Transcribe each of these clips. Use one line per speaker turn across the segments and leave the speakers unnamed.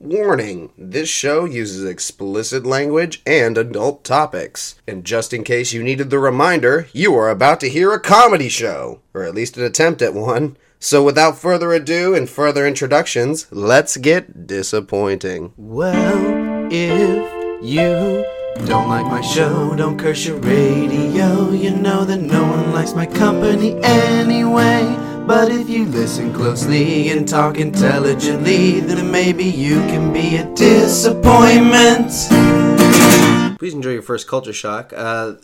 Warning this show uses explicit language and adult topics. And just in case you needed the reminder, you are about to hear a comedy show, or at least an attempt at one. So without further ado and further introductions, let's get disappointing.
Well, if you don't like my show, don't curse your radio. You know that no one likes my company anyway. But if you listen closely and talk intelligently, then maybe you can be a disappointment.
Please enjoy your first culture shock. Uh,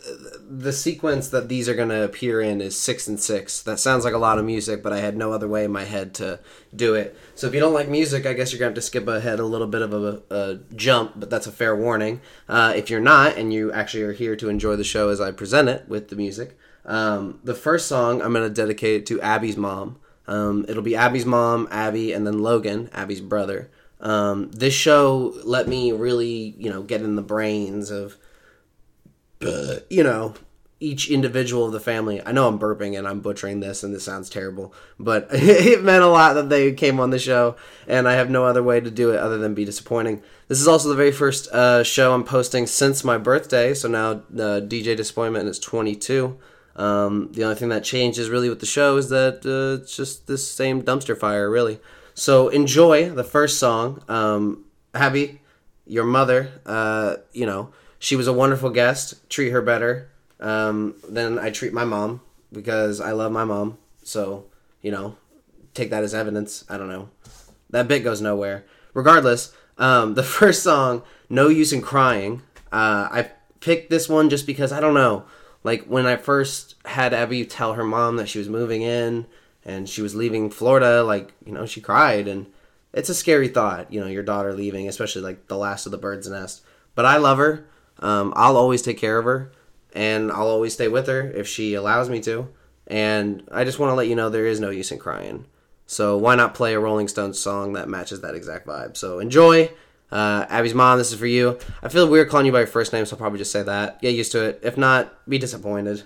the sequence that these are going to appear in is six and six. That sounds like a lot of music, but I had no other way in my head to do it. So if you don't like music, I guess you're going to have to skip ahead a little bit of a, a jump, but that's a fair warning. Uh, if you're not, and you actually are here to enjoy the show as I present it with the music, um, the first song I'm going to dedicate to Abby's mom. Um, it'll be Abby's mom, Abby, and then Logan, Abby's brother. Um, this show let me really, you know, get in the brains of you know each individual of the family i know i'm burping and i'm butchering this and this sounds terrible but it meant a lot that they came on the show and i have no other way to do it other than be disappointing this is also the very first uh, show i'm posting since my birthday so now uh, dj disappointment is 22 um, the only thing that changes really with the show is that uh, it's just this same dumpster fire really so enjoy the first song um, abby your mother, uh, you know, she was a wonderful guest. Treat her better um, than I treat my mom because I love my mom. So, you know, take that as evidence. I don't know. That bit goes nowhere. Regardless, um, the first song, No Use in Crying, uh, I picked this one just because I don't know. Like when I first had Abby tell her mom that she was moving in and she was leaving Florida, like, you know, she cried and it's a scary thought, you know, your daughter leaving, especially like the last of the bird's nest. But I love her. Um, I'll always take care of her, and I'll always stay with her if she allows me to. And I just want to let you know there is no use in crying. So why not play a Rolling Stones song that matches that exact vibe? So enjoy. Uh, Abby's mom, this is for you. I feel weird calling you by your first name, so I'll probably just say that. Get used to it. If not, be disappointed.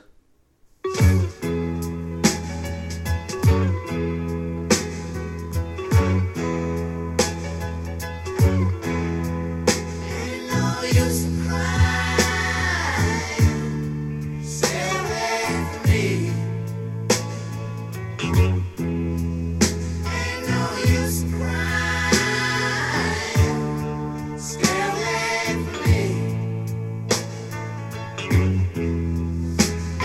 Stay away from me.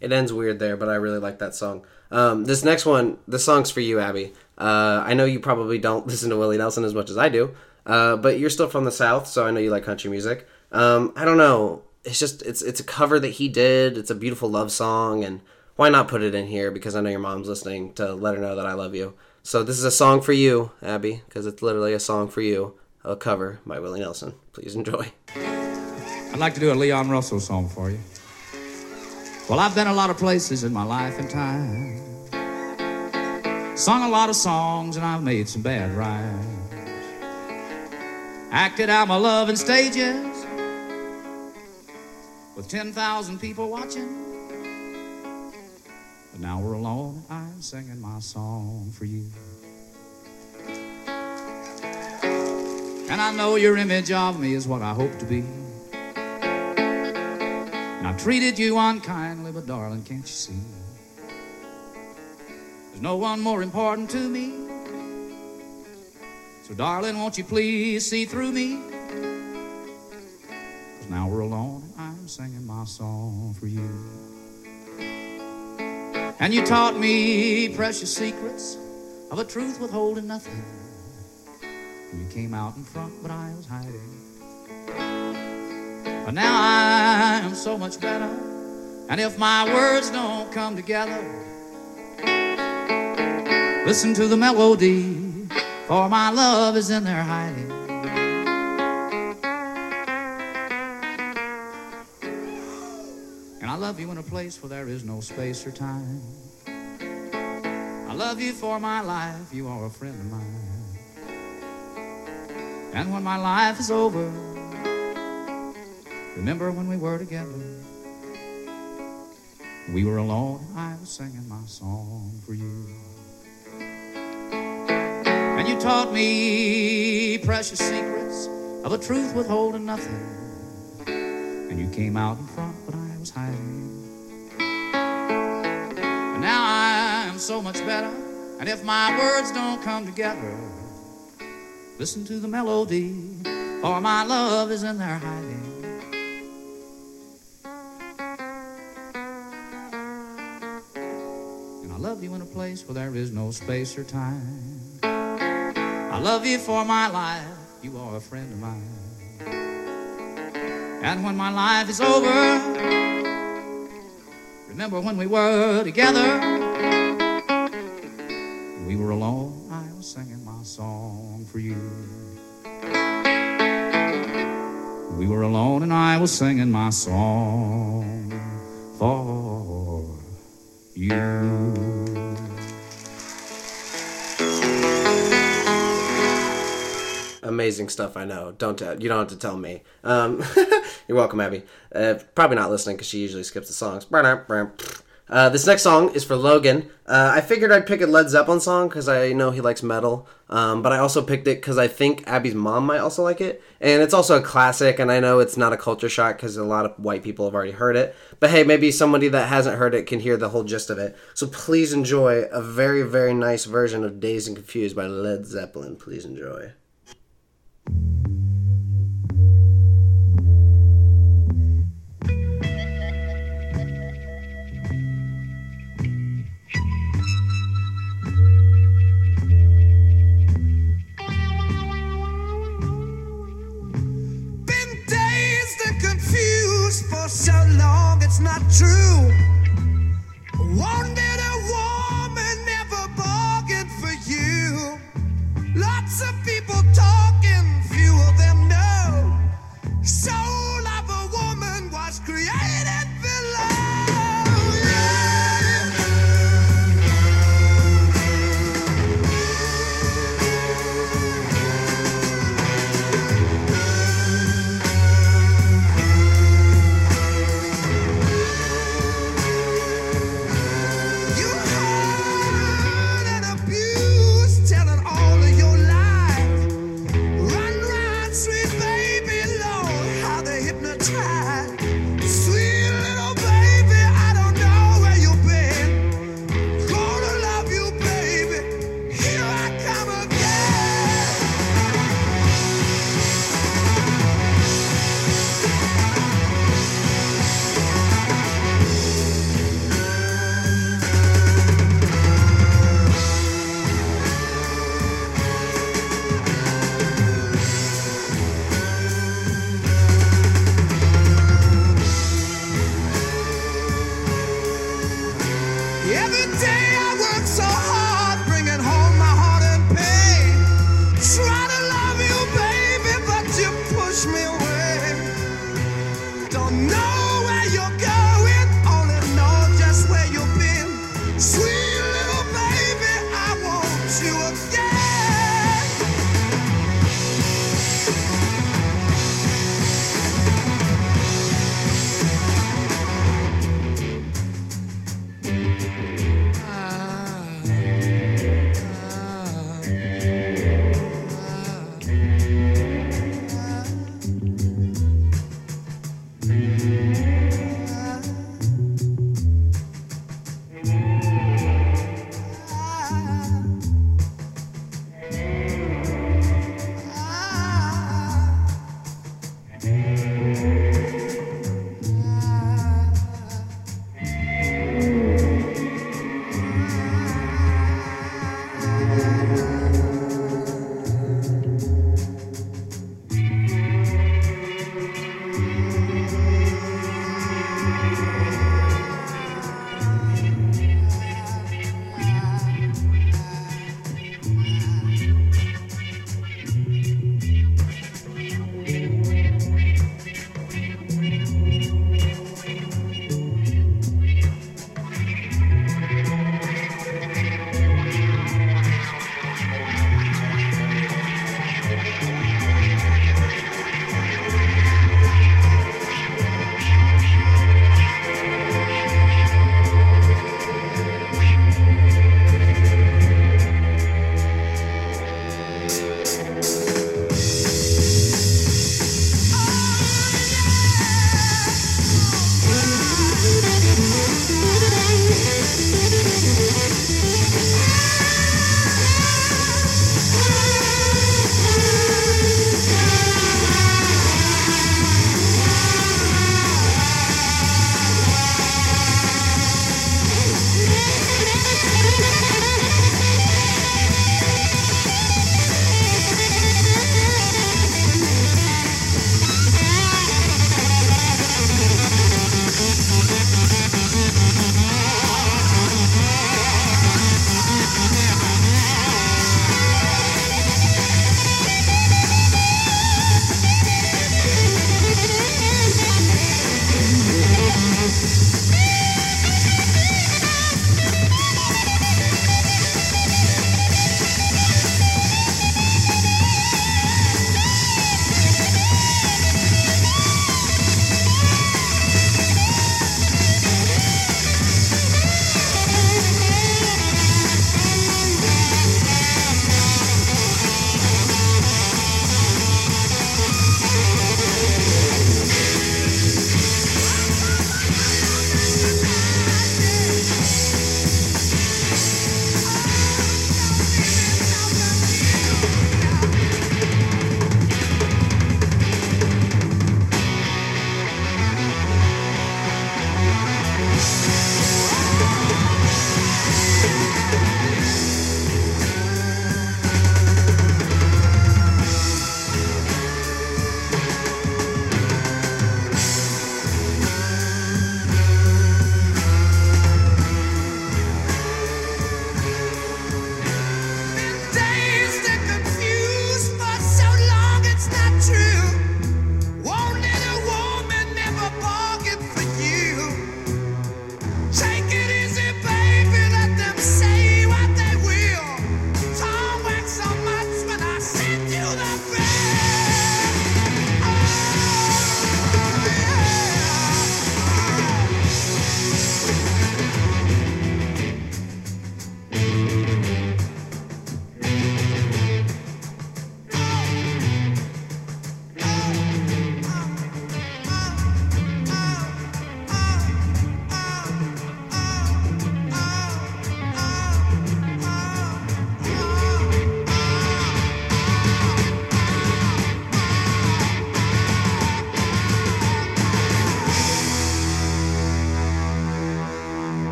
It ends weird there, but I really like that song. Um, this next one, the song's for you, Abby. Uh, I know you probably don't listen to Willie Nelson as much as I do, uh, but you're still from the South, so I know you like country music. Um, I don't know. It's just it's it's a cover that he did. It's a beautiful love song, and why not put it in here? Because I know your mom's listening to let her know that I love you. So this is a song for you, Abby, because it's literally a song for you. A cover by Willie Nelson. Please enjoy.
I'd like to do a Leon Russell song for you. Well, I've been a lot of places in my life and time. Sung a lot of songs and I've made some bad rhymes. Acted out my love in stages with 10,000 people watching. But now we're alone. I'm singing my song for you. And I know your image of me is what I hope to be. And I treated you unkindly, but darling, can't you see? There's no one more important to me. So, darling, won't you please see through me? 'Cause now we're alone, and I'm singing my song for you. And you taught me precious secrets of a truth withholding nothing. And you came out in front, but I was hiding. But now I am so much better. And if my words don't come together, listen to the melody, for my love is in there hiding. And I love you in a place where there is no space or time. I love you for my life, you are a friend of mine. And when my life is over, Remember when we were together? We were alone, and I was singing my song for you. And you taught me precious secrets of a truth withholding nothing. And you came out in front, but I was hiding. But now I am so much better, and if my words don't come together, listen to the melody, for my love is in there hiding. And I love you in a place where there is no space or time. I love you for my life. You are a friend of mine. And when my life is over, remember when we were together. When we were alone. I was singing my song for you. When We were alone, and I was singing my song for you.
Amazing stuff, I know. Don't tell, you don't have to tell me. Um, you're welcome, Abby. Uh, probably not listening because she usually skips the songs. Uh, this next song is for Logan. Uh, I figured I'd pick a Led Zeppelin song because I know he likes metal, um, but I also picked it because I think Abby's mom might also like it, and it's also a classic. And I know it's not a culture shock because a lot of white people have already heard it, but hey, maybe somebody that hasn't heard it can hear the whole gist of it. So please enjoy a very, very nice version of "Dazed and Confused" by Led Zeppelin. Please enjoy.
Been dazed and confused for so long, it's not true. Wanted a woman, never bargained for you. Lots of people talking, few of them know. Soul of a woman was created below. Yeah.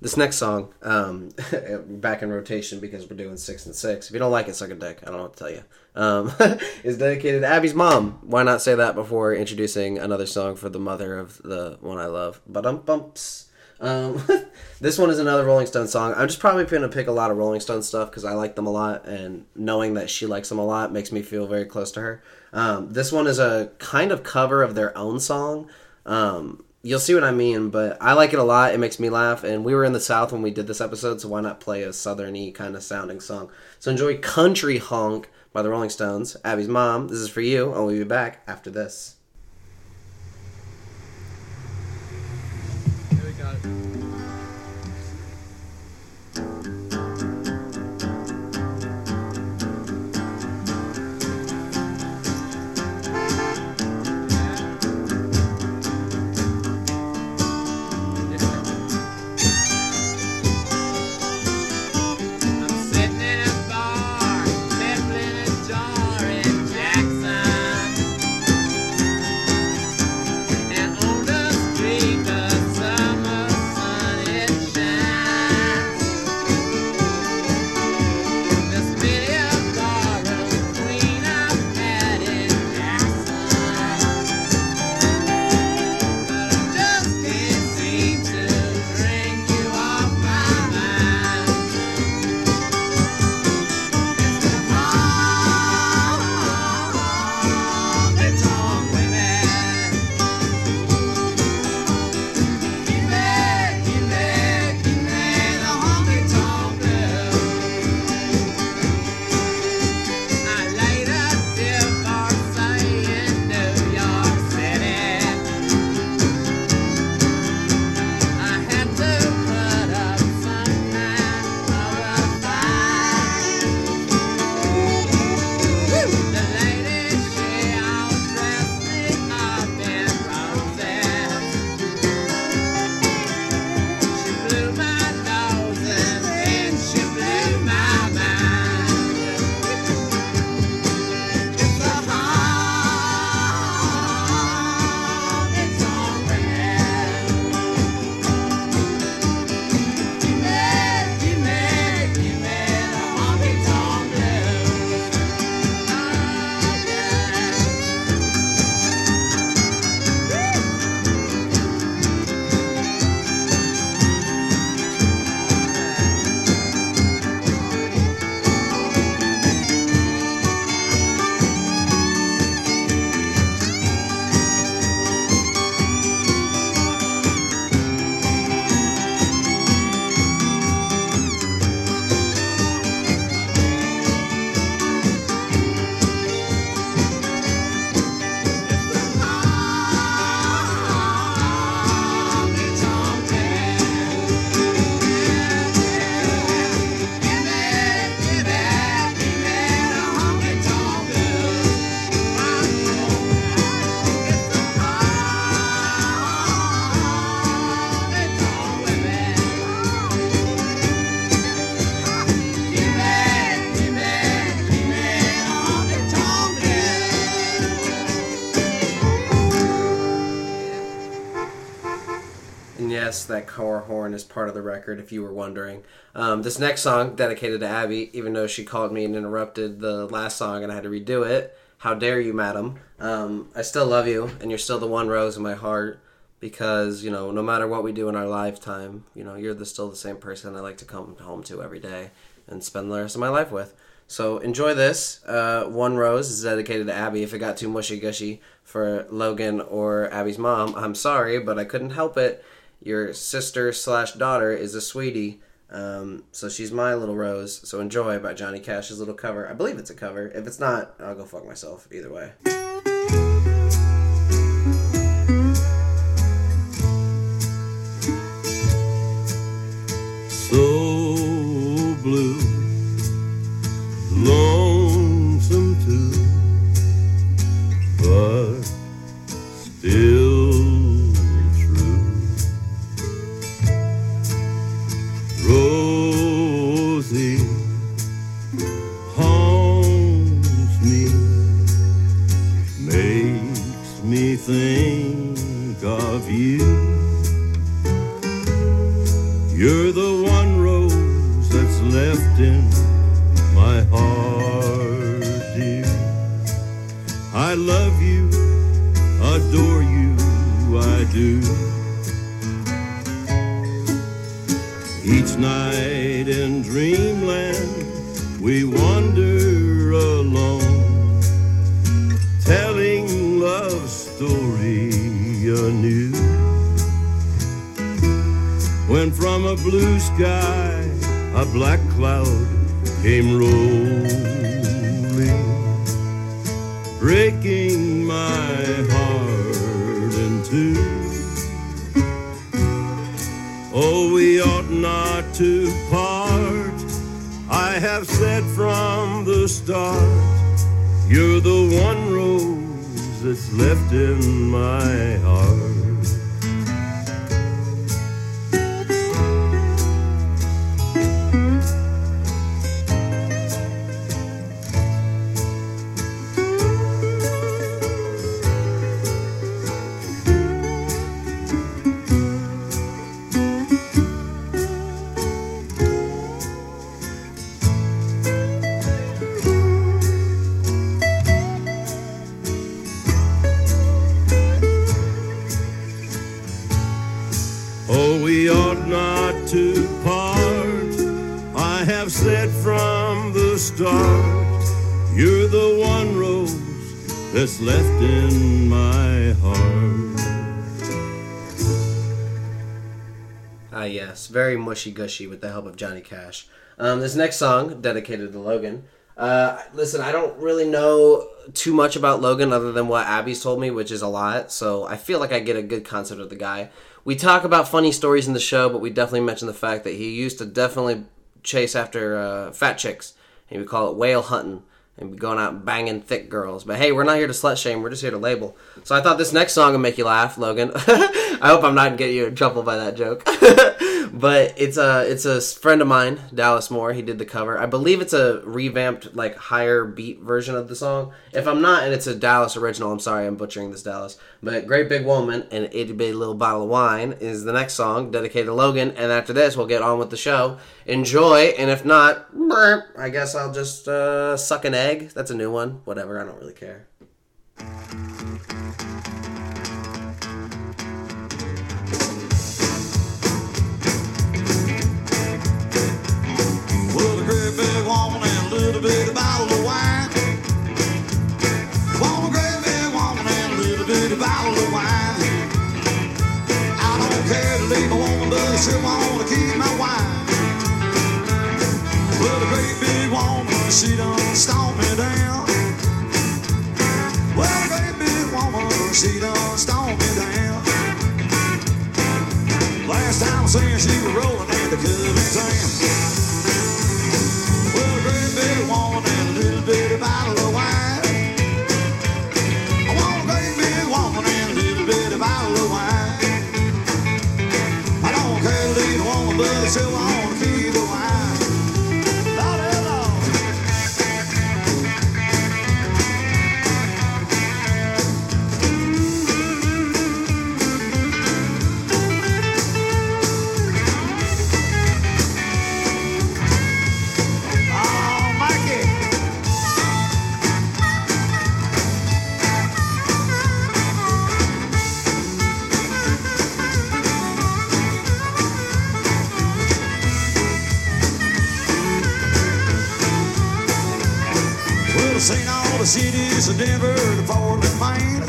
this next song um, back in rotation because we're doing six and six if you don't like it suck a dick i don't know what to tell you um, is dedicated to abby's mom why not say that before introducing another song for the mother of the one i love but um bumps um, this one is another rolling stone song i'm just probably going to pick a lot of rolling stone stuff because i like them a lot and knowing that she likes them a lot makes me feel very close to her um, this one is a kind of cover of their own song um, you'll see what I mean, but I like it a lot. It makes me laugh. And we were in the South when we did this episode, so why not play a southerny kind of sounding song? So enjoy Country Honk by the Rolling Stones. Abby's mom, this is for you, and we'll be back after this.
And on the street, the summer sun.
yes, that car horn is part of the record, if you were wondering. Um, this next song, dedicated to Abby, even though she called me and interrupted the last song and I had to redo it. How dare you, madam? Um, I still love you, and you're still the one rose in my heart because, you know, no matter what we do in our lifetime, you know, you're the, still the same person I like to come home to every day and spend the rest of my life with. So enjoy this. Uh, one rose is dedicated to Abby. If it got too mushy gushy for Logan or Abby's mom, I'm sorry, but I couldn't help it. Your sister slash daughter is a sweetie, um, so she's my little rose. So enjoy by Johnny Cash's little cover. I believe it's a cover. If it's not, I'll go fuck myself. Either way.
so blue, lonesome too, but still true. Rosie haunts me, makes me think of you. You're the one rose that's left in my heart, dear. I love you, adore you, I do. Each night in dreamland, we wander alone, telling love story anew when from a blue sky a black cloud came rolling, breaking my heart in two. Oh, we ought not to part. I have said from the start, you're the one rose that's left in my heart. Oh, we ought not to part. I have said from the start, you're the one rose that's left in my heart.
Ah, yes, very mushy gushy with the help of Johnny Cash. Um, this next song, dedicated to Logan. Uh, listen, I don't really know too much about Logan other than what Abby's told me, which is a lot. So I feel like I get a good concept of the guy. We talk about funny stories in the show, but we definitely mention the fact that he used to definitely chase after uh, fat chicks, and we call it whale hunting and be going out and banging thick girls. But hey, we're not here to slut shame. We're just here to label. So I thought this next song would make you laugh, Logan. I hope I'm not getting you in trouble by that joke. but it's a it's a friend of mine, Dallas Moore. He did the cover. I believe it's a revamped, like higher beat version of the song. If I'm not, and it's a Dallas original. I'm sorry, I'm butchering this Dallas. But "Great Big Woman" and "Itty Bitty Little Bottle of Wine" is the next song dedicated to Logan. And after this, we'll get on with the show. Enjoy, and if not, burp, I guess I'll just uh, suck an egg. That's a new one. Whatever. I don't really care.
Well, a great big woman and a little bitty bottle of wine. Want a great big woman and a little bitty bottle of wine. I don't care to leave a woman, but I sure want to keep my wine. Well, a great big woman, she done stomp me down. Well, a great big woman, she done stomp me down. Last time I seen her, she was rolling in the Cubby Town. Well, a great big woman and a little bitty bottle of wine. I want a great big woman and a little bitty bottle of wine. I don't care to leave a woman, but I still want to keep the wine. La la la. cities of Denver to Portland, Maine.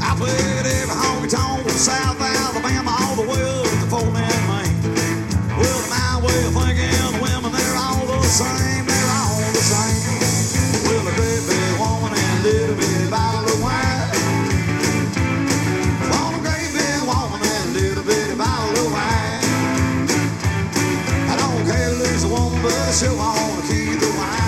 I played every honky tonk from South Alabama all the way up to Fort Wayne, Maine. Well, my way of thinking, women, they're all the same, they're all the same. Well, a great big woman and a little bitty bottle of wine. Want a great big woman and a little bitty bottle of wine. I don't care if there's a woman, but she wanna keep the wine.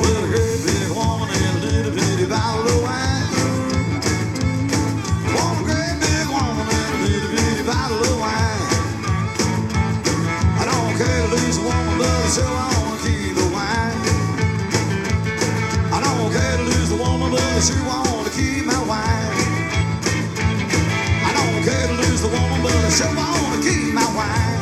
Well, a great big woman and a little bitty bottle of wine. Want a great big woman and a little bitty bottle of wine. I don't care if there's a woman, but I still want a kilo wine. I don't care if there's a woman, but I sure want to keep my wine. I don't care if there's a woman, but I sure want to keep my wine.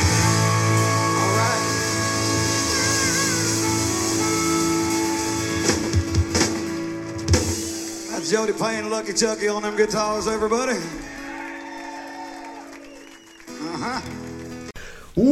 All right. That's Jody playing Lucky Chucky on them guitars, everybody.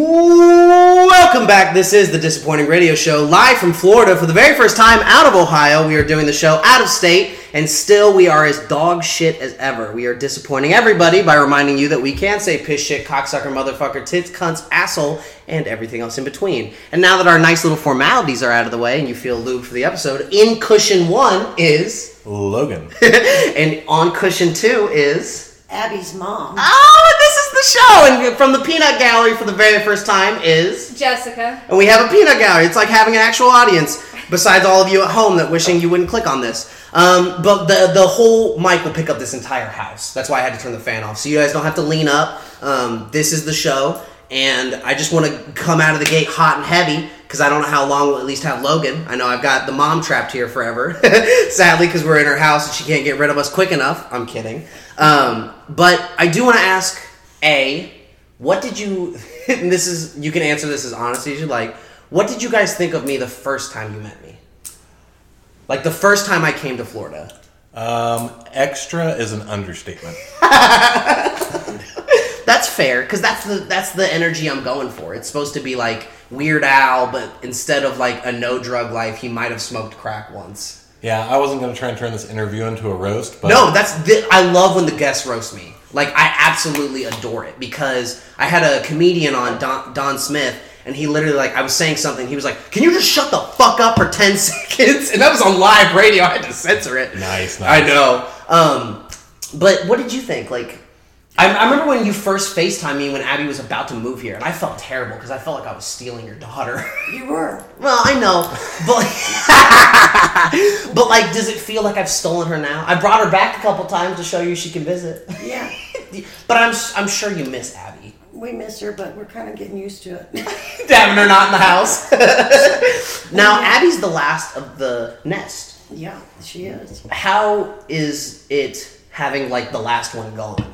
Welcome back. This is the Disappointing Radio Show, live from Florida for the very first time out of Ohio. We are doing the show out of state, and still we are as dog shit as ever. We are disappointing everybody by reminding you that we can say piss, shit, cocksucker, motherfucker, tits, cunts, asshole, and everything else in between. And now that our nice little formalities are out of the way and you feel lubed for the episode, in cushion one is,
Logan.
and on cushion two is.
Abby's mom.
Oh, and this is the show, and from the Peanut Gallery for the very first time is,
Jessica.
and we have a peanut gallery. It's like having an actual audience. Besides all of you at home that wishing you wouldn't click on this, um, but the the whole mic will pick up this entire house. That's why I had to turn the fan off, so you guys don't have to lean up. Um, this is the show, and I just want to come out of the gate hot and heavy because I don't know how long we'll at least have Logan. I know I've got the mom trapped here forever, sadly, because we're in her house and she can't get rid of us quick enough. I'm kidding, um, but I do want to ask a what did you? and this is you can answer this as honestly as you like. What did you guys think of me the first time you met me? Like the first time I came to Florida.
Um, extra is an understatement.
That's fair because that's the that's the energy I'm going for. It's supposed to be like Weird Al, but instead of like a no drug life, he might have smoked crack once.
Yeah, I wasn't going to try and turn this interview into a roast, but
No, that's the, I love when the guests roast me. Like I absolutely adore it because I had a comedian on Don, Don Smith and he literally like I was saying something he was like, "Can you just shut the fuck up for 10 seconds?" And that was on live radio. I had to censor it.
Nice,
I
nice.
know. Um but what did you think? Like I, I remember when you first FaceTimed me when Abby was about to move here, and I felt terrible because I felt like I was stealing your daughter.
You were.
Well, I know, but but like, does it feel like I've stolen her now? I brought her back a couple times to show you she can visit.
Yeah.
But I'm s- I'm sure you miss Abby.
We miss her, but we're kind of getting used to it.
Having her not in the house. now Abby's the last of the nest.
yeah, she is.
How is it having like the last one gone?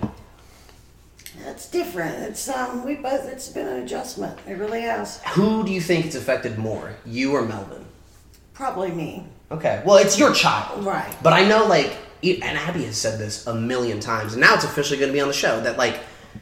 That's different. It's um, we both. It's been an adjustment. It really has.
Who do you think it's affected more, you or Melvin?
Probably me.
Okay, well it's your child,
Right.
But I know, like, e- and Abby has said this a million times, and now it's officially going to be on the show that, like,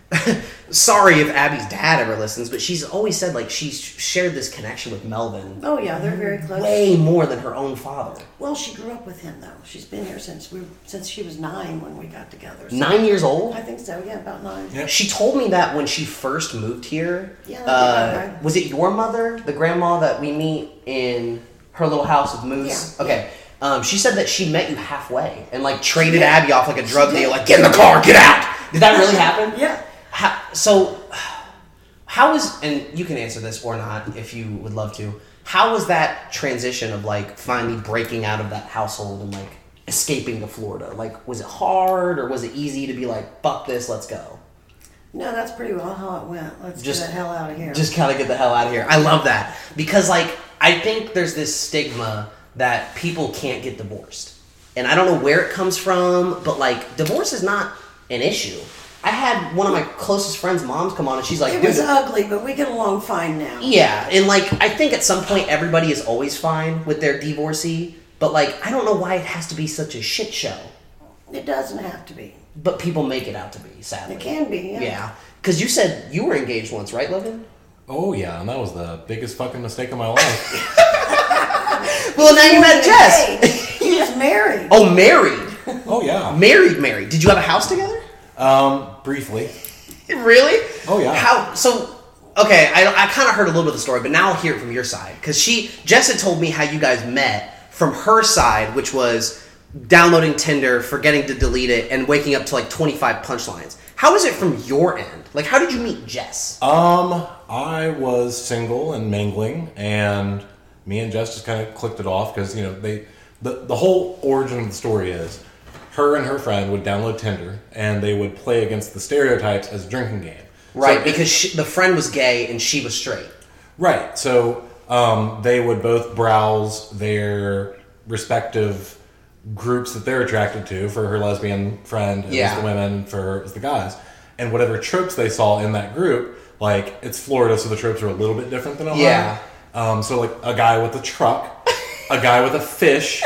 sorry if Abby's dad ever listens, but she's always said, like, she's shared this connection with Melvin
Oh yeah, they're very close.
way more than her own father.
Well, she grew up with him though. She's been here since we since she was nine when we got together. So
Nine years old?
I think so. Yeah, about nine.
Yeah.
She told me that when she first moved here.
Yeah, that'd be
uh,
about right.
Was it your mother, the grandma that we meet in her little house with Moose?
Yeah.
Okay. Um, she said that she met you halfway and like traded Abby off like a drug deal, like get in the car, get out. Did that really happen?
Yeah.
How, so, how is and you can answer this or not if you would love to. How was that transition of like finally breaking out of that household and like escaping to Florida? Like, was it hard or was it easy to be like, fuck this, let's go?
No, that's pretty well how it went. Let's
Just-
get the hell out of here.
Just kind of get the hell out of here. I love that because, like, I think there's this stigma that people can't get divorced, and I don't know where it comes from, but like, divorce is not an issue. I had one of my closest friends' moms come on, and she's like,
it was
"Dude,
ugly, but we get along fine now.
Yeah, and like I think at some point everybody is always fine with their divorcee, but like I don't know why it has to be such a shit show.
It doesn't have to be.
But people make it out to be, sadly.
It can be. Yeah.
Yeah, because you said you were engaged once, right, Logan?
Oh yeah, and that was the biggest fucking mistake of my life.
Well, now you met Jess.
Hey, he was married.
Oh, married,
oh yeah.
married, married. Did you have a house together?
Um, briefly.
Really?
Oh, yeah.
How? So, okay, I, I kind of heard a little bit of the story, but now I'll hear it from your side because she Jess had told me how you guys met from her side, which was downloading Tinder, forgetting to delete it, and waking up to like twenty five punchlines. How is it from your end? Like, how did you meet Jess?
Um, I was single and mingling, and me and Jess just kind of clicked it off because you know they the the whole origin of the story is her and her friend would download Tinder and they would play against the stereotypes as a drinking game. So
right,
it-
because she, the friend was gay and she was straight.
Right. So um, they would both browse their respective groups that they're attracted to. For her lesbian friend, it
Yeah.
was the women. For her, it was the guys. And whatever tropes they saw in that group, like it's Florida, so the tropes are a little bit different than Ohio.
Yeah.
Um, so like a guy with a truck, a guy with a fish.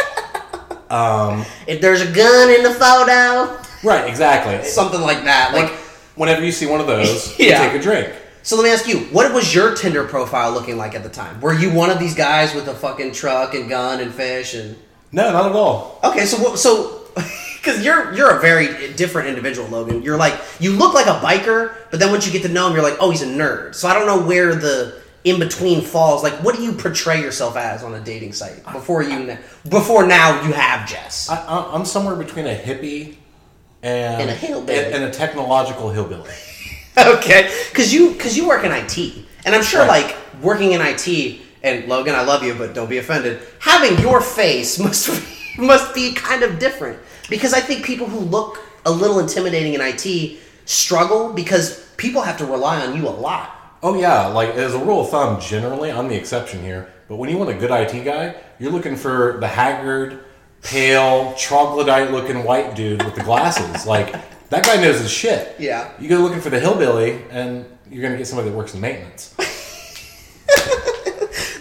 um,
If there's a gun in the photo,
Right. Exactly.
something like that. Like,
Whenever you see one of those,
Yeah.
you take a drink.
so let me ask you, what was your Tinder profile looking like at the time? Were you one of these guys with a fucking truck and gun and fish and?
No, not at all.
Okay, so what- so because you're you're a very different individual, Logan. You're like you look like a biker, but then once you get to know him, you're like, oh, he's a nerd. So I don't know where the in between falls. Like, what do you portray yourself as on a dating site before you kn- before now you have Jess?
I, I, I'm somewhere between a hippie and
And a hillbilly.
and- and a technological hillbilly.
okay, because you because you work in IT, and I'm sure
Right.
like working in IT. And Logan, I love you, but don't be offended. Having your face must be, must be kind of different because I think people who look a little intimidating in IT struggle because people have to rely on you a lot.
Oh yeah, like as a rule of thumb, generally I'm the exception here. But when you want a good IT guy, you're looking for the haggard, pale, troglodyte-looking white dude with the glasses. like that guy knows his shit.
Yeah.
You go looking for the hillbilly, and you're gonna get somebody that works in maintenance.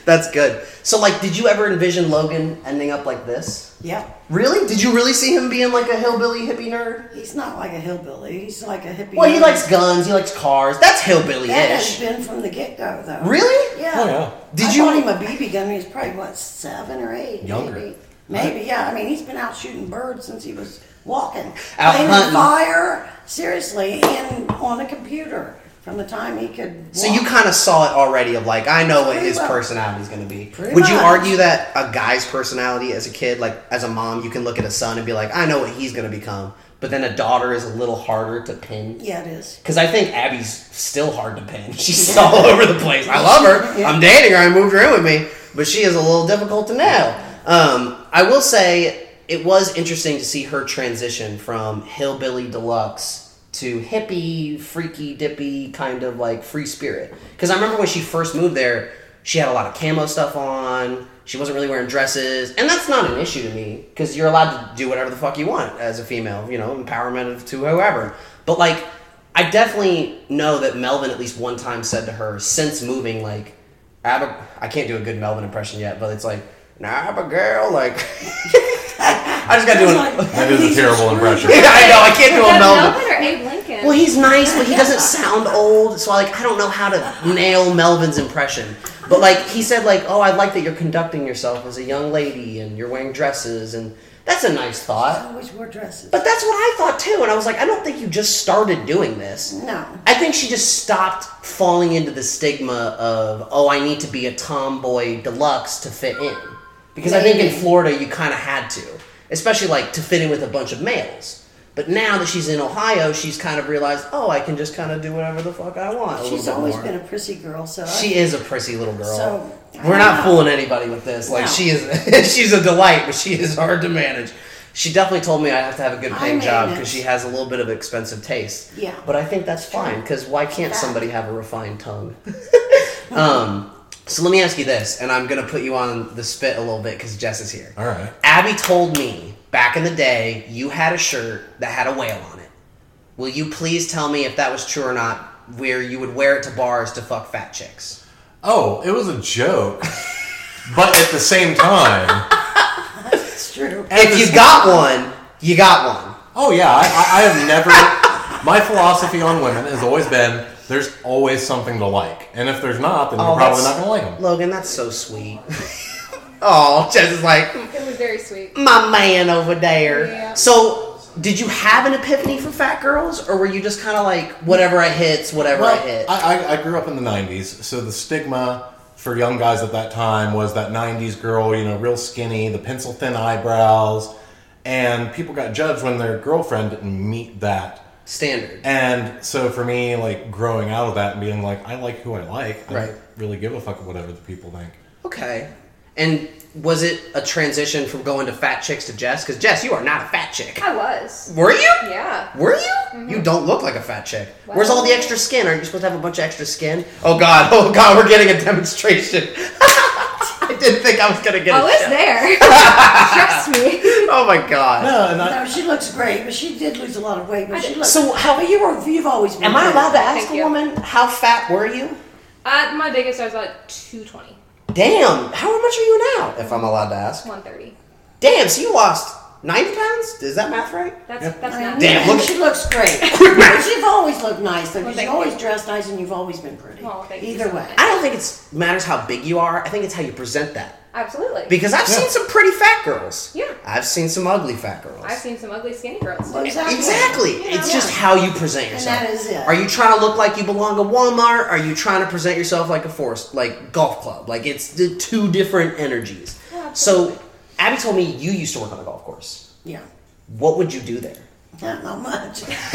That's good. So, like, did you ever envision Logan ending up like this?
Yeah.
Really? Did you really see him being like a hillbilly hippie nerd?
He's not like a hillbilly. He's like a hippie.
Well, he likes guns. He likes cars. That's hillbilly
That has
ish.
been from the get go, though.
Really?
Yeah.
Oh, yeah.
Did
I
you-
bought him a BB gun. when He was probably what seven or eight.
Younger.
Maybe. Maybe. Yeah. I mean, he's been out shooting birds since he was walking.
Out
playing
hunting.
with fire. Seriously, and on a computer from the time he could.
So
walk.
you kind of saw it already of like I know what
Pretty
his
much.
personality is going to be.
Pretty
Would you
much.
argue that a guy's personality as a kid, like as a mom, you can look at a son and be like, I know what he's going to become, but then a daughter is a little harder to pin?
Yeah, it is.
Because I think Abby's still hard to pin. She's all over the place. I love her. I'm dating her. I moved her in with me, but she is a little difficult to nail. Um, I will say it was interesting to see her transition from hillbilly deluxe to hippie, freaky dippy kind of like free spirit. Because I remember when she first moved there, she had a lot of camo stuff on. She wasn't really wearing dresses, and that's not an issue to me because you're allowed to do whatever the fuck you want as a female. You know, empowerment of to whoever. But like, I definitely know that Melvin at least one time said to her since moving, like, Ab- I can't do a good Melvin impression yet, but it's like, nah, Abigail, like, I just gotta do it.
That is a terrible impression.
I know I can't do a Melvin.
Melvin or Abe Lincoln?
Well, he's nice, but he doesn't sound old, so I, like I don't know how to nail Melvin's impression. But like he said, like, oh, I like that you're conducting yourself as a young lady and you're wearing dresses, and that's a nice thought.
I always wore dresses.
But that's what I thought too, and I was like, I don't think you just started doing this.
No.
I think she just stopped falling into the stigma of, oh, I need to be a tomboy deluxe to fit in. Because I think in
Maybe.
Florida you kind of had to, especially like to fit in with a bunch of males. But now that she's in Ohio, she's kind of realized, oh, I can just kind of do whatever the fuck I want. a little
She's
bit
always
more.
been a prissy girl, so I-
She is a prissy little girl.
So, I
We're
don't
not
know.
fooling anybody with this. Like
No.
she is, she's a delight, but she is hard to manage. She definitely told me I have to have a good
High
paying job because
maintenance.
she has a little bit of expensive taste.
Yeah.
But I think that's fine because why can't
Fact.
somebody have a refined tongue? um, so let me ask you this, and I'm going to put you on the spit a little bit because Jess is here.
All right.
Abby told me back in the day you had a shirt that had a whale on it. Will you please tell me if that was true or not? Where you would wear it to bars to fuck fat chicks?
Oh, it was a joke. but at the same time,
It's true.
If you got one, you got one.
oh yeah, I, I, I have never. My philosophy on women has always been there's always something to like, and if there's not, then
Oh,
you're probably
that's-
not gonna like them.
Logan, that's so sweet. oh, Jess is like
It was very sweet.
my man over there.
Yeah.
So, did you have an epiphany for fat girls, or were you just kind of like whatever I hits, whatever I hit?
I, I, I grew up in the 90s, so the stigma for young guys at that time was that 90s girl, you know, real skinny, the pencil thin eyebrows, and people got judged when their girlfriend didn't meet that.
Standard.
And so for me, like growing out of that and being like, I like who I like, I
Right.
don't really give a fuck whatever the people think.
Okay. And was it a transition from going to fat chicks to Jess? Because Jess, you are not a fat chick.
I was.
Were you?
Yeah.
Were you? You don't look like a fat chick. Where's all the extra skin? Aren't you supposed to have a bunch of extra skin? Oh god, oh god, we're getting a demonstration. I didn't think I was gonna get
I
a
Oh,
was
shout.
Oh, there. Trust me.
Oh my god.
No, and I,
No, she looks great, but she did lose a lot of weight. But she looks.
So how
you were, you've always been.
Am I
thin.
allowed to ask
Thank
a
you.
woman how fat were you?
Uh, my biggest, I was at 220,
Damn, how much are you now? If I'm allowed to ask.
130.
Damn, so you lost 90 pounds? Is that math right?
That's that's
I
not.
mean,
Damn, look-
she looks great. You've always looked nice, though,
Well,
because
thank
you always
you.
dressed nice and you've always been pretty.
Well, thank you
Either
so
way.
much.
I don't think it matters how big you are. I think it's how you present that.
Absolutely.
Because I've seen some pretty fat girls.
Yeah.
I've seen some ugly fat girls.
I've seen some ugly skinny girls.
Well, exactly.
Exactly. It's just how you present
And
yourself.
that is it.
Are you trying to look like you belong at Walmart? Are you trying to present yourself like a force, like golf club? Like it's the two different energies. so, Abby told me you used to work on a golf course.
Yeah.
What would you do there?
Not, not much.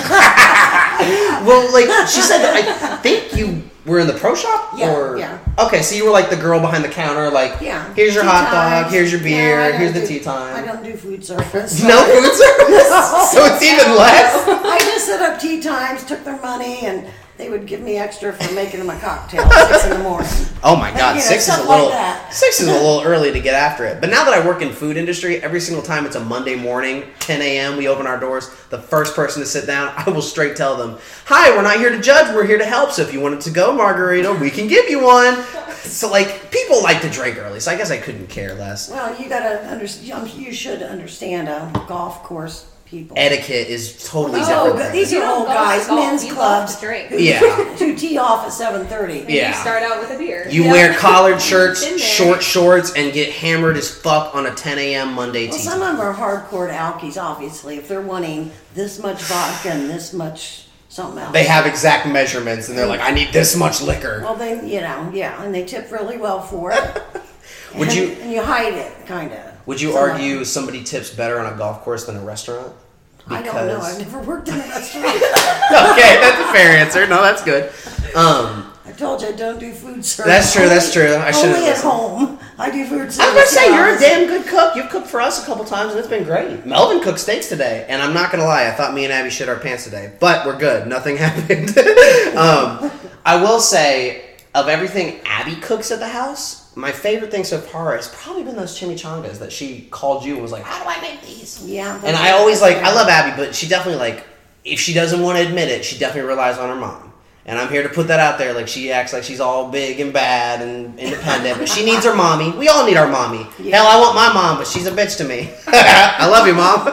Well, like she said, I think you were in the pro shop.
Yeah,
Or,
yeah.
Okay, so you were like the girl behind the counter, like
Yeah.
here's your
Tea
hot dog,
times.
here's your
No,
beer,
I don't
here's the
do-
tea time.
I don't do food service.
No food service, so it's even less.
I just set up tea times, took their money, and they would give me extra for making them a cocktail at six in the morning.
Oh my
Like,
god,
you know,
six is a
stuff like
little
that.
six is a little early to get after it. But now that I work in food industry, every single time it's a Monday morning, 10 a.m. We open our doors. The first person to sit down, I will straight tell them, "Hi, we're not here to judge. We're here to help. So if you wanted to go margarita, we can give you one." So like people like to drink early, so I guess I couldn't care less.
Well, you gotta understand. You should understand um, golf course people.
Etiquette is totally
Oh,
different.
but
there.
these
You
are
don't
old
go to
guys,
golf,
men's
you go
clubs.
to drink.
who-
Yeah.
who tee off at seven thirty.
You
yeah.
start out with a beer.
You
Yeah.
wear collared shirts,
Been there.
short shorts, and get hammered as fuck on a 10 a.m. Monday
Well,
tea.
some
time.
of them are hardcore alkies, obviously. If they're wanting this much vodka and this much something else,
They have exact measurements, and they're like, "I need this much liquor."
Well, they, you know, yeah, and they tip really well for it.
Would
and,
you-
And you hide it, kind of.
Would you argue somebody tips better on a golf course than a restaurant?
I don't know. I've never worked in a restaurant.
okay, that's a fair answer. No, that's good. Um,
I told you I don't do food service.
That's true, that's true. I should've
Only at
listened.
home. I do food service.
I was gonna say you're a
hours.
damn good cook. You've cooked for us a couple times, and it's been great. Melvin cooked steaks today, and I'm not gonna lie. I thought me and Abby shit our pants today, but we're good. Nothing happened. um, I will say, of everything Abby cooks at the house, my favorite thing so far has probably been those chimichangas that she called you and was like, "How do I make these?"
Yeah.
And I always like I love Abby, but she definitely like if she doesn't want to admit it, she definitely relies on her mom. And I'm here to put that out there. Like she acts like she's all big and bad and independent, but she needs her mommy. We all need our mommy. Hell, I want my mom, but she's a bitch to me. I love you, mom.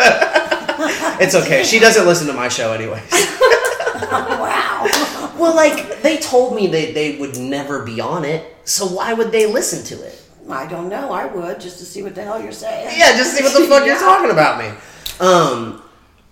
it's okay. She doesn't listen to my show anyways.
Wow.
Well, like they told me they they would never be on it, so why would they listen to it?
I don't know. I would just to see what the hell you're saying.
Yeah, just see what the fuck you're
Yeah.
talking about me. Um,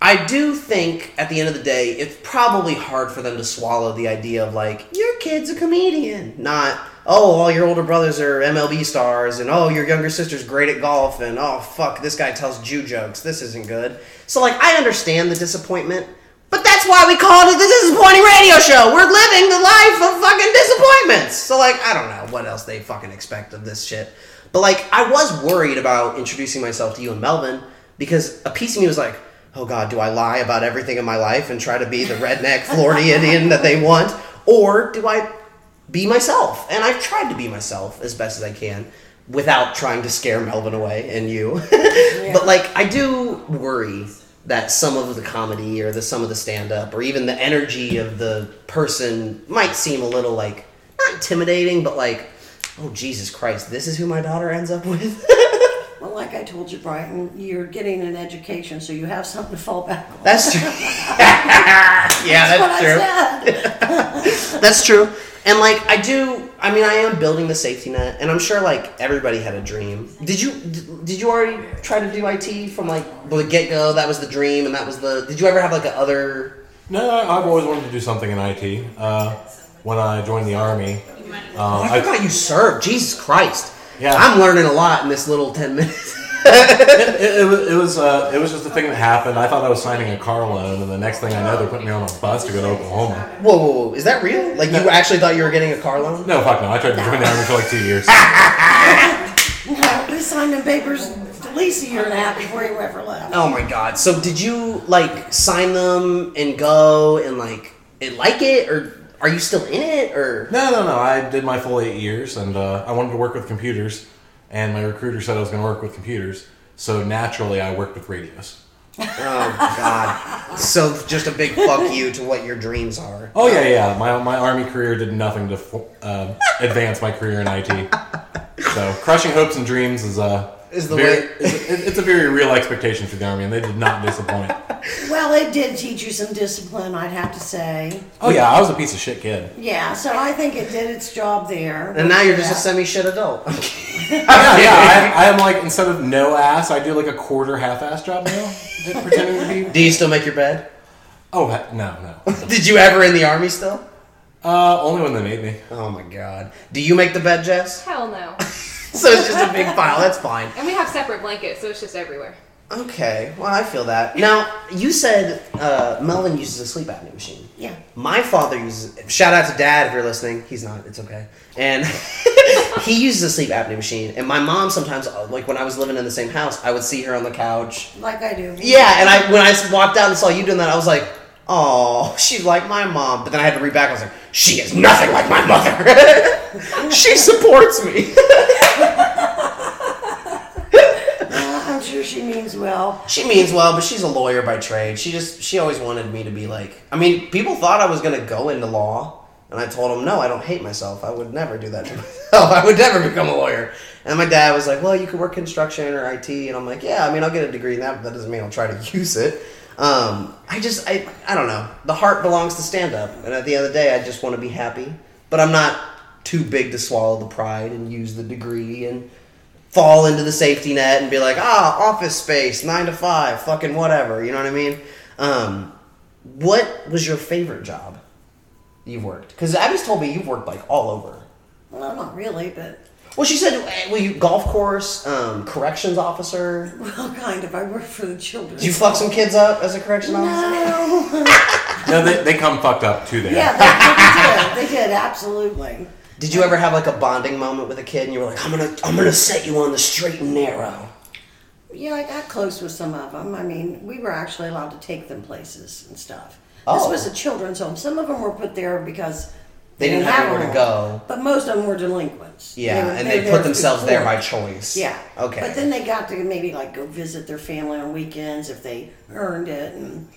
I do think at the end of the day, it's probably hard for them to swallow the idea of like your kid's a comedian, not oh all your older brothers are MLB stars and oh your younger sister's great at golf and oh fuck this guy tells Jew jokes. This isn't good. So like I understand the disappointment. But that's why we called it the disappointing radio show. We're living the life of fucking disappointments. So like, I don't know what else they fucking expect of this shit. But like, I was worried about introducing myself to you and Melvin because a piece of me was like, oh God, do I lie about everything in my life and try to be the redneck Florida Indian that they want? Or do I be myself? And I've tried to be myself as best as I can without trying to scare Melvin away and you. But like, I do worry that some of the comedy or the some of the stand up or even the energy of the person might seem a little like not intimidating, but like, oh Jesus Christ, this is who my daughter ends up with.
Well, like I told you, Brighton, you're getting an education, so you have something to fall back on.
That's true. Ah, yeah, that's,
That's
true.
what I said.
That's true. And like I do, I mean, I am building the safety net, and I'm sure like everybody had a dream. Did you did you already try to do IT from like the get go? That was the dream, and that was the. Did you ever have like a other?
No, I- I've always wanted to do something in IT. Uh, when I joined the army, Um,
Oh, I forgot you served. Jesus Christ.
Yeah.
I'm learning a lot in this little ten minutes.
it, it, it was it was, uh, it was just a thing that happened. I thought I was signing a car loan, and the next thing I know, they're putting me on a bus to go to Oklahoma.
Whoa, whoa, whoa! Is that real? Like you actually thought you were getting a car loan?
No, fuck no. I tried to join the army for like two years.
No, we signed them papers at least a year and a half before you ever left.
Oh my god! So did you like sign them and go and like and like it, or are you still in it, or?
No, no, no. I did my full eight years, and uh, I wanted to work with computers, and my recruiter said I was going to work with computers. So naturally, I worked with radios.
Oh God! So just a big fuck you to what your dreams are.
Oh yeah, yeah. My my army career did nothing to fo- uh, advance my career in IT. So crushing hopes and dreams is uh,
Is the
very,
way-
is- it- it's a very real expectation for the army, and they did not disappoint.
Well, it did teach you some discipline, I'd have to say.
oh yeah, I was a piece of shit kid.
Yeah, so I think it did its job there.
And now you're just a semi shit adult.
Yeah, yeah. I, I am like instead of no ass, I do like a quarter half ass job now, pretending to be.
Do you still make your bed?
Oh he- no, no.
Did you ever in the army still?
Uh, only when they made me.
Oh my God! Do you make the bed, Jess?
Hell no.
So it's just a big pile. That's fine.
And we have separate blankets, so it's just everywhere.
Okay. Well, I feel that. Now you said uh, Melvin uses a sleep apnea machine.
Yeah.
My father uses. Shout out to Dad if you're listening. He's not. It's okay. And he uses a sleep apnea machine. And my mom sometimes, uh, like when I was living in the same house, I would see her on the couch.
Like I do.
Yeah, and I when I walked out and saw you doing that, I was like, "Oh, she's like my mom." But then I had to read back. I was like, "She is nothing like my mother. she supports me.
Uh, I'm sure she means well.
she means well, but she's a lawyer by trade. She just she always wanted me to be like. I mean, people thought I was gonna go into law, and I told them, "No, I don't hate myself. I would never do that to myself. I would never become a lawyer." And my dad was like, "Well, you could work construction or IT," and I'm like, "Yeah, I mean, I'll get a degree in that, but that doesn't mean I'll try to use it." Um, I just I I don't know. The heart belongs to stand up, and at the end of the day, I just want to be happy. But I'm not too big to swallow the pride and use the degree and fall into the safety net and be like, ah, office space, nine to five, fucking whatever. You know what I mean? Um, what was your favorite job you've worked? Because Abby's told me you've worked like all over.
Well, not really, but
Well, she said, eh, well, you golf course, um, corrections officer.
well, kind of. I work for the children.
Did you fuck some kids up as a corrections officer?
No.
No, they, they come fucked up too there.
yeah, they, they did. They did absolutely.
Did you ever have like a bonding moment with a kid and you were like, I'm gonna, I'm gonna set you on the straight and narrow?
Yeah, I got close with some of them. I mean, we were actually allowed to take them places and stuff.
Oh.
This was a children's home. Some of them were put there because
They didn't have anywhere to go.
But most of them were delinquents.
Yeah,
were-
and
were
they
there
put themselves there
before.
by choice.
Yeah.
Okay.
But then they got to maybe like go visit their family on weekends if they earned it, and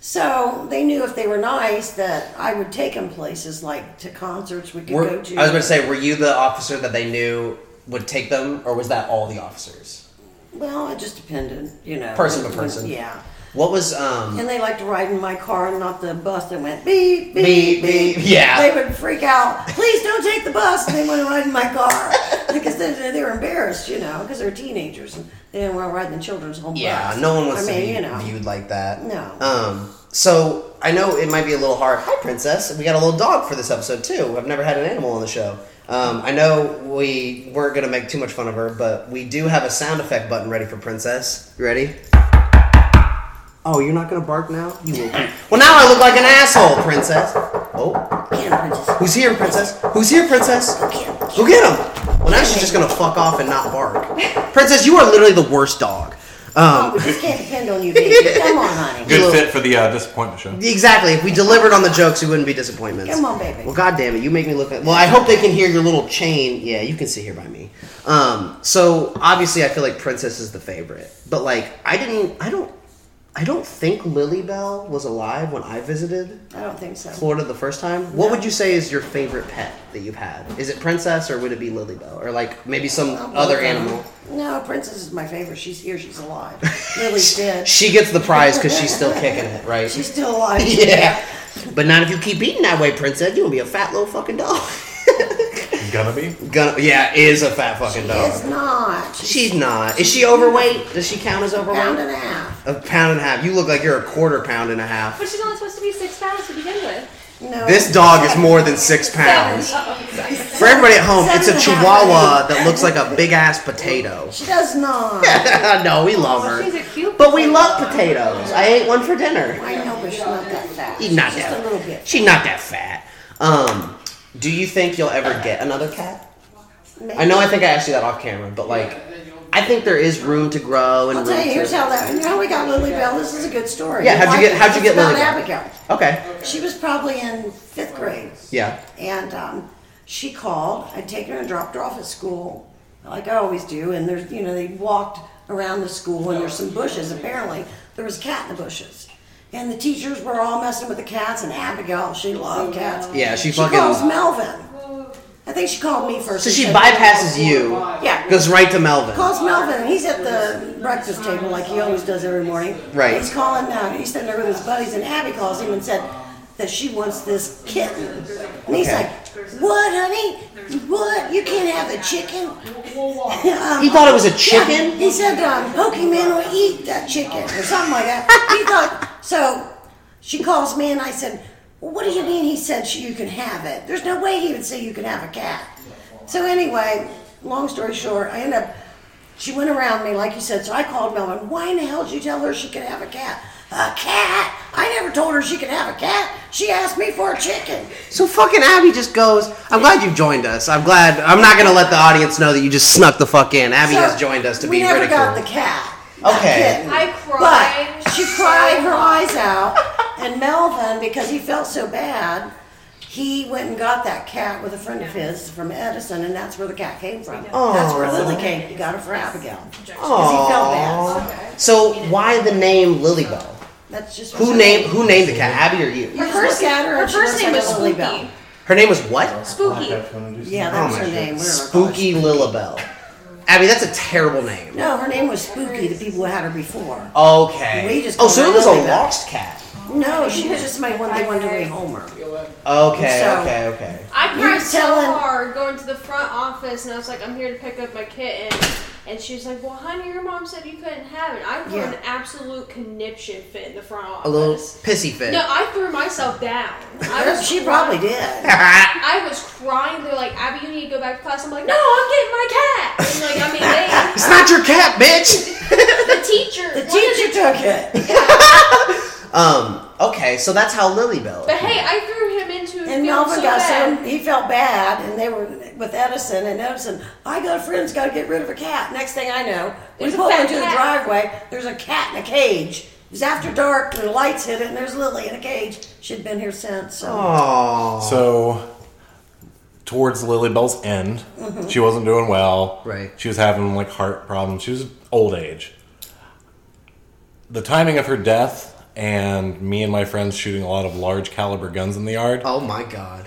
so they knew if they were nice that I would take them places like to concerts we could
Were- I
go
was
to.
going to say, were you the officer that they knew would take them, or was that all the officers?
Well, it just depended, you know.
Person to person.
Yeah.
What was um?
And they like to ride in my car and not the bus that went
Beep,
beep, beep, beep.
beep. Yeah.
They would freak out. Please don't take the bus. And they want to ride in my car. Because they, they were embarrassed, you know, because they were teenagers and they didn't want to ride in the children's home
Yeah,
bus.
no one wants
Oh, I mean,
to be
you know.
viewed like that.
No.
Um. So I know it might be a little hard. Hi, princess. We got a little dog for this episode too. I've never had an animal on the show. Um, I know we weren't going to make too much fun of her, but we do have a sound effect button ready for princess. You ready? Oh, you're not going to bark now? You will. well, now I look like an asshole, princess. Oh.
Get 'em, princess.
Who's here, princess? Who's here, princess? Go
Get 'em.
get him. Well, now she's just gonna fuck off and not bark. Princess, you are literally the worst dog. Um,
oh, we just can't depend on you, baby. Come on, honey.
Good fit for the uh, disappointment show.
Exactly. If we delivered on the jokes, we wouldn't be disappointments.
Come on, baby.
Well, God damn it, you make me look. At, well, I hope they can hear your little chain. Yeah, you can sit here by me. Um, so obviously, I feel like Princess is the favorite, but like I didn't. I don't. I don't think Lily Bell was alive when I visited
I don't think so.
Florida the first time. What would you say is your favorite pet that you've had? Is it Princess or would it be Lily Bell or like maybe some other animal?
No, Princess is my favorite. She's here. She's alive. Lily's dead.
She gets the prize because she's still kicking it, right?
She's still alive.
Yeah. But not if you keep eating that way, princess. You're gonna be a fat little fucking dog.
Gonna be?
Gonna, yeah, is a fat fucking dog.
It's not. She's
She's not. Is she overweight? Does she count as
a pound
overweight?
and a half.
A pound and a half. You look like you're a quarter pound and a half.
But she's only supposed to be six pounds to begin with.
No.
This dog is more than six pounds. For everybody at home, it's a chihuahua that looks like a big ass potato.
She does not.
no, we love
She's a
her.
cute
But we love potatoes. I ate one for dinner.
I know, but she's not that fat.
She's not
Just
that.
a little bit.
She's not that fat. Um, do you think you'll ever get another cat? I know. I think I asked you that off camera, but like, I think there is room to grow and
I'll
room
tell you, here's
to.
how that. How we got Lily Bell. This is a good story.
Yeah, how'd you get- how'd you
It's
get
about
Lily Bell?
Abigail.
okay.
She was probably in fifth grade.
Yeah.
And um, she called. I'd taken her and dropped her off at school, like I always do. And there's, you know, they walked around the school, and there's some bushes. Apparently, there was a cat in the bushes. And the teachers were all messing with the cats, and Abigail, she loved cats.
Yeah, she
she
fucking-
calls Melvin. I think she called me first.
So
and
she
said-
bypasses you,
Yeah.
goes right to Melvin.
Calls Melvin. He's at the breakfast table like he always does every morning.
Right.
He's calling now. He's sitting there with his buddies, and Abby calls him and said that she wants this kitten. And he's
Okay.
like, "What, honey? What? You can't have a chicken." Um,
He thought it was a
yeah,
chicken.
he said, um, "Pokemon will eat that chicken" or something like that. he thought so. She calls me, and I said, well, "What do you mean?" He said, "She- "You can have it." There's no way he would say you can have a cat. So anyway, long story short, I end up. She went around me, like you said. So I called Melvin. Why in the hell did you tell her she could have a cat? A cat? I never told her she could have a cat. She asked me for a chicken.
So fucking Abby just goes. I'm glad you've joined us. I'm glad. I'm not gonna let the audience know that you just snuck the fuck in. Abby
So
has joined us to
we
be
never
ridiculed.
got the cat. that
Okay.
kitten.
I cried.
But she cried her eyes out, and Melvin, because he felt so bad, he went and got that cat with a friend of his from Edison, and that's where the cat came from. That's where Lily came. He got it from Abigail. Because he felt bad.
so why the name Lilybell?
That's just
Who named Who named the cat? Abby or you?
Her first, at her,
Her
and she
first
looks
name
like
was
a Lily
Spooky.
Bell.
Her name was what?
Spooky.
Yeah, that was
Oh
her name. We don't recall her.
Spooky Lilybell. Abby, that's a terrible name.
No, her name was Spooky. The people who had her before.
Okay.
We just
oh, so
call
it
her
was a
Lilybell.
lost cat.
No, she was just my one. They wanted to rehome her.
Okay.
So-
okay. Okay.
I
You're
cried so
telling-
hard going to the front office, and I was like, "I'm here to pick up my kitten," and she's like, "Well, honey, your mom said you couldn't have it." I threw
Yeah.
an absolute conniption fit in the front office.
A little pissy fit.
No, I threw myself down. I was
She
crying.
probably did.
I was crying. They're like, "Abby, you need to go back to class." I'm like, "No, I'm getting my cat." And like, I mean,
It's not your cat, bitch.
they, the teacher,
The
one of
teacher took it.
Um. Okay. So that's how Lilybell.
But hey, I threw him into a
And
field
Melvin
so
got
bad.
so he felt bad, and they were with Edison, and Edison, I got a friend's got to get rid of a cat. Next thing I know, we
There's a
pull
fat
into the
cat.
driveway. There's a cat in a cage. It was after dark, and the lights hit it, and there's Lily in a cage. She'd been here since. So.
Aww.
So, towards Lily Bell's end, she wasn't doing well.
Mm-hmm. Right.
She was having like heart problems. She was old age. The timing of her death and me and my friends shooting a lot of large caliber guns in the yard.
Oh my god.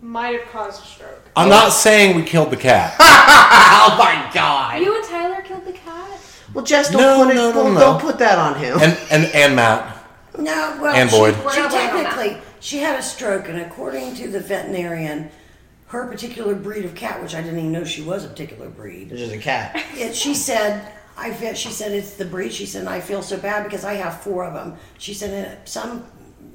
might have caused a stroke.
I'm not saying we killed the cat.
Oh my god.
You and Tyler killed the cat.
Well, Jess, don't
No,
put it,
no, no,
don't,
no.
don't put that on him.
and and and Matt.
No, well,
And
she,
Boyd.
she
We're not waiting on that.
technically she had a stroke, and according to the veterinarian, her particular breed of cat, which I didn't even know she was a particular breed,
Which is a cat.
it, she said. I feel, she said it's the breed. She said I feel so bad because I have four of them. She said "And some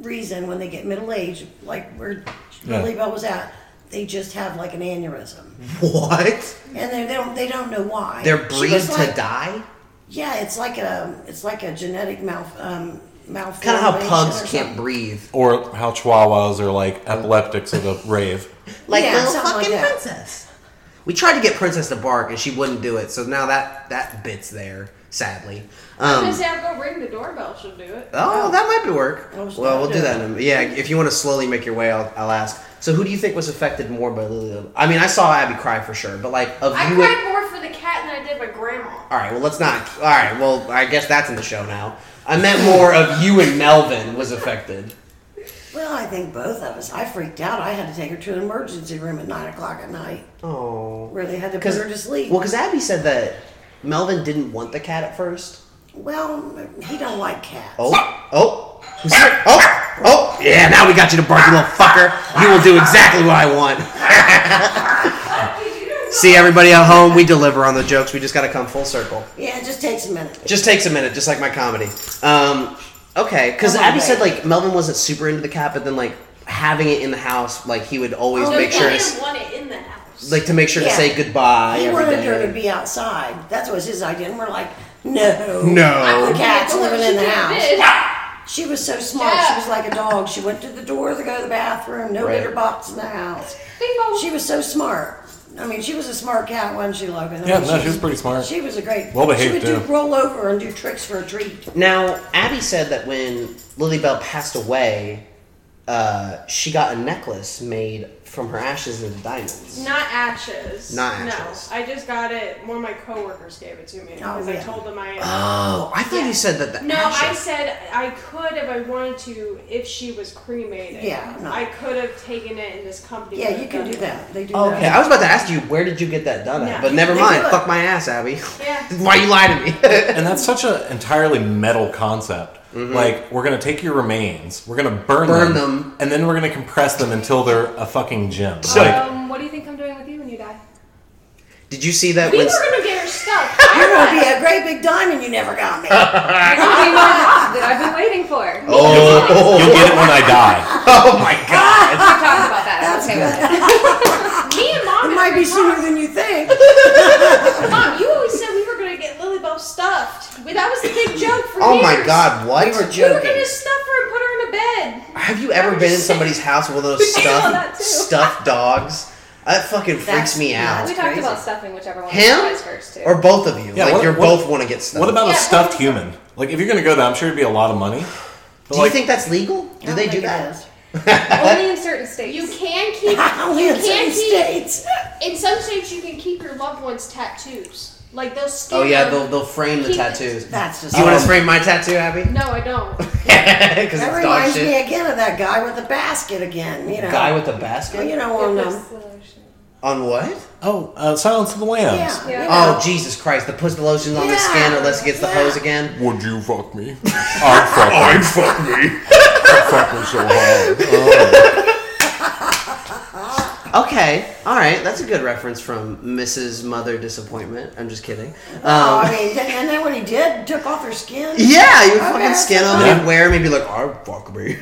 reason when they get middle aged, like where
Yeah.
Lily Bell was at, they just have like an aneurysm,
What?
and they, they don't they don't know why.
They're
She
breed
was
to
like-
die?
Yeah, it's like a it's like a genetic mal um, malformation.
Kind of how Oh, pugs
or
can't
something.
breathe.
Or how chihuahuas are like epileptics of the rave.
Like
Yeah,
little
something like
fucking
that.
princess. We tried to get Princess to bark and she wouldn't do it, so now that that bit's there. sadly.
I'm gonna
Um,
say I'll go ring the doorbell. She'll do it.
oh, that might be work.
I was
Well, we'll do
gonna
that.
do
In a, yeah, if you want to slowly make your way, I'll, I'll ask. So, who do you think was affected more by Lily? I mean, I saw Abby cry for sure, but like of
I
you.
cried more for the cat than I did my grandma.
all right, well, let's not. All right, well, I guess that's in the show now. I meant more of you and Melvin was affected.
Well, I think both of us. I freaked out. I had to take her to an emergency room at nine o'clock at night,
Oh,
where they had to put her to sleep.
Well, because Abby said that Melvin didn't want the cat at first.
Well, he don't like cats.
Oh, oh, who's here? Oh, oh, yeah, now we got you to bark, you little fucker. You will do exactly what I want. See, everybody at home, we deliver on the jokes. We just got to come full circle.
Yeah, it just takes a minute.
Just takes a minute, just like my comedy. Um, okay, because
Come on,
Abby said,
baby.
like, Melvin wasn't super into the cat, but then, like, having it in the house, like, he would always
Oh,
No,
make
he
sure to,
didn't
s-
want it in the house.
like, to make sure to
Yeah.
say goodbye
He
every
wanted her to
day.
be outside. That was his idea, and we're like, no,
No.
the cat's living in the house.
house.
She was so smart.
Yeah.
She was like a dog. She went to the door to go to the bathroom. No
Right.
litter box in the house. She was so smart. I mean, she was a smart cat, wasn't she, Logan? I
Yeah,
mean,
no, she was pretty smart.
She was a great.
Well
She
behaved,
would do
too.
roll over and do tricks for a treat.
Now, Abby said that when Lily Bell passed away, uh, she got a necklace made from her ashes and diamonds.
Not ashes.
Not ashes.
No, I just got it. One of my coworkers gave it to me because
Oh, yeah.
I told them I.
Oh, I thought you said that the
no, I
ashes.
said I could if I wanted to if she was cremated.
Yeah, no.
I could have taken it in this company.
Yeah,
would
you
have
can
done
do
it.
that. They do
Okay, I
that.
was about to ask you where did you get that done
No.
at, but never
They
mind.
do it.
Fuck my ass, Abby.
Yeah.
Why you lie to me?
And that's such an entirely metal concept. Like, we're gonna take your remains, we're gonna burn,
Mm-hmm. Burn
them,
them.
and then we're gonna compress them until they're a fucking gem.
So-
like,
Um, what do you think I'm doing with you when you die?
did you see that
We
when?
were gonna get her stuff.
You're
I
gonna be a great big diamond you never got me.
You're gonna be my job that I've been waiting for. Oh.
Oh,
you'll get it when I die.
oh my god!
We're talking about that. I'm okay with that.
Me and mom.
It
have
might be
been
sooner
talking.
than you think.
Mom, you always said we were gonna get Lily Bell stuffed. Well, That was the big joke for
Oh my
years.
god! What?
We were
We were
joking.
gonna stuff her and put her in a bed.
Have you ever been in somebody's house with one of those
We saw that
stuffed
too.
stuffed dogs? That fucking freaks
That's-
me
yeah,
out.
We talked about stuffing whichever one
Him?
applies first, too.
Or both of you.
Yeah,
like
what-
you're
what-
both want to get stuffed.
What about
Yeah.
a stuffed human? Like, if you're gonna go there, I'm sure it'd be a lot of money. But
do you
like,
think that's legal? Do they do that?
Only in certain states.
You can keep.
Only
you
in
can
certain
keep.
states.
In some states, you can keep your loved ones' tattoos. Like they'll scan.
Oh yeah, they'll
them.
they'll frame the
Keep-
tattoos.
That's just.
Do you want to frame my tattoo, Abby?
No, I don't.
Because
that
it's dog
reminds
shit.
me again of that guy with the basket again. You know.
Guy with the
Well,
basket
you know on um,
on what?
oh, uh, Silence of the Lambs.
yeah. you
Yeah.
know.
Oh Jesus Christ! The puts the lotions on the
Yeah.
skin, or let's get the
Yeah.
hose again.
Would you fuck me? I'd fuck I'd fuck me. I'd fuck her so hard.
Oh. Okay, all right, that's a good reference from Mrs. Mother Disappointment. I'm just kidding.
Oh,
Um,
I mean, then- and then when he did, took off her skin.
yeah, you would
Okay,
fucking skin
that's
them
fine.
and wear maybe like, "I "Oh, fuck me."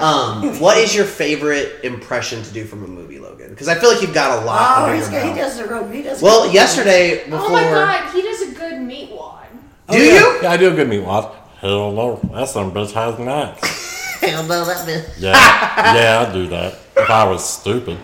Um, what is your favorite impression to do from a movie, Logan? Because I feel like you've got a lot.
Oh,
under
he's
your
good. He
belt.
does the rope. He does.
Well, yesterday before.
Oh my god, he does a good meat wad.
Oh,
Do
yeah.
you?
Yeah, I do a good meat wad. Hell no, that's some bitch has nuts.
Hell no, that bitch.
Yeah, yeah, I'd do that. If I was stupid.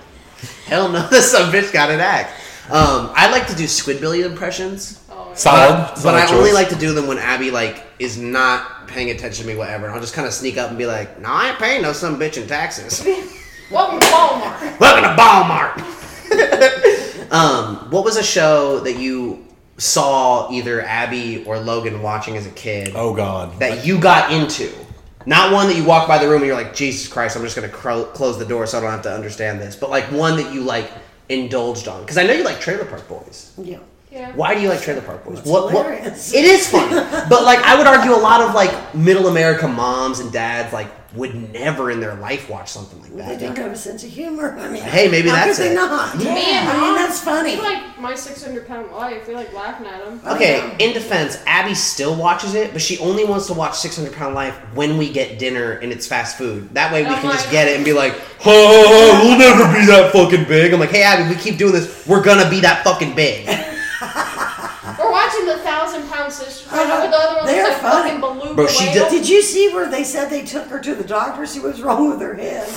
Hell no, this some bitch got an act. Um, I like to do Squidbillies impressions,
Solid,
but
solid
I only
choice.
like to do them when Abby like is not paying attention to me, whatever. And I'll just kind of sneak up and be like, "No, I ain't paying no some bitch in taxes."
Welcome to Walmart.
Welcome to Walmart. um, what was a show that you saw either Abby or Logan watching as a kid
Oh god.
that you got into? Not one that you walk by the room and you're like, Jesus Christ, I'm just gonna cro- close the door so I don't have to understand this. But like one that you like indulged on, because I know you like Trailer Park Boys.
Yeah.
Yeah.
Why do you like Trailer Park Boys? What, what?
hilarious.
It is funny, but like I would argue, a lot of like middle America moms and dads like would never in their life watch something like
They
that.
don't have a sense of humor. I mean,
Hey, maybe
how
that's
could
it.
They not.
Yeah.
Man,
I
Mom,
mean, that's funny.
They like my 600 pound life. They like laughing at him.
Okay, in defense, Abby still watches it, but she only wants to watch 600 Pound Life when we get dinner and it's fast food. That way we
Oh
can just
my-
get it and be like, oh, we'll never be that fucking big. I'm like, hey, Abby, we keep doing this, we're gonna be that fucking big.
We're watching the thousand pound sisters. I know
Uh-huh.
what the other one
They're
looks like
funny.
fucking beluga
Bro, she
whale.
did-
Did you see where they said they took her to the doctor? See what's wrong with her head.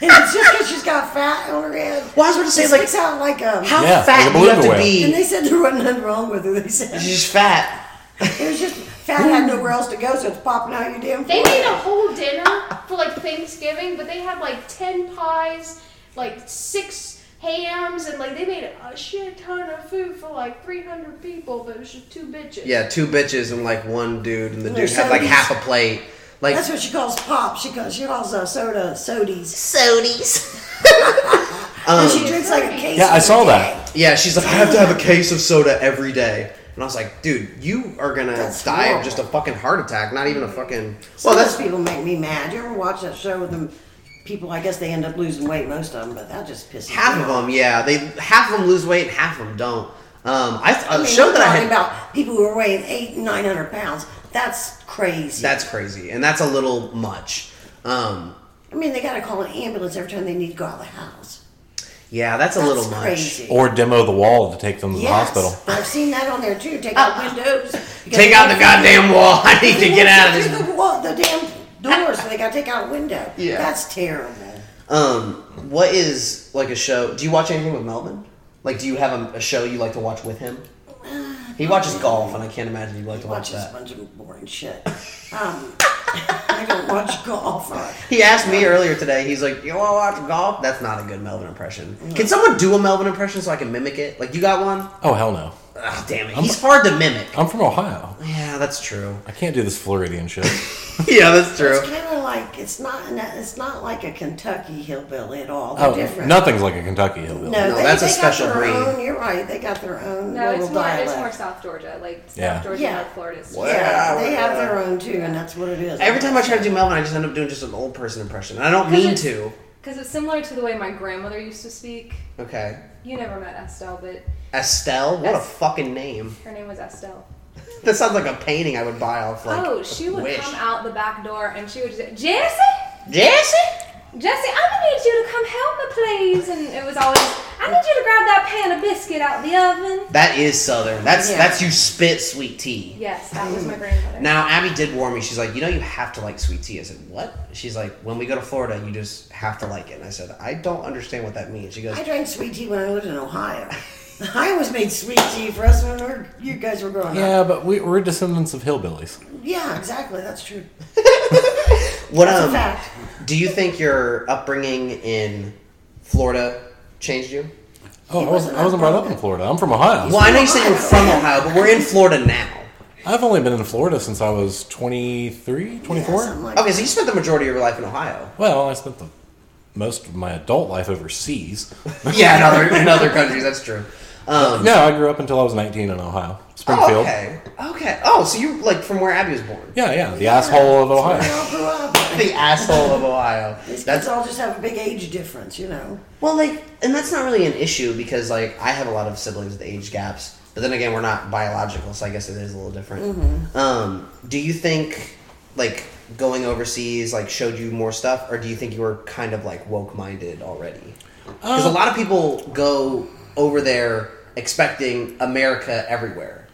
it's just because she's got fat on her head.
Well, I was about to say,
It
like,
sticks out like um,
How fat do you have to be?
And they said there wasn't nothing wrong with her. They said
She's just fat.
it was just fat had nowhere else to go, so it's popping out your damn.
They made
forehead.
a whole dinner for like Thanksgiving, but they had like ten pies, like six hams, and like they made a shit ton of food for like three hundred people, but it was just two bitches.
Yeah, two bitches and like one dude, and the
They're
dude had like
sodies.
half a plate. Like
That's what she calls pop. She calls she calls uh, soda sodies.
Sodies.
and she drinks like a case.
Yeah, I
of
saw
it.
that.
Yeah, she's like, I have to have a case of soda every day. And I was like, dude, you are gonna
That's
die
horrible.
of just a fucking heart attack, not even a fucking. Well,
Well, those
that's.
people make me mad. You ever watch that show with them people? I guess they end up losing weight, most of them, but that just pisses
Half
me
of
off.
them, yeah, they half of them lose weight and half of them don't. Um, I,
I
a
mean,
show
we're
that I
talking
had
about people who are weighing eight, nine hundred pounds. That's crazy.
that's crazy, and that's a little much. Um,
I mean, they got to call an ambulance every time they need to go out of the house.
yeah, that's a
That's
little much. Oh,
crazy.
Or demo the wall to take them to the
Yes,
hospital.
I've seen that on there too. Take out windows. You gotta
Take out the goddamn wall. I need to
They
get
won't
out of
get
this
through The, wall, the damn door, so they got to take out a window.
Yeah.
that's terrible.
Um, what is like a show? Do you watch anything with Melvin? Like, do you have a, a show you like to watch with him? He watches golf, and I can't imagine you like to watch
Watches a
that.
bunch of boring shit. Um, I don't watch golf. or-
He asked me earlier today. He's like, "You want to watch golf?" That's not a good Melvin impression. Can someone do a Melvin impression so I can mimic it? Like, you got one?
Oh hell no!
Ah, damn it! He's hard to mimic.
I'm from Ohio.
Yeah, that's true.
I can't do this Floridian shit.
yeah, that's true.
It's kind of like it's not an- it's not like a Kentucky hillbilly at all. They're
Oh,
different.
nothing's like a Kentucky hillbilly.
No,
No,
they,
that's a
they
special
got their
breed.
Own, you're right. They got their own
No,
little
it's more,
dialect.
it's more South Georgia, like South
Yeah.
Georgia,
Yeah.
North Florida. is-
yeah, they have their own too, and that's what it is.
Every time I try to do Melvin, I just end up doing just an old person impression. And I don't
Because
mean
it's-
to.
Because it's similar to the way my grandmother used to speak.
Okay.
You never met Estelle, but
Estelle, what a
That's-
fucking name.
her name was Estelle.
That sounds like a painting I would buy off like.
oh, she would
Wish.
come out the back door and she would just say, Jesse,
Jesse.
Jesse, I'm gonna need you to come help me, please. And it was always, I need you to grab that pan of biscuit out the oven.
That is southern. That's
Yeah.
that's you spit sweet tea.
Yes, that was my grandmother.
Now Abby did warn me. She's like, you know, you have to like sweet tea. I said, what? She's like, when we go to Florida, you just have to like it. And I said, I don't understand what that means. She goes,
I drank sweet tea when I lived in Ohio. I always made sweet tea for us when we were, you guys were growing up.
Yeah, but we, we're descendants of hillbillies.
Yeah, exactly. That's true.
what
That's a
um?
fact.
Do you think your upbringing in Florida changed you?
Oh, I wasn't, I wasn't brought up in Florida. I'm from Ohio.
Well, I know you said you're from Ohio, but we're in Florida now.
I've only been in Florida since I was 23,
Yeah,
24.
something like
Okay, so you spent the majority of your life in Ohio. Oh,
well, I spent the most of my adult life overseas.
Yeah, in other in other countries, that's true. Um,
no, I grew up until I was 19 in Ohio, Springfield.
oh, okay, okay. Oh, so you like from where Abby was born?
Yeah, yeah, the asshole of
that. We
Ohio.
all grew up.
the asshole of Ohio.
These
That's
kids all just have a big age difference, you know.
well, like, and that's not really an issue because like I have a lot of siblings with age gaps, but then again, we're not biological, so I guess it is a little different.
Mm-hmm.
Um, do you think like going overseas like showed you more stuff, or do you think you were kind of like woke minded already?
Uh,
Because a lot of people go over there expecting America everywhere,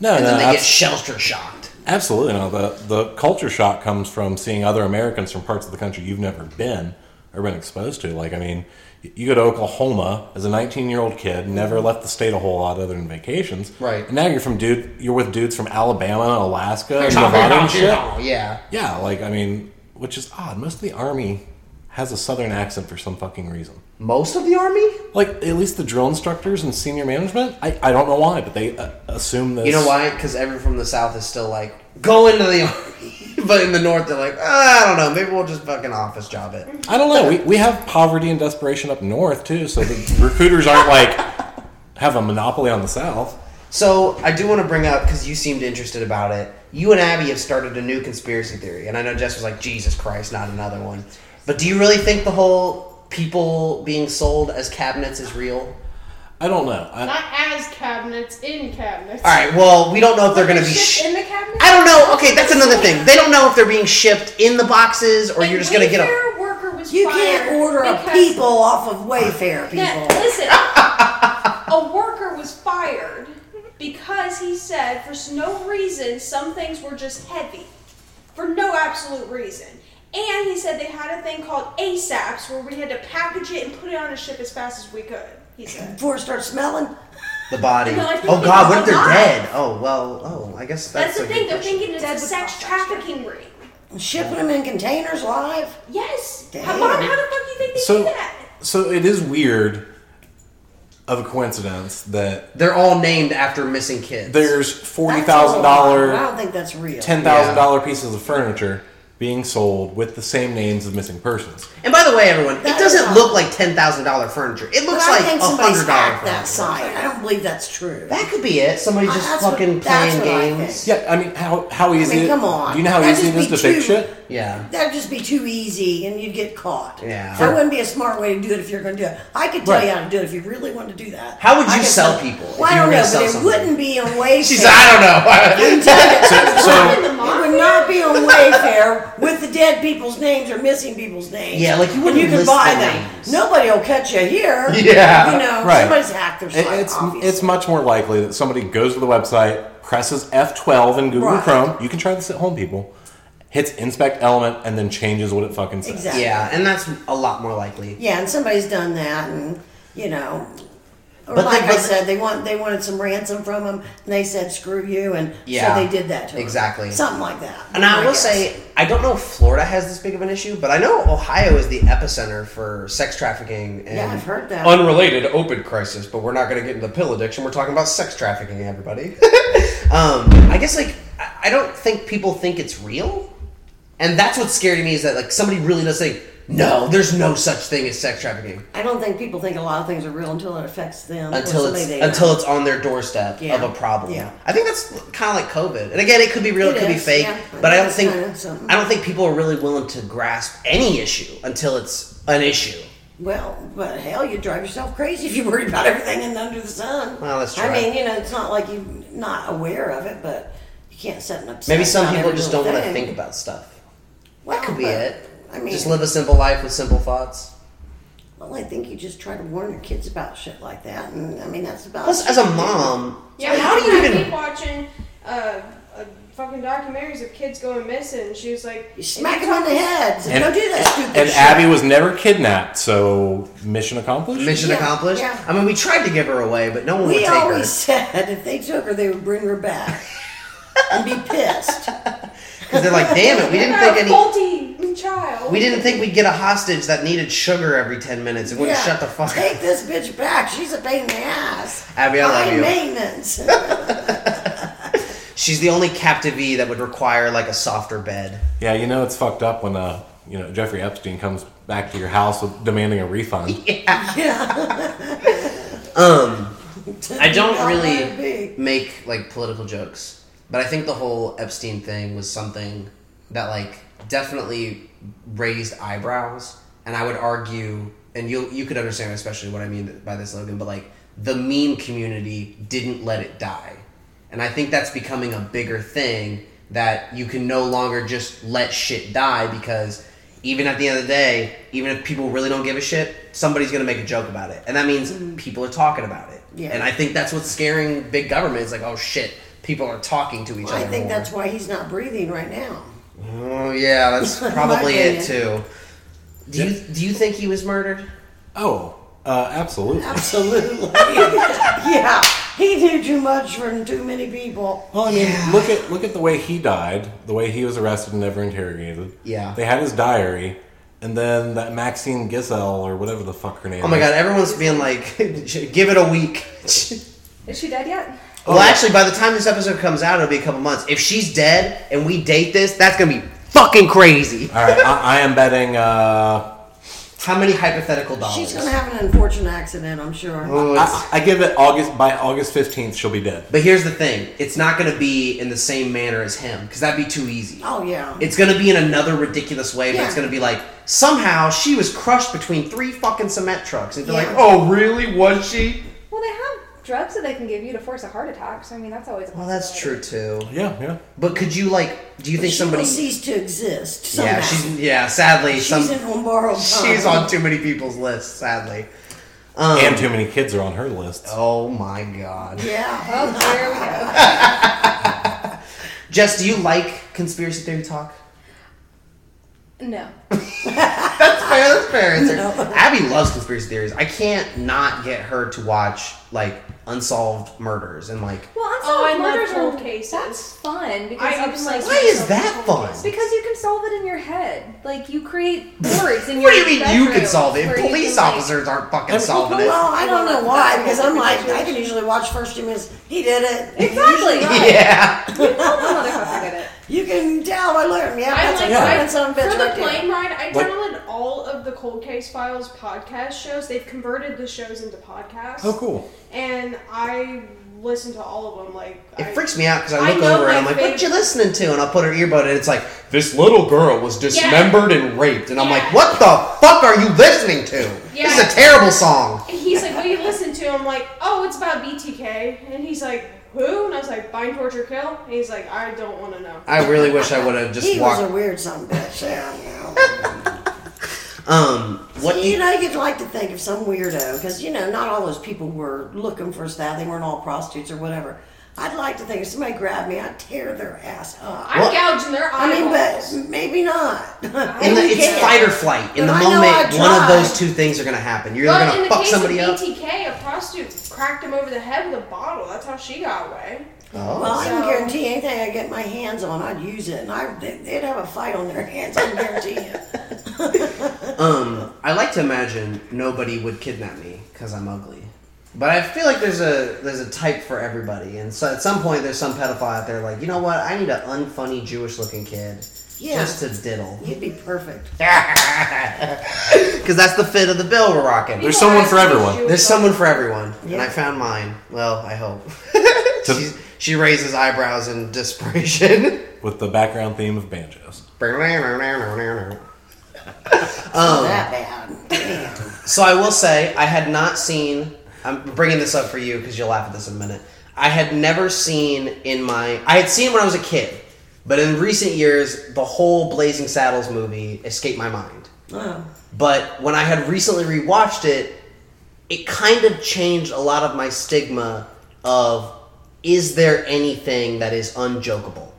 No,
and
no,
then they
abs-
get shelter shocked.
absolutely no. The the culture shock comes from seeing other Americans from parts of the country you've never been or been exposed to. Like, I mean, y- you go to Oklahoma as a 19 year old kid, never left the state a whole lot other than vacations.
Right.
And now you're from dude, you're with dudes from Alabama, Alaska, and
Talking
Nevada and
about, you
shit.
know, yeah.
Yeah, like I mean, which is odd. Most of the army has a southern accent for some fucking reason.
Most of the army?
Like at least the drill instructors and senior management. I, I don't know why, but they uh, assume this.
You know why? Because everyone from the south is still like, go into the army. but in the north, they're like, "Ah, I don't know. Maybe we'll just fucking office job it.
I don't know. We, we have poverty and desperation up north too, so the recruiters aren't like have a monopoly on the south.
So I do want to bring up because you seemed interested about it. You and Abby have started a new conspiracy theory, and I know Jess was like, Jesus Christ, not another one. But do you really think the whole people being sold as cabinets is real?
I don't know. I,
Not as cabinets, in cabinets.
All right. Well, we don't know if they're going to be. Sh-
in the cabinet?
I don't know. Okay, that's another thing. They don't know if they're being shipped in the boxes or you're just going to get them.
Wayfair worker was
You
fired
can't order a
because-
people off of Wayfair people.
Yeah, listen, a worker was fired because he said for no reason some things were just heavy, for no absolute reason. And he said they had a thing called ASAPs where we had to package it and put it on a ship as fast as we could. He said.
Before it starts smelling.
The body.
No, I think
oh
it
God,
was
what if they're
alive.
dead? Oh well. Oh, I guess
That's,
that's,
the
a good
thing. They're
question.
thinking it's a sex trafficking ring.
Shipping them in containers live?
Yes.
Damn.
How, Mom, how the fuck do you think they do
So,
that?
so it is weird of a coincidence that
They're all named after missing kids.
there's forty
That's all
thousand
alive. I don't
dollar,
think that's real.
ten thousand dollar pieces of furniture being sold with the same names of missing persons.
and by the way, everyone, it
That
doesn't
is-
look like ten thousand dollar furniture. It
But
looks
I
like
think
a
somebody's
hundred dollar
hacked that
furniture.
side. I don't believe that's true. Ah,
That could be it. Somebody just
That's what-
fucking
that's
playing
what I think.
games.
Yeah, I mean, how how easy?
mean,
it-
come on.
Do you know how
That'd
easy it is
just be
to fake
too-
shit?
Yeah.
That'd just be too easy and you'd get caught.
Yeah.
That wouldn't be a smart way to do it if you're going to do it. I could tell
Right.
you how to do it if you really wanted to do that.
How would
I
you
could
sell
tell-
people if
Well, I
you were
don't
gonna
know,
sell
but it
something?
wouldn't be on Wayfair.
She said, I don't know.
Not in the
It
mafia.
would not be on Wayfair with the dead people's names or missing people's names.
Yeah, like, you
And
wouldn't
you could
list
buy
the
them.
names.
Nobody will catch you here.
Yeah,
you know,
right.
somebody's hacked their
It-
site.
it's
obviously.
it's much more likely that somebody goes to the website, presses F12 in Google
Right.
Chrome. You can try this at home, people. Hits inspect element and then changes what it fucking says.
Exactly.
yeah, and that's a lot more likely.
Yeah, and somebody's done that, and you know, or
But
like
they-
I
but-
said, they want they wanted some ransom from them, and they said screw you, and
Yeah,
so they did that to 'em.
exactly.
something like that.
And I will
guess.
say, I don't know if Florida has this big of an issue, but I know Ohio is the epicenter for sex trafficking and
Yeah, I've heard that.
unrelated open crisis. But we're not going to get into pill addiction. We're talking about sex trafficking, everybody. um, I guess like I I don't think people think it's real, and that's what's scary to me is that like somebody really does think no, there's no such thing as sex trafficking
I don't think people think a lot of things are real until it affects them. or
until
somebody
it's
they
until
know.
it's on their doorstep
Yeah.
of a problem.
Yeah.
I think that's kind of like COVID. And again, it could be real, it,
It
could be
is,
fake,
yeah.
but I don't
It's
think
kinda something.
I don't think people are really willing to grasp any issue until it's an issue.
well, but hell, you drive yourself crazy if you worry about everything and under the sun.
Well, that's
I
true.
mean, you know, it's not like you're not aware of it, but you can't set an upset.
Maybe some
about
people
every
just
little
don't want to
thing.
think about stuff.
Well,
That could be
but,
it.
I mean,
just live a simple life with simple thoughts.
Well, I think you just try to warn your kids about shit like that, and I mean that's about.
Plus, as a mom,
Yeah,
how do you
I
even?
keep watching uh, uh, fucking documentaries of kids going missing. She was like,
You smack them on the head. Say, Don't do that stupid
And
shit.
Abby was never kidnapped, so mission accomplished.
Mission
Yeah,
accomplished.
yeah.
I mean, we tried to give her away, but no one would
we
take
always
her.
said if they took her, they would bring her back and be pissed.
Because they're like, damn it, we didn't think any.
faulty child.
We didn't think we'd get a hostage that needed sugar every ten minutes and wouldn't shut the fuck up.
Take this bitch back. She's a pain in the ass.
Abby, I love
High
you.
maintenance.
She's the only captivee that would require like a softer bed.
Yeah, you know it's fucked up when uh you know Jeffrey Epstein comes back to your house with, demanding a refund.
Um, I don't
How might
really
it
make like political jokes, but I think the whole Epstein thing was something that like definitely raised eyebrows, and I would argue, and you you could understand especially what I mean by this Logan, but like the meme community didn't let it die, and I think that's becoming a bigger thing that you can no longer just let shit die because even at the end of the day, even if people really don't give a shit, somebody's gonna make a joke about it, and that means people are talking about it.
Yeah.
And I think that's what's scaring big government. It's like, oh shit, people are talking to each
I
other.
think
more.
that's why he's not breathing right now.
Oh yeah, that's probably
My
it
opinion.
too. Do you do you think he was murdered?
Oh, uh, absolutely.
Absolutely. yeah, he knew too much for too many people.
Well, I mean, look at look at the way he died, the way he was arrested and never interrogated.
Yeah.
they had his diary, and then that Maxine Giselle or whatever the fuck her name.
Oh my
is.
god, everyone's being like, give it a week.
Is she dead yet?
Oh,
Oh.
well, actually, by the time this episode comes out, it'll be a couple months. If she's dead and we date this, that's gonna be fucking crazy.
All right, I, I am betting. Uh,
How many hypothetical dollars?
She's gonna have an unfortunate accident, I'm sure.
Oh, it's-
I, I give it August by August fifteenth, she'll be dead.
but here's the thing: it's not gonna be in the same manner as him because that'd be too easy.
Oh yeah.
It's gonna be in another ridiculous way, but it's
Yeah.
gonna be like somehow she was crushed between three fucking cement trucks, and they're
Yeah.
like, "Oh, really? Was she?"
Well, they have drugs that they can give you to force a heart attack. So I mean, that's always. A
Well, that's true too.
Yeah, yeah.
But could you like? Do you think
she
somebody?
will cease to exist. Somehow.
yeah, she's yeah. Sadly,
She's
some
in on borrowed time.
she's on too many people's lists. Sadly.
and too many kids are on her list.
Um, Oh my god.
Yeah.
Oh, there we go.
Jess, do you like conspiracy theory talk?
No.
That's fair. That's a fair answer. Abby loves conspiracy theories. I can't not get her to watch like unsolved murders and like
Well, unsolved
Oh, I love
murders
cold
are
cases.
That's fun because
I
you can like.
obsess
why is that fun?
Because you can solve it in your head. Like you create boards in your.
What do you mean you
bedroom
can solve it?
where you
Police
can, like-
officers aren't fucking solving it.
Well, I don't know why, because I'm like, I can usually watch first two minutes. He did it. Exactly.
Yeah.
You can tell by looking. Yeah,
I
that's
like
a
I,
fucking son of a bitch
for the
right there.
plane ride. I
What?
downloaded all of the Cold Case Files podcast shows. They've converted the shows into podcasts.
Oh, cool.
And I listen to all of them. Like I,
It freaks me out because I
I
look
know
over and
my
I'm like,
favorite-
"What you listening to?" And I'll put her earbud in. It's like this little girl was dismembered and raped, and I'm like,
Yeah.
"What the fuck are you listening to? This
Yeah.
is a terrible song."
And he's like, "Will you listen to?" I'm like, "Oh, it's about BTK." And he's like, "Who?" And I was like, "Bind, torture, kill." And he's like, "I don't want to know."
I really wish I would have just
He was a
walked.
weird son of a bitch. Yeah,
Um,
you know.
what
you know, you could like to think of some weirdo because you know not all those people were looking for stuff. They weren't all prostitutes or whatever. I'd like to think if somebody grabbed me, I'd tear their ass up.
I'm gouging their
I
eyeballs.
mean, but maybe not.
In the,
Maybe
it's
can't.
fight or flight. In
But
the
I know
moment,
I
one of
tried.
those two things are going to happen. You're either
Well, in
going to
the
fuck
case
somebody
of
up.
BTK, a prostitute cracked him over the head with a bottle. That's how she got away.
Well,
Oh.
I can guarantee anything I get my hands on, I'd use it, and I they- they'd have a fight on their hands. I can guarantee you.
Um, I like to imagine nobody would kidnap me because I'm ugly. But I feel like there's a there's a type for everybody, and so at some point there's some pedophile out there like, you know what? I need an unfunny Jewish looking kid
Yeah.
just to diddle,
You'd be perfect.
because that's the fit of the bill we're rocking.
There's
There's,
someone for everyone.
someone for everyone, and I
Yeah.
found mine. Well, I hope. She's, she raises eyebrows in desperation.
With the background theme of banjos.
Um,
Not that bad. Damn.
So I will say I had not seen. I'm bringing this up for you because you'll laugh at this in a minute. I had never seen in my. I had seen it when I was a kid, but in recent years, the whole Blazing Saddles movie escaped my mind.
Wow.
But when I had recently rewatched it, it kind of changed a lot of my stigma of is there anything that is unjokeable?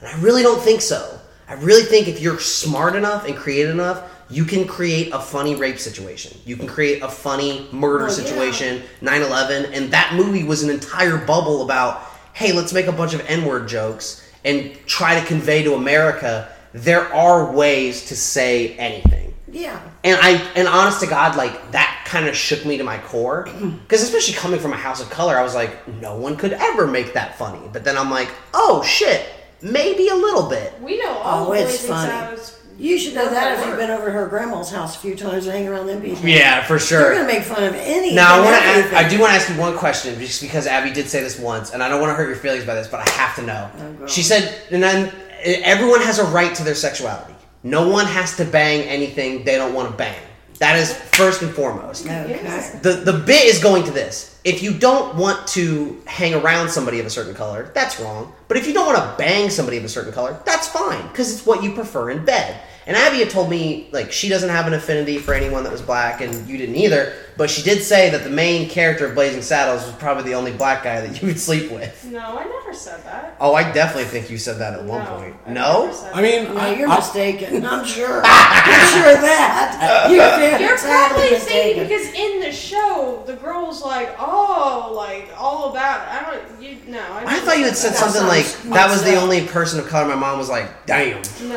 And I really don't think so. I really think if you're smart enough and creative enough, you can create a funny rape situation. You can create a funny murder
Well, yeah.
situation, 9 11. And that movie was an entire bubble about hey, let's make a bunch of N word jokes and try to convey to America there are ways to say anything
Yeah.
and I and honest to God, like that kind of shook me to my core because especially coming from a house of color, I was like, no one could ever make that funny. But then I'm like, oh shit, maybe a little bit.
We know all
Oh,
the
it's
boys
funny.
funny.
You should know that if you've been over to her grandma's house a few times and hang around them people.
Yeah, for
You're gonna make fun of anything.
Now I want to.
everything.
Ask, I do want to ask you one question, just because Abby did say this once, and I don't want to hurt your feelings by this, but I have to know.
Oh, girl.
she said, and then e, everyone has a right to their sexuality. No one has to bang anything they don't want to bang. That is first and foremost.
Okay.
The the bit is going to this. If you don't want to hang around somebody of a certain color, that's wrong. But if you don't want to bang somebody of a certain color, that's fine because it's what you prefer in bed. And Abby had told me like she doesn't have an affinity for anyone that was black, and you didn't either. But she did say that the main character of Blazing Saddles was probably the only black guy that you would sleep with.
No, I never said that.
Oh, I definitely think you said that at one
no,
point.
I
No,
never said
I mean,
No,
I,
you're
I-
mistaken. I'm sure. I'm sure of that. You're,
that.
very
You're
sadly
probably
mistaken.
thinking because in the show the girl's like, oh, like all about. It. I don't. You no. I,
I
never
thought you had said
that.
something like
sounds
that was the
messed up.
only person of color. My mom was like, "Damn."
No.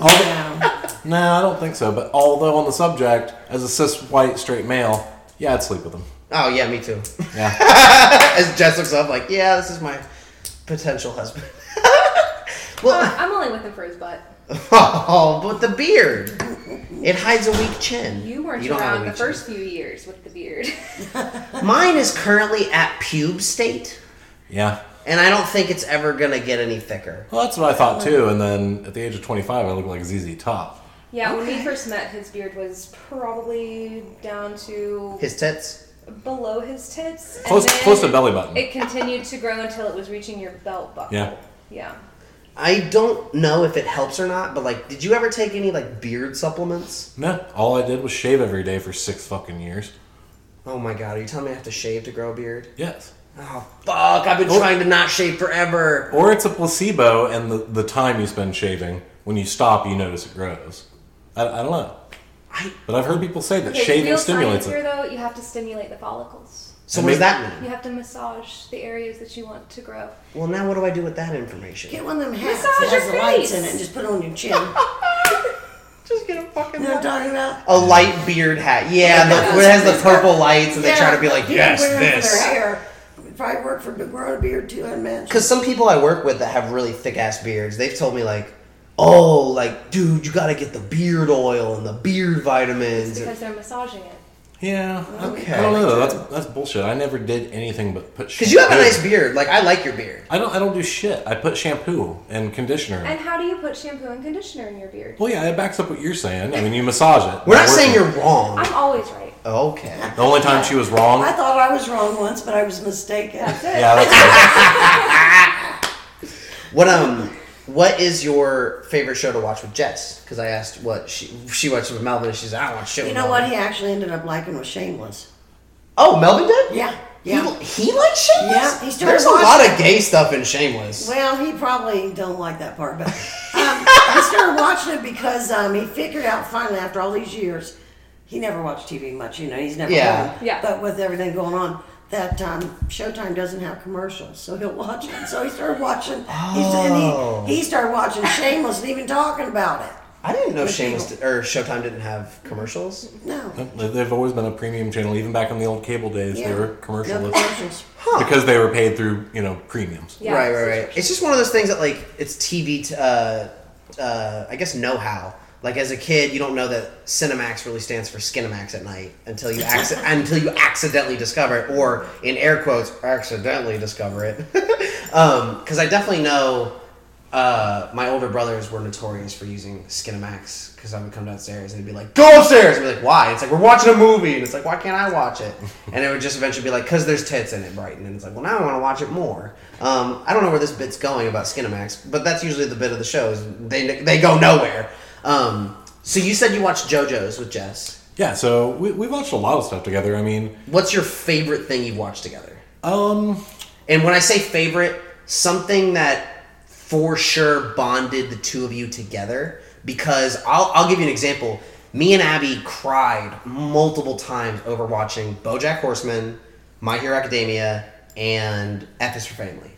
although-
Yeah.
no, I don't think so. But although on the subject, as a cis white straight male, yeah, I'd sleep with him.
Oh yeah, me too.
Yeah,
As Jess looks up, like, yeah, this is my potential husband. well,
Uh, I'm only with him for his butt.
oh, but the beard. It hides a weak chin.
You weren't
don't have a
around the
weak chin.
first few years with the beard.
Mine is currently at pube state,
yeah.
and I don't think it's ever gonna get any thicker.
Well, that's what I thought too. And then at the age of 25, I look like ZZ Top.
yeah, when we first met, his beard was probably down to
His tits.
below his tits. and
Close,
then
close to belly button.
It continued to grow until it was reaching your belt buckle.
Yeah.
Yeah.
I don't know if it helps or not, but like, did you ever take any like beard supplements?
no, all I did was shave every day for six fucking years.
Oh my god, are you telling me I have to shave to grow a beard?
Yes.
Oh fuck, I've been trying to not shave forever.
Or it's a placebo, and the, the time you spend shaving, when you stop, you notice it grows. I, I don't know. but I've heard people say that
Okay,
shaving
real
stimulates
science
it.
here, though, you have to stimulate the follicles.
So what does that mean?
You have to massage the areas that you want to grow.
Well, now what do I do with that information?
Get one of them hats
Massage
that has
your
the lights
face.
in it and just put it on your chin.
Just get a fucking.
You know what I'm talking about?
A light beard hat. Yeah, the, where it has the purple lights, and they try to be like,
People
yes,
wear 'em For
this.
their hair. If I work for growing a beard too, I'd mention.
Because some people I work with that have really thick ass beards, they've told me like, oh, like dude, you gotta get the beard oil and the beard vitamins.
Because they're massaging it.
Yeah. I-
Okay.
I don't know. That's that's bullshit. I never did anything but put.
Because you have a
shampoo.
nice beard. Like I like your beard.
I don't. I don't do shit. I put shampoo and conditioner.
And how do you put shampoo and conditioner in your beard?
well, yeah, it backs up what you're saying. I mean, you massage it.
We're
That
not
works.
saying you're wrong.
I'm always right.
Okay.
The only time she was wrong.
I thought I was wrong once, but I was mistaken.
yeah, that's
What um, what is your favorite show to watch with Jess? Because I asked what she she watched with Melvin, and she's I don't watch shit.
You
with
know
Melvin."
what? He actually ended up liking was Shameless.
Oh, Melvin did.
Yeah, yeah.
He, he likes Shameless.
Yeah, he started
There's a
watching-
lot of gay stuff in Shameless.
Well, he probably don't like that part, but um, I started watching it because um, he figured out finally after all these years, he never watched TV much. You know, he's never
Yeah.
home.
Yeah.
But with everything going on, that um, Showtime doesn't have commercials, so he'll watch it. So he started watching.
Oh.
He's, and he, he started watching Shameless and even talking about it.
I didn't know
With
Shameless
people.
did, or Showtime didn't have commercials.
No.
it. They've always been a premium channel, even back in the old cable days. They were commercial
No
list-
commercials.
because they were paid through you know premiums.
Yeah,
right, right, right. It's just one of those things that like it's TV. T- uh, uh, I guess know how. Like as a kid, you don't know that Cinemax really stands for Skinemax at night until you acci- until you accidentally discover it, or in air quotes, accidentally discover it. Because I definitely know uh, my older brothers were notorious for using Skinemax because I would come downstairs and they'd be like, "Go upstairs." And be like, "Why?" It's like we're watching a movie, and it's like, "Why can't I watch it?" And it would just eventually be like, "Cause there's tits in it, Brighton." And it's like, "Well, now I want to watch it more." Um, I don't know where this bit's going about Skinemax, but that's usually the bit of the show is they they go nowhere. Um, so you said you watched JoJo's with Jess.
Yeah, so we, we watched a lot of stuff together. I mean,
What's your favorite thing you've watched together?
um,
And when I say favorite, something that for sure bonded the two of you together. Because I'll, I'll give you an example. Me and Abby cried multiple times over watching BoJack Horseman, My Hero Academia, and F is for Family.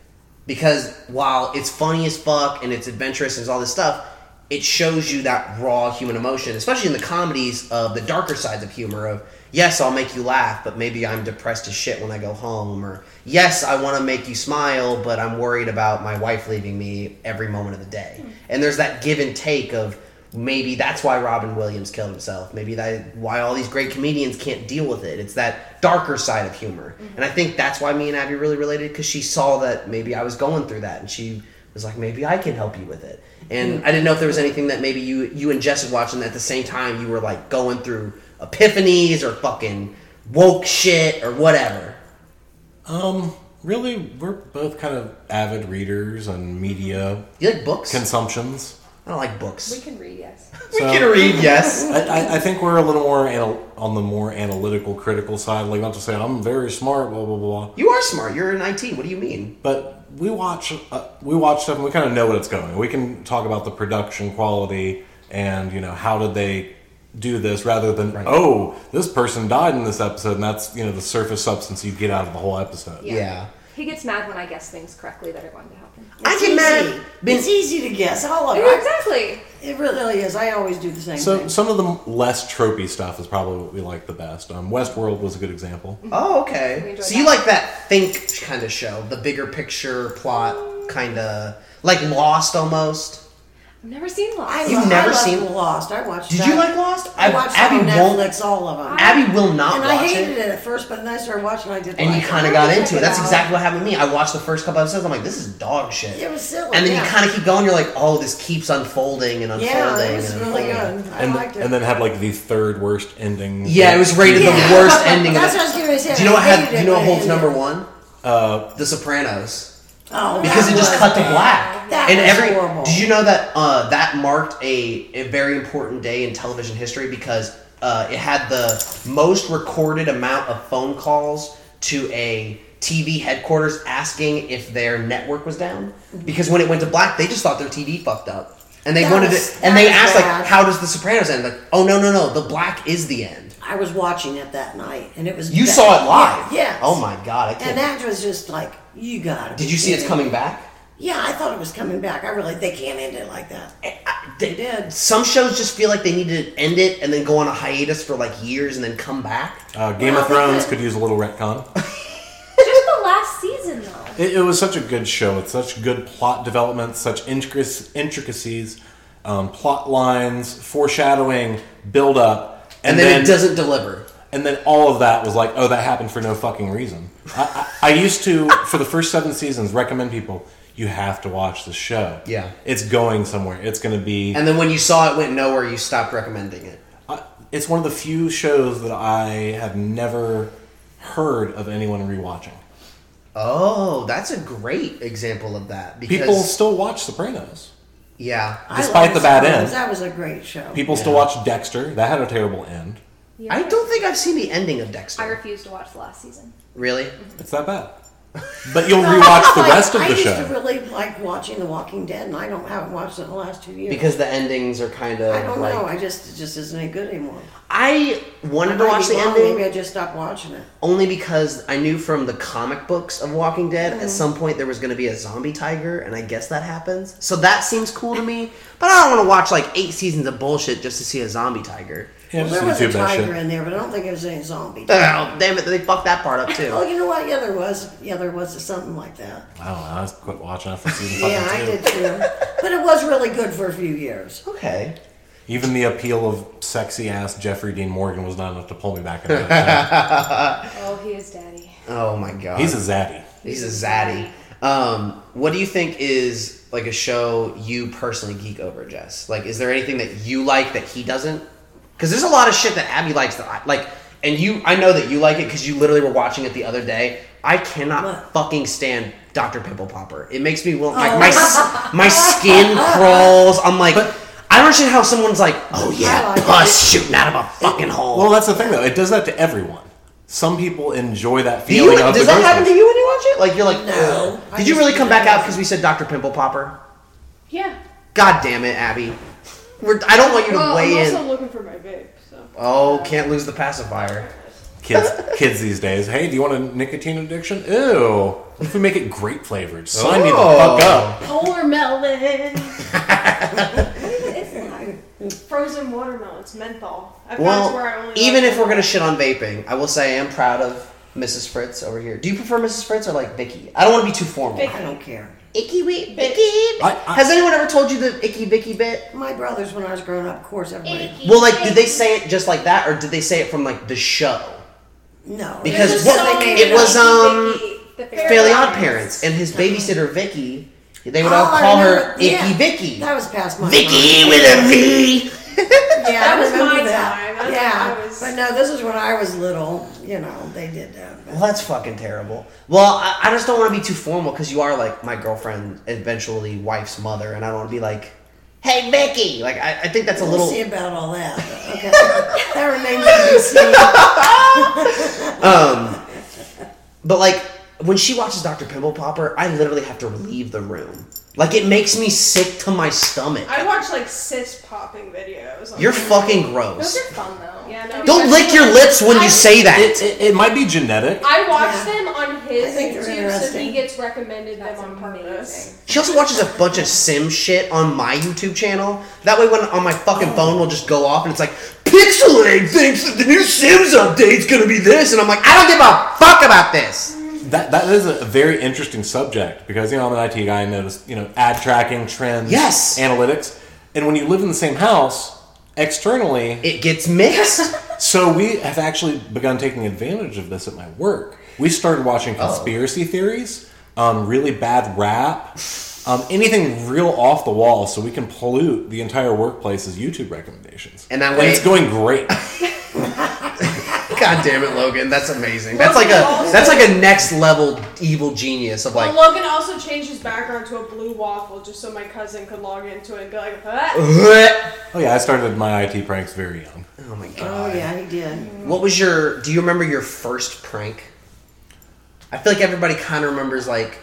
Because while it's funny as fuck and it's adventurous and all this stuff, it shows you that raw human emotion, especially in the comedies of the darker sides of humor of yes, I'll make you laugh, but maybe I'm depressed as shit when I go home, or yes, I want to make you smile, but I'm worried about my wife leaving me every moment of the day. And there's that give and take of maybe that's why Robin Williams killed himself. Maybe that why all these great comedians can't deal with it. It's that darker side of humor. And I think that's why me and Abby really related because she saw that maybe I was going through that and she was like, maybe I can help you with it. And I didn't know if there was anything that maybe you you ingested watching that at the same time you were like going through epiphanies or fucking woke shit or whatever.
Um, really, we're both kind of avid readers and media
You like books?
consumptions.
I don't like books.
We can read, yes.
We
So-
can read, yes.
I, I, I think we're a little more anal- on the more analytical, critical side. Like, not to say I'm very smart, blah blah blah.
You are smart. You're in IT. What do you mean?
But we watch uh, we watch stuff and we kind of know what it's going. We can talk about the production quality and you know how did they do this rather than oh this person died in this episode and that's you know the surface substance you get out of the whole episode.
Yeah.
Yeah.
He gets mad when I guess things correctly that are going to happen.
I
It's
get mad.
easy. It's easy to guess. All of it.
Exactly.
It really is. I always do the same
So
thing.
some of the less tropey stuff is probably what we like the best. Um, Westworld was a good example.
Mm-hmm.
Oh,
We
okay.
enjoyed
So you
that.
like that think kind of show, the bigger picture plot kind of like Lost almost.
I've never seen Lost.
I
You've
love-
never
I love
seen-
Lost. I watched.
Did
that.
you like Lost?
I
I've-
watched
Abby
them on
won't-
Netflix, all of them.
Abby will not
and
watch
I hated
it.
it. at first, but then I started watching. I did.
And
like
you kind
I
of got
wanna
into
check
it.
it
That's
out.
exactly what happened to me. I watched the first couple episodes. I'm like, this is dog shit.
It was silly,
And then you
Oh, yeah.
kind of keep going. You're like, oh, this keeps unfolding and
it.
unfolding.
yeah, it was
and
really good.
unfolding.
I
And,
liked it.
and then had like the third worst ending.
Yeah, it was rated
Yeah.
the worst ending.
That's
of
what I was
it.
gonna say.
Do you know what
I
had?
hated
Do you
it
know
when
what
it
holds
ended.
number one?
Uh,
The Sopranos.
oh,
because it
that
just
was-
cut to black.
That
and
was
every
horrible.
did you know that uh, that marked a, a very important day in television history because uh, it had the most recorded amount of phone calls to a TV headquarters asking if their network was down because when it went to black, they just thought their TV fucked up. And they
That
wanted
was-
it, and
that
they
was
asked
bad.
like, "How does the Sopranos end?" Like, "Oh no, no, no, the black is the end."
I was watching it that night, and it was.
You
bad.
saw it live.
Yeah. yes.
Oh my god, I can't.
And that was just like you got. to
Did you see it's coming back?
Yeah, I thought it was coming back. I really they can't end it like that.
They did. Some shows just feel like they need to end it and then go on a hiatus for like years and then come back.
Uh, Game of Thrones could use a little retcon.
Just the last season, though.
It, it was such a good show with such good plot development, such intric- intricacies, um, plot lines, foreshadowing, build up,
And then it doesn't deliver.
And then all of that was like, oh, that happened for no fucking reason. I, I, I used to, for the first seven seasons, recommend people you have to watch this show.
Yeah.
it's going somewhere. It's going to be.
And then when you saw it went nowhere, you stopped recommending it.
I, Uh, it's one of the few shows that I have never heard of anyone rewatching.
Oh, that's a great example of that. Because
People still watch Sopranos.
yeah,
I
Despite
love
the bad
Sopranos.
end.
that was a great show.
People still
Yeah.
watch Dexter. That had a terrible end.
I don't think I've seen the ending of
I
Dexter.
refuse to watch the last season.
Really?
It's that bad. But you'll rewatch the
Like,
rest of
I
the
used to
show.
really like watching The Walking Dead, and I don't haven't watched it in the last two years
Because the endings are kind of
I don't
like
know. I just it just isn't any good anymore.
I wanted to
Might
watch
be
the
wrong,
ending.
Maybe I just stopped watching it.
only because I knew from the comic books of Walking Dead
Mm.
at some point there was going to be a zombie tiger, and I guess that happens. So that seems cool to me, but I don't want to watch like eight seasons of bullshit just to see a zombie tiger.
Yeah,
There was
just
a
YouTube that
tiger
shit.
in there, but I don't think it was any zombie.
Oh, damn it, they fucked that part up
Oh,
too.
you know what? Yeah, there was. Yeah, there was something like that.
I don't know. I just quit watching after season fucking
Yeah, I
two.
did too. But it was really good for a few years.
Okay.
Even the appeal of sexy ass Jeffrey Dean Morgan was not enough to pull me back into that.
Oh, he is daddy.
Oh my god.
show. He's a zaddy.
he's a zaddy. Um, what do you think is like a show you personally geek over, Jess? Like, is there anything that you like that he doesn't? Because there's a lot of shit that Abby likes that I like, and you, I know that you like it because you literally were watching it the other day. I cannot
What?
fucking stand Doctor Pimple Popper. It makes me want like my
Oh.
s- my skin crawls. I'm like. I don't understand how someone's like, oh yeah,
like
pus shooting out of a fucking hole.
Well, that's the thing though. It does that to everyone. Some people enjoy that
Do you,
feeling. of
does
the
that happen
grossness.
to you when you watch it? Like you're like,
No.
no.
I
Did you
just-
really come back out because we said Dr. Pimple Popper?
Yeah.
God damn it, Abby. We're, I don't want you to
Well, I'm
weigh in.
also looking for my vape, so.
oh, can't lose the pacifier.
Kids, kids these days. Hey, do you want a nicotine addiction? Ew. What if we make it grape flavored? Sign me the
Oh.
fuck up.
Polar melon.
It's not.
Frozen watermelon. It's menthol. I found it's where I
Well,
only
even
like-
if we're gonna shit on vaping, I will say I am proud of Mrs. Fritz over here. Do you prefer Mrs. Fritz or like Vicky? I don't want to be too formal.
Vicky.
I don't care.
Icky wee Vicky.
I- I-
Has anyone ever told you the icky Vicky bit?
My brothers, when I was growing up, of course, everybody.
Well, like, did they say it just like that, or did they say it from like the show?
No.
Because
It's just
what-
something they
it
made
was,
up.
um,
the
Fairly Odd Parents, and his babysitter Vicky. They would all
Oh, I
call her
remember-
Icky
yeah.
Vicky.
That was past my
Vicky
time.
with a V.
Yeah,
That
I
was
remember
my
that.
time. That's when I
yeah,
was-
but no, this is when I was little. You know, they did that.
Well, that's fucking terrible. Well, I, I just don't want to be too formal because you are like my girlfriend, eventually wife's mother, and I don't want to be like, "Hey, Vicky." Like, I, I think that's a
We'll
little.
see about all that. but Okay, that remains to be seen.
Um, But like when she watches Dr. Pimple Popper, I literally have to leave the room. Like it makes me sick to my stomach.
I watch like cis popping videos. on
You're
YouTube.
fucking
Those
gross.
are fun though. Yeah,
no,
Don't lick your lips when you say
It,
that.
it, it might be genetic.
I watch
Yeah.
them on
I
his
think they're
YouTube, so
interesting.
he gets recommended
That's
them on purpose.
amazing.
She also watches a bunch of Sim shit on my YouTube channel. That way, when on my fucking phone, will just go off and it's like, Pixelate thinks that the new Sims update's gonna be this, and I'm like, I don't give a fuck about this.
That that is a very interesting subject because you know I'm an IT guy. I noticed you know ad tracking trends,
Yes.
analytics, and when you live in the same house externally,
It gets mixed.
so we have actually begun taking advantage of this at my work. We started watching conspiracy theories, um, really bad rap, um, anything real off the wall, so we can pollute the entire workplace's YouTube recommendations.
And that way-
it's going great.
God damn it, Logan, that's amazing. That's like a that's like a next level evil genius of like.
Well, Logan also changed his background to a blue waffle just so my cousin could log into it and be like, "Ah."
Oh
oh yeah, I started my IT pranks very young.
my god.
Oh yeah, he did.
What was your? Do you remember your first prank? I feel like everybody kind of remembers like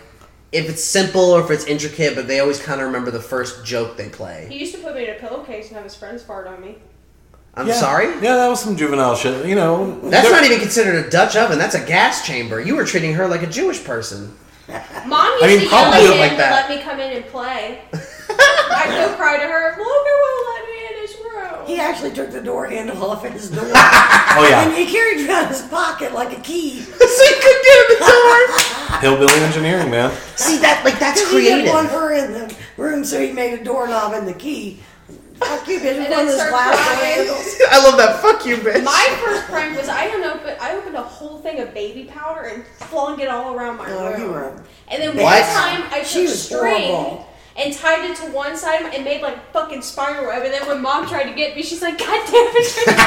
if it's simple or if it's intricate, but they always kind of remember the first joke they play.
He used to put me in a pillowcase and have his friends fart on me.
I'm
Yeah.
sorry.
Yeah, that was some juvenile shit. You know,
That's
there-
not even considered a Dutch oven. That's a gas chamber. You were treating her like a Jewish person.
Mom used
I mean,
to yell
probably
at him
like
to let
that.
me come in and play. I'd go cry to her, Logan won't let me in his room.
He actually took the door handle off his door.
Oh
And
yeah,
he carried it around his pocket like a key.
so you could get him a door.
Uh, hillbilly engineering, man.
See that? Like that's
He didn't want
creative.
her in the room, so he made a doorknob and the key. Fuck you, bitch.
And
one
then
of those
start
glass
crying.
handles.
I love Oh, that. Fuck you, bitch.
My first prank was I don't open I opened a whole thing of baby powder and flung it all around my
Oh,
room.
you were a
and then
What?
one time I
She
took
was
string
horrible.
and tied it to one side and made like fucking spider web. And then when mom tried to get me, she's like, "God damn it!"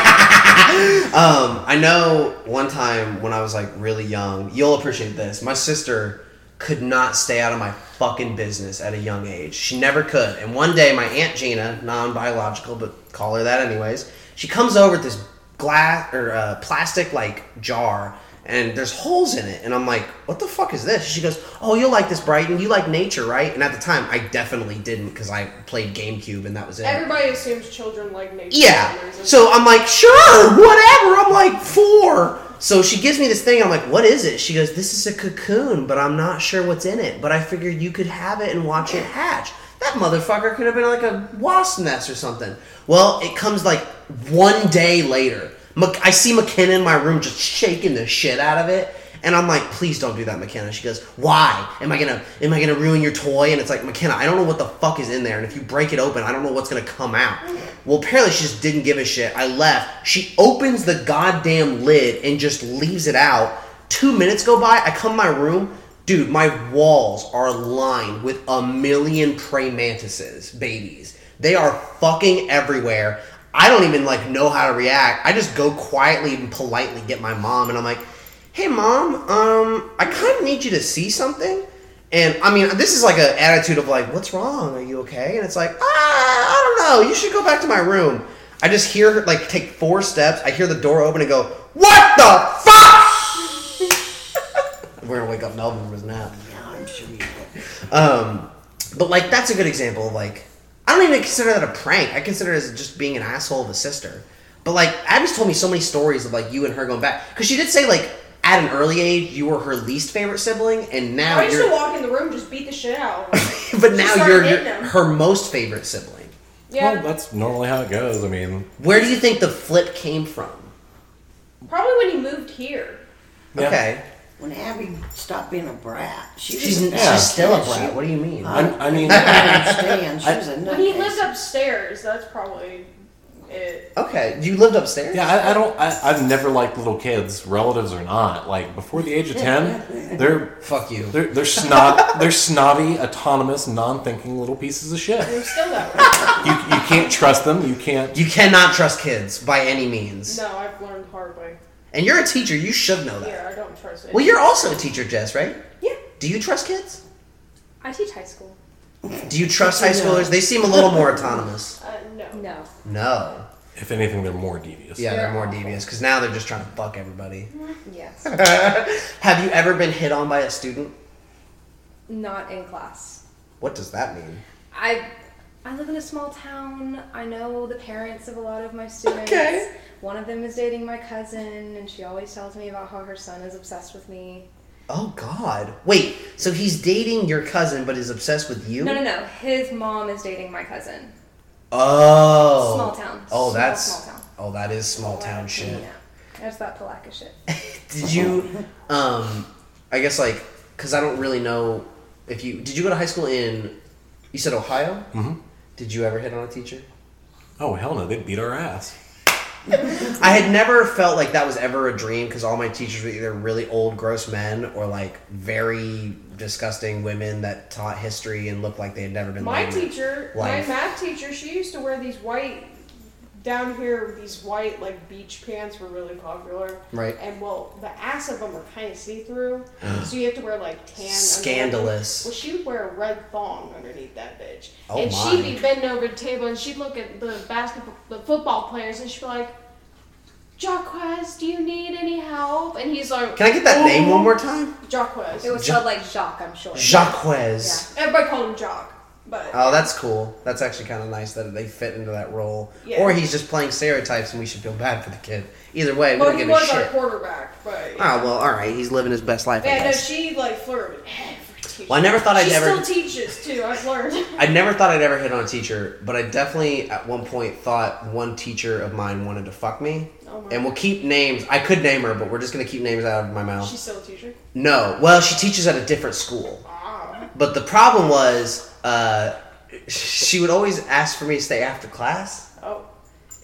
Um, I know one time when I was like really young, you'll appreciate this. My sister could not stay out of my fucking business at a young age. She never could. And one day, my aunt Gina, non-biological, but call her that anyways. She comes over with this glass or uh, plastic like jar, and there's holes in it. And I'm like, what the fuck is this? She goes, oh, you'll like this, Brighton. You like nature, right? And at the time, I definitely didn't because I played GameCube and that was it.
Everybody assumes children like nature.
Yeah.
for some reason.
So I'm like, sure, whatever. I'm like, four. So she gives me this thing. I'm like, what is it? She goes, this is a cocoon, but I'm not sure what's in it. But I figured you could have it and watch it hatch. That motherfucker could have been like a wasp nest or something. Well, it comes like one day later. Mc- I see McKenna in my room just shaking the shit out of it. And I'm like, please don't do that, McKenna. She goes, why? Am I gonna am I gonna ruin your toy? And it's like, McKenna, I don't know what the fuck is in there. And if you break it open, I don't know what's gonna come out. Well, apparently she just didn't give a shit. I left. She opens the goddamn lid and just leaves it out. Two minutes go by. I come to my room. Dude, my walls are lined with a million praying mantises, babies. They are fucking everywhere. I don't even like know how to react. I just go quietly and politely get my mom, and I'm like, hey mom um i kind of need you to see something and i mean this is like an attitude of like what's wrong are you okay and it's like ah, i don't know you should go back to my room i just hear her like take four steps i hear the door open and go what the fuck we're gonna wake up melvin from his nap
Yeah, I'm sure you did.
um but like that's a good example of like i don't even consider that a prank i consider it as just being an asshole of a sister but like abby's told me so many stories of like you and her going back because she did say like at an early age you were her least favorite sibling and now
I used to
you're
walk in the room, just beat the shit out. of her.
but now
started
you're,
hitting
you're
them.
her most favorite sibling
Yeah,
Oh,
Well, that's normally how it goes. I mean,
where do you think the flip came from
probably when he moved here.
yeah.
okay
When Abby stopped being a brat, she
she's,
was a
Yeah.
she's still a brat what do you mean
I, I mean,
understand. She was a
When he
nutcase.
lived upstairs, that's probably it.
okay you lived upstairs
yeah, I, I don't. I, I've never liked little kids, relatives or not. Like before the age of ten, they're
fuck you
they're they're snot they're snotty, autonomous, non-thinking little pieces of shit. You
I'm still that way.
you can't trust them. You can't.
you cannot trust kids by any means
No, I've learned the hard way.
and you're a teacher you should know that
Yeah, I don't trust it.
well you're also a teacher jess right
yeah.
do you trust kids
I teach high school.
Do you trust high schoolers? They seem a little more autonomous.
Uh, no.
No.
No.
If anything, they're more devious.
Yeah, they're more devious because now they're just trying to fuck everybody.
Yes.
Have you ever been hit on by a student?
Not in class.
What does that mean?
I I live in a small town. I know the parents of a lot of my students.
Okay.
One of them is dating my cousin, and she always tells me about how her son is obsessed with me.
Oh God! Wait, so he's dating your cousin, but is obsessed with you?
No, no, no. His mom is dating my cousin.
Oh,
Small town.
Oh,
Small,
that's
small town.
oh, that is small town shit.
Yeah. That's that Palaka shit.
Did you, um, I guess like, cause I don't really know if you did you go to high school in, you said Ohio. Mm-hmm. Did you ever hit on a teacher?
Oh hell no, they beat our ass.
I had never felt like that was ever a dream because all my teachers were either really old, gross men or like very disgusting women that taught history and looked like they had never been.
My
laid.
teacher,
Life.
my math teacher, she used to wear these white down here. These white like beach pants were really popular.
Right.
And well, the ass of them are kind of see through, so you have to wear like tan. underwear.
Scandalous.
Well, she would wear a red thong underneath that bitch,
Oh,
and
my.
she'd be bending over the table and she'd look at the basketball, the football players, and she'd be like. Jaquez, do you need any help? And and he's like,
Can I get that
"Oh."
name one more time?
Jacques.
It was
Ja-
spelled like Jacques, I'm sure.
Jacques.
Everybody called him Jock, but
Oh, that's cool. That's actually kind of nice that they fit into that role.
Yeah.
Or he's just playing stereotypes and we should feel bad for the kid. Either way, we
well,
don't
he
give a
was our
shit.
quarterback. But
Oh, well, alright. He's living his best life, I
yeah, no,
guess.
she like flirted with every teacher.
Well, I never thought I'd
she
ever-
still teaches too. I've learned.
I never thought I'd ever hit on a teacher, but I definitely at one point thought one teacher of mine wanted to fuck me.
Oh my.
and we'll keep names. I could name her, but we're just going to keep names out of my mouth.
She's still a teacher.
No. Well, she teaches at a different school.
Wow.
But the problem was, uh, she would always ask for me to stay after class
Oh.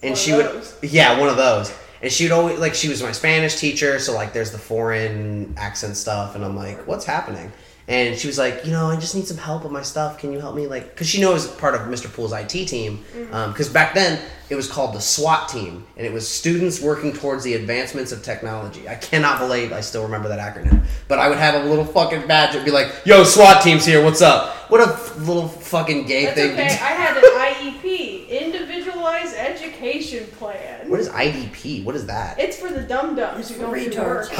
and
One
she
of
would
those.
yeah one of those and she'd always like she was my spanish teacher so like there's the foreign accent stuff and i'm like what's happening and she was like you know i just need some help with my stuff can you help me like because she knew i was part of mr pool's it team
Mm-hmm.
because back then it was called the swat team and it was students working towards the advancements of technology i cannot believe i still remember that acronym but i would have a little fucking badge and be like yo swat team's here what's up what a f- little fucking gay
That's
thing
okay. I
to do.
had an IEP, Individualized Education Plan.
what is idp what is that
It's for the dum dums who don't do work.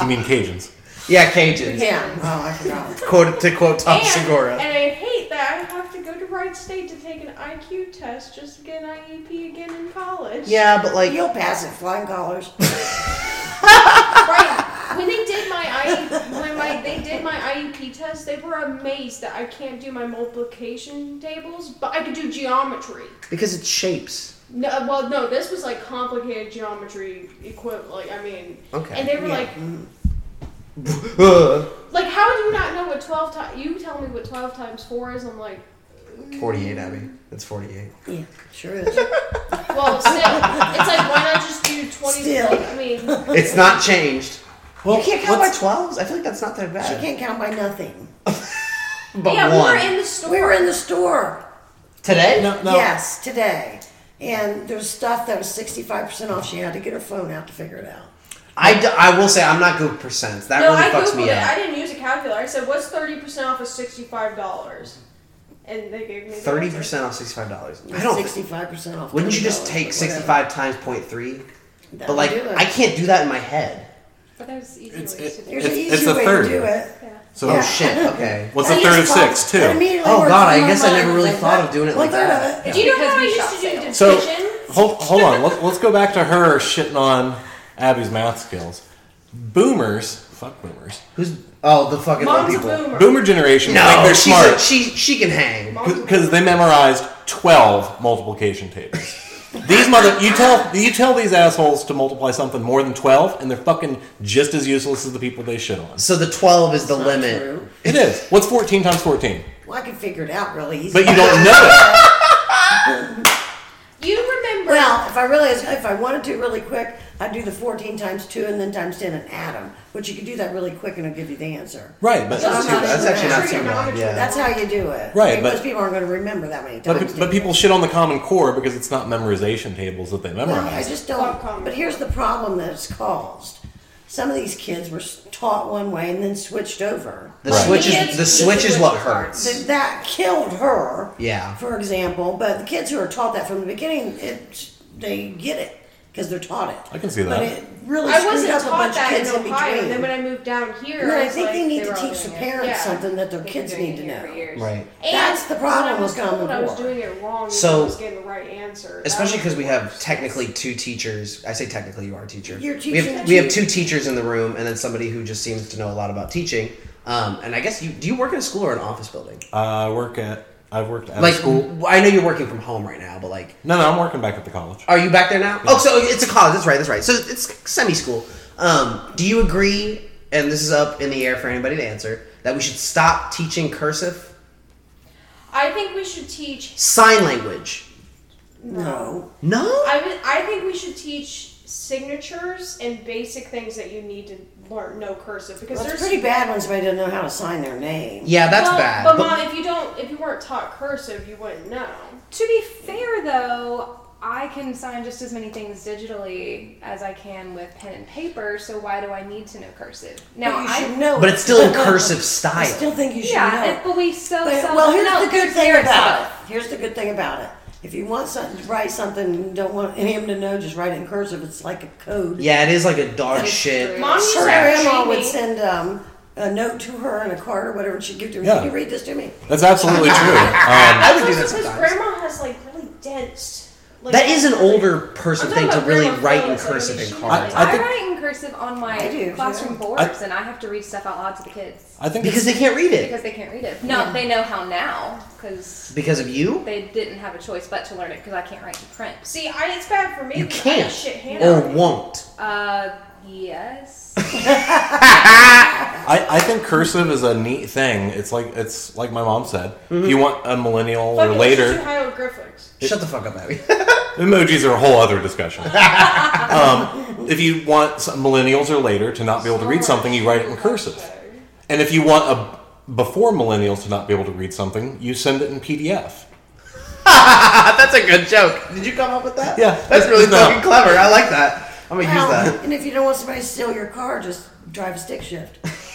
You mean Cajuns?
yeah cajuns
Yeah. Oh, I forgot.
Quote to quote Tom
And, and
Oh, Segura.
I hate that I have to go to Wright State to take an IQ test just to get an IEP again in college.
Yeah, but like,
You'll pass it, flying colors.
Right. When they did my IEP, when my, they did my IEP test, they were amazed that I can't do my multiplication tables, but I could do geometry.
because it's shapes.
No, well, no, this was like complicated geometry equivalent. Like, I mean,
Okay.
and they were like,
Ugh.
like, how do you not know what twelve times? You tell me what twelve times four is. I'm like, mm.
48, Abby. It's 48.
Yeah, sure is.
well, still, it's like, why not just do twenty?
Still.
Like, I mean,
It's not changed.
Well,
you can't count by 12s? I feel like that's not that
She
bad.
can't count by nothing.
but
yeah, we
one.
were in the store.
We were in the store.
Today?
no, no.
Yes, today. And there's stuff that was 65% off. She had to get her phone out to figure it out.
I, d- I will say, I'm not good with percents. That
no,
really
I
fucks
googled
me
it. I
up.
didn't use a calculator. I said, "What's thirty percent off of sixty-five dollars?" And they gave me the
30% off $65. I don't.
65% off.
Wouldn't you just
$20,
take
whatever.
65 times 0.3?
That
But
would
like,
do it.
I can't do that in my head.
But that was the easy
It's-
way
it-
to do
There's
it.
an
It's- it's
easy
a
way
third.
to do it.
So
Oh
Yeah.
shit, okay.
what's
I
a
just
third of
thought-
six
that
too?
immediately
Oh
worked
god,
through
I
my
guess I
mind.
never really
Like,
thought
what?
of doing it
One
like
third of
that.
it.
Do you know
Because
how
we
I used
shop
to do
sales.
division?
So hold hold on. Let's, let's go back to her shitting on Abby's math skills. Boomers, fuck boomers.
Who's. Oh, the fucking old
Mom's a
people.
boomer.
Boomer generation
No,
think they're
she's
smart.
A, she, she can hang.
because they memorized 12 multiplication tables. These mother, you tell you tell these assholes to multiply something more than 12, and they're fucking just as useless as the people they shit on.
So the 12 is the limit.
True.
It is. What's 14 times 14?
Well, I could figure it out really easy.
But you don't know it.
You remember?
Well, if I really, if I wanted to really quick, I'd do the 14 times 2 and then times 10 and add them. But you could do that really quick and it'll give you the answer.
Right, but
That's not
That's
true.
actually not too bad.
Trigonometry.
Yeah.
That's how you do it.
Right,
I mean,
but-
most people aren't going to remember that many times.
but, but people shit on the Common Core because it's not memorization tables that they
Well, I
memorize.
just don't.
Fuck 'em.
But here's the problem that it's caused. Some of these kids were s- taught one way and then switched over.
The
Right.
switch is
It's-
the
it's
switch
the
is what
switch part.
hurts.
Th- that killed her.
Yeah.
For example, but the kids who are taught that from the beginning, it they get it because they're taught it.
I can see
But
that.
it really
I
screwed
wasn't
up a
taught
bunch of
that in
kids in
Ohio, and then
between.
when I moved down here,
No, I
was
think
like,
they need to
were all
teach the
doing it.
parents
Yeah.
something that their
They've been
kids
doing
need to
it for
know.
years.
Right.
And
That's the problem
when I was
with Common
told I was
Core.
doing it wrong.
So-
So I was getting the right answer. That
Especially
was
because
the
we have
worst.
technically two teachers. I say technically, you are a teacher.
You're
we
teaching
have we have
teachers.
two teachers in the room, and then somebody who just seems to know a lot about teaching. Um, and I guess you do you work in a school or an office building?
Uh, I work at I've worked at
like
a school.
w- I know you're working from home right now, but like,
No, no, I'm working back at the college.
are you back there now? Oh, so it's a college. That's right. That's right. So it's semi school. Um, do you agree? And this is up in the air for anybody to answer. That we should stop teaching cursive
I think we should teach.
sign language.
No,
No.
I would, I think we should teach signatures and basic things that you need to learn. No cursive because
well, it's
there's
pretty bad when somebody doesn't know how to sign their name.
yeah, that's
well,
bad.
But,
But-
mom, if you don't, if you weren't taught cursive, you wouldn't know.
To be fair, though, I can sign just as many things digitally as I can with pen and paper. So why do I need to know cursive? Now
But you
I
should know.
But
it.
it's still in cursive
I
style.
still think you should
yeah,
know.
it- but we so
But-
seldom
well, here's
know.
the good
There
thing
it
about
is.
it. Here's the good thing about it. If you want something, write something you don't want any of them to know, just write it in cursive. It's like a code.
Yeah, it is like a dog shit.
Mom used to-
scratch.
her grandma would send um, a note to her and a card or whatever, and she'd give to her.
Yeah.
Can you read this to me?
That's absolutely true. Um,
I would do that
Because
sometimes.
grandma has like really dense. Like,
That is an older person
I'm
thing to
talking
really
about
write
grandma
in
photos,
cursive
I mean,
and
she-
cards.
I
I,
think-
write in cursive on my
I do,
classroom
yeah.
boards, and I have to read stuff out loud to the kids
I think
Because
it's-
they can't read it.
because they can't read it. No, they know how now because
Because of you?
they didn't have a choice but to learn it because I can't write to print.
See, I, it's bad for me.
You
'cause I have
can't. Oh.
Shit
Or
handwriting.
won't.
Uh, yes.
I, I think cursive is a neat thing. It's like it's like my mom said. If you want a millennial
Fucking
or
Mm-hmm. let's
later,
do hieroglyphics.
Shut the fuck up, Abby.
Emojis are a whole other discussion. um, if you want some millennials or later to not be able to read something, you write it in cursive. And if you want a before millennials to not be able to read something, you send it in PDF.
That's a good joke. Did you come up with that?
Yeah.
That's really
No.
fucking clever. I like that. I'm gonna
Well,
use that.
And if you don't want somebody to steal your car, just drive a stick shift.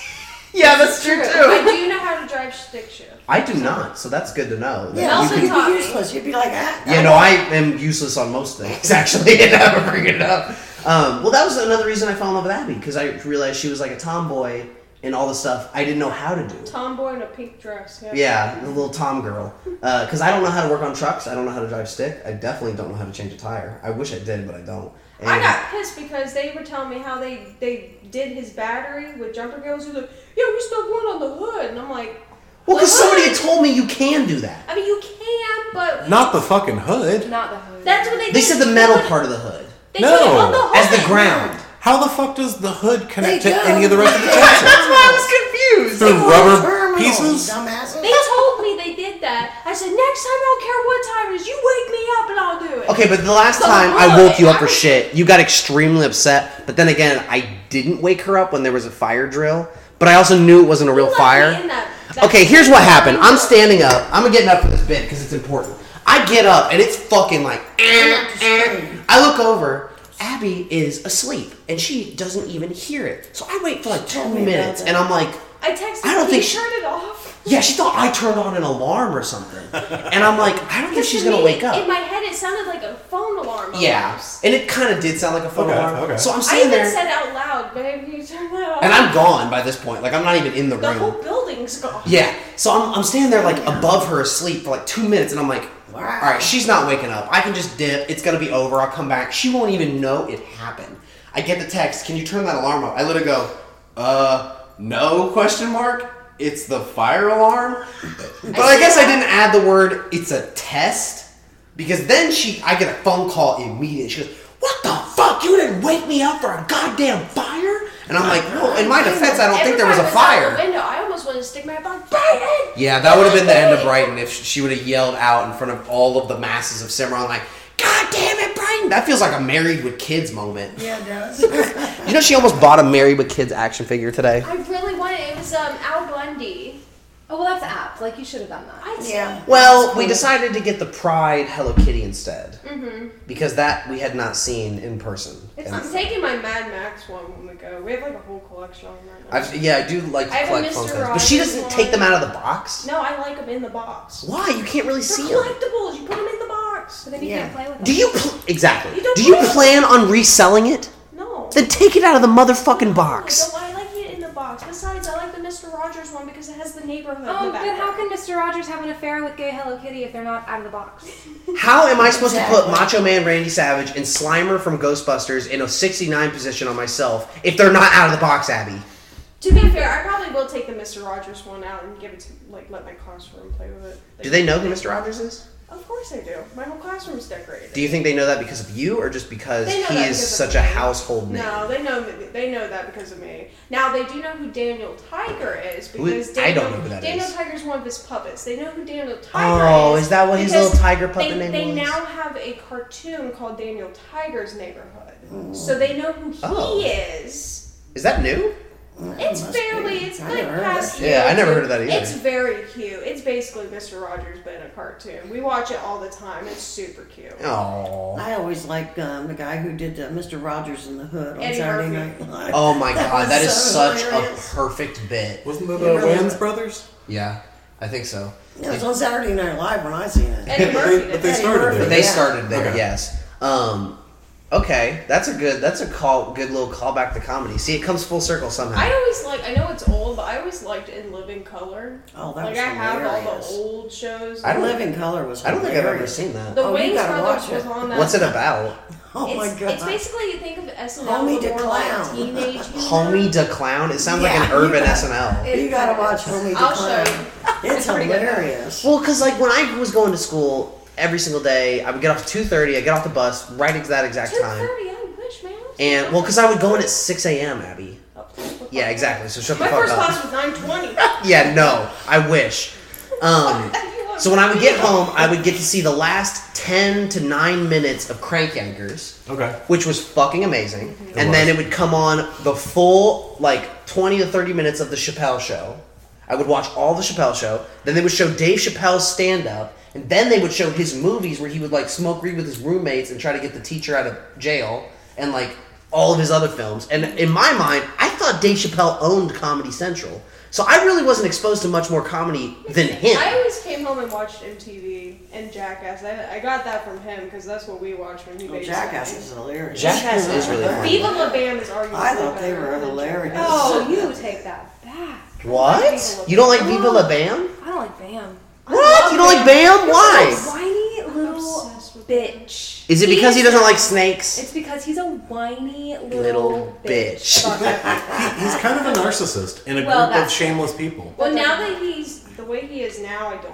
Yeah, that's true
I
too.
do know how to drive stick shift.
I do not, so that's good to know. that
Yeah,
you
also
can-
you'd
taught
be
me.
useless. You'd be like, ah,
Yeah, no, I am useless on most things, actually, and never bring it up. Um, well, that was another reason I fell in love with Abby, because I realized she was like a tomboy and all the stuff I didn't know how to do.
Tomboy in a pink dress. Yeah.
Yeah, the little Tom girl. Because I don't know how to work on trucks. I don't know how to drive stick. I definitely don't know how to change a tire. I wish I did, but I don't. And
I got pissed because they were telling me how they they did his battery with jumper girls. He was like, "Yeah, we stuck one on the hood," and I'm like,
well, because somebody had told me you can do that.
"I mean, you can, but
Not the fucking hood.
Not the hood.
that's what they."
They
did.
said the metal part of the hood
They did it on the
No.
hood.
as the ground.
How the fuck does the hood connect
They
to
don't.
any of the rest of the chassis?
I was confused.
Through rubber
terminal, you
pieces?
dumbasses.
They told me they did that. I said, "Next time, I don't care what time it is. You wake me up and I'll do it."
Okay, but the last
So
time I
look,
woke you up for
I-
shit, you got extremely upset. But then again, I didn't wake her up when there was a fire drill. But I also knew it wasn't a real
let me
fire.
in that- that-
Okay, here's what happened. I'm standing up. I'm getting up for this bit because it's important. I get up and it's fucking like. eh, eh. I look over. Abby is asleep and she doesn't even hear it. So I wait for like two
me about
minutes
that.
and I'm like,
I texted.
I don't
him, "Can
think she-
you turn it off.
yeah, she thought I turned on an alarm or something. And I'm like, I don't think she's
To
gonna
me,
wake up.
In my head, it sounded like a phone alarm.
Yeah,
almost.
and it kind of did sound like a phone
Okay,
alarm.
okay.
So I'm
I
sitting
even
there,
said out loud, "Babe, can you turn that off?"
and I'm gone by this point. Like I'm not even in the,
the
room.
whole building's gone.
yeah, so I'm, I'm standing there like above her asleep for like two minutes, and I'm like, all right, she's not waking up. I can just dip. It's gonna be over. I'll come back. She won't even know it happened. I get the text. Can you turn that alarm off? I let her go. Uh, no question mark. It's the fire alarm. But I guess I didn't add the word. It's a test. Because then she, I get a phone call immediately. She goes, "What the fuck? You didn't wake me up for a goddamn fire?" And I'm like, "Well, in my defense, I don't think there was a
Everybody out the
fire."
window. I almost wanted to stick my head out, like, Brighton!
Yeah, that would have been the end of Brighton if she would have yelled out in front of all of the masses of Cimarron, like, "God damn it, Brighton!" That feels like a Married with Kids moment.
Yeah, it does.
You know, she almost bought a Married with Kids action figure today.
I really wanted it. It was um, Al Bundy.
Oh well, that's apt. Like you should have done that.
I
yeah.
Well, we decided to get the Pride Hello Kitty instead because that we had not seen in person.
It's,
And
I'm taking my Mad Max one when we go. We have like a whole collection on right now.
I've, yeah, I do like
I have
to
a
collect
Mr.
phone cards, but she
Rogers
doesn't
one.
take them out of the box.
no, I like them in the box.
Why? You can't really
They're
see them.
collectibles. You put them in the box.
But then you
Yeah.
can't play with them.
Do you pl- exactly?
You don't
Do you
want it.
plan on reselling it?
No.
Then take it out of the motherfucking
I,
box.
don't, I like it in the box. Besides, I like the Mr. Rogers one because it has the neighborhood. in
Oh,
the
but
background.
how can Mr. Rogers have an affair with gay Hello Kitty if they're not out of the box?
How am I supposed to put
Exactly.
Macho Man Randy Savage and Slimer from Ghostbusters in a 69 position on myself if they're not out of the box, Abby?
To be fair, I probably will take the Mr. Rogers one out and give it to like let my classroom play with it.
Do they know who Mr. Rogers is?
Of course they do. My whole classroom is decorated.
Do you think they know that because of you or just because
They know
he
that
is
because of
such
me.
a household name?
No, they know they know that because of me. Now they do know who Daniel Tiger is
Who is-
because
I
Daniel,
don't know who that
Daniel
is.
Tiger's one of his puppets. They know who Daniel Tiger
Oh,
is.
is that what his
because
little tiger puppet
they,
name
They
was?
now have a cartoon called Daniel Tiger's Neighborhood, so they know who he
Oh.
is.
Is that new?
It's
must
fairly,
be.
it's
I
like
never heard of
past.
that. Yeah, I
year or
never
two.
heard of that either.
It's very cute. It's basically Mr. Rogers but in a cartoon. We watch it all the time. It's super cute.
Oh.
I always liked um, the guy who did uh, Mr. Rogers in the Hood on
Eddie
Saturday
Murphy.
Night Live.
Oh my god, that is
so
such a
hilarious.
perfect bit.
Wasn't that the Wayans brothers?
Yeah. I think so.
It was on Saturday Night Live when I seen it.
Eddie Murphy did But they that. started
Eddie Murphy,
But they
yeah.
started there,
Okay.
yes. Um, okay, that's a good. That's a call. Good little callback to comedy. See, it comes full circle somehow.
I always like. I know it's old, but I always liked In Living Color.
Oh, that
like
was
I have all the
hilarious.
old shows.
I don't-
Live in Color was.
I don't think I've ever
hilarious.
seen that.
the
oh, you
Wayne's
gotta
Brothers
watch
was
it.
on that.
What's it about?
Oh
it's,
my god!
It's basically you think of SNL
Homie
but
to
more like
Clown.
teenage.
Homie de Clown. It sounds like
Yeah,
an
you
urban
gotta-
SNL.
you gotta watch Homie the
I'll
Clown.
show you.
It's
pretty good.
hilarious.
Well, because like when I was going to school every single day, I would get off at two thirty. I get off the bus right at that exact
Two
time.
thirty. I wish, man.
And well, because I would go in at six a.m. Abby. Yeah, exactly. So shut
Oh. My
the fuck
first
up.
class was nine twenty.
Yeah, no, I wish. Um, so when I would get home, I would get to see the last ten to nine minutes of Crank Anchors,
Okay.
which was fucking amazing. and
was.
then it would come on the full like twenty to thirty minutes of the Chappelle Show. I would watch all the Chappelle Show. Then they would show Dave Chappelle's stand up, and then they would show his movies where he would like smoke weed with his roommates and try to get the teacher out of jail, and like all of his other films. And in my mind, I thought Dave Chappelle owned Comedy Central. So I really wasn't exposed to much more comedy than him.
I always came home and watched MTV and Jackass. I, I got that from him because that's what we watched when he
Well,
babysat
Oh, Jackass
me.
is hilarious.
Jackass is really funny.
Viva La Band is arguably
I thought they
better
were
than
hilarious.
Oh, you take that back.
What? You don't like Viva La Bam?
I don't like Bam.
What? You don't like Bam?
He's a
Why?
whiny little bitch.
Is it because he doesn't
not-
like snakes?
It's because he's a whiny little,
Little bitch.
Fuck that.
He's kind of a narcissist in a
Well,
group of
that's-
shameless people.
Well, now that he's the way he is now, I don't like.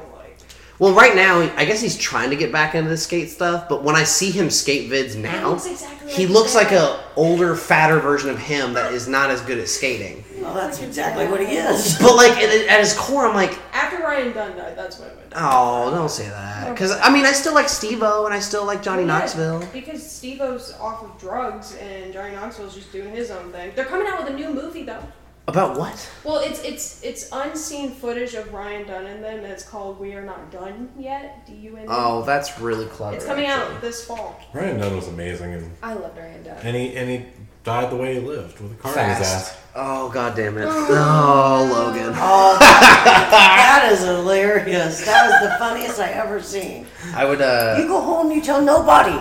Well, right now, I guess he's trying to get back into the skate stuff. But when I see him skate vids now,
looks exactly
he
like
looks
his
like
dad.
a older, fatter version of him that is not as good at skating.
Well, that's exactly what he is.
But like at at his core, I'm like,
After Ryan Dunn died, that's what I went. down.
oh, don't say that. Because I mean, I still like Steve-O and I still like Johnny
Yeah,
Knoxville.
Because Steve O's off of drugs and Johnny Knoxville's just doing his own thing. They're coming out with a new movie though.
About what?
Well, it's it's it's unseen footage of Ryan Dunn and them. And it's called We Are Not Done Yet. D U N.
Oh, that's really clever.
It's coming out
actually.
this fall.
Ryan Dunn was amazing, and,
I love Ryan Dunn.
and he and he died the way he lived with a car in his
Fast.
ass.
Oh god damn it. Oh Logan.
that is hilarious. That is the funniest I ever seen.
I would uh
You go home, you tell nobody.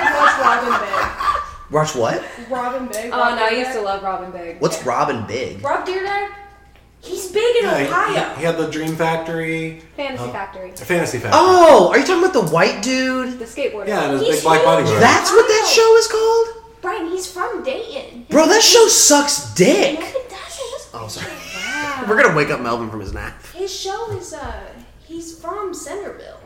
That
watch what?
or I watched Robin Big. Robin Big.
Oh,
Rob
no, I
Dyrdek.
used to love Robin Big.
What's Robin Big?
Rob Dyrdek. He's big in
Yeah, he-
Ohio.
He, had the Dream Factory,
Fantasy
Oh.
Factory.
Fantasy Factory.
Oh, are you talking about the white dude?
The skateboarder.
Yeah, and his
He's
big black
huge.
bodyguard.
That's what that show is called?
Brian, he's from Dayton.
Bro, that show sucks
No,
dick.
it doesn't.
Oh sorry. We're gonna wake up Melvin from his nap.
His show is uh, he's from Centerville.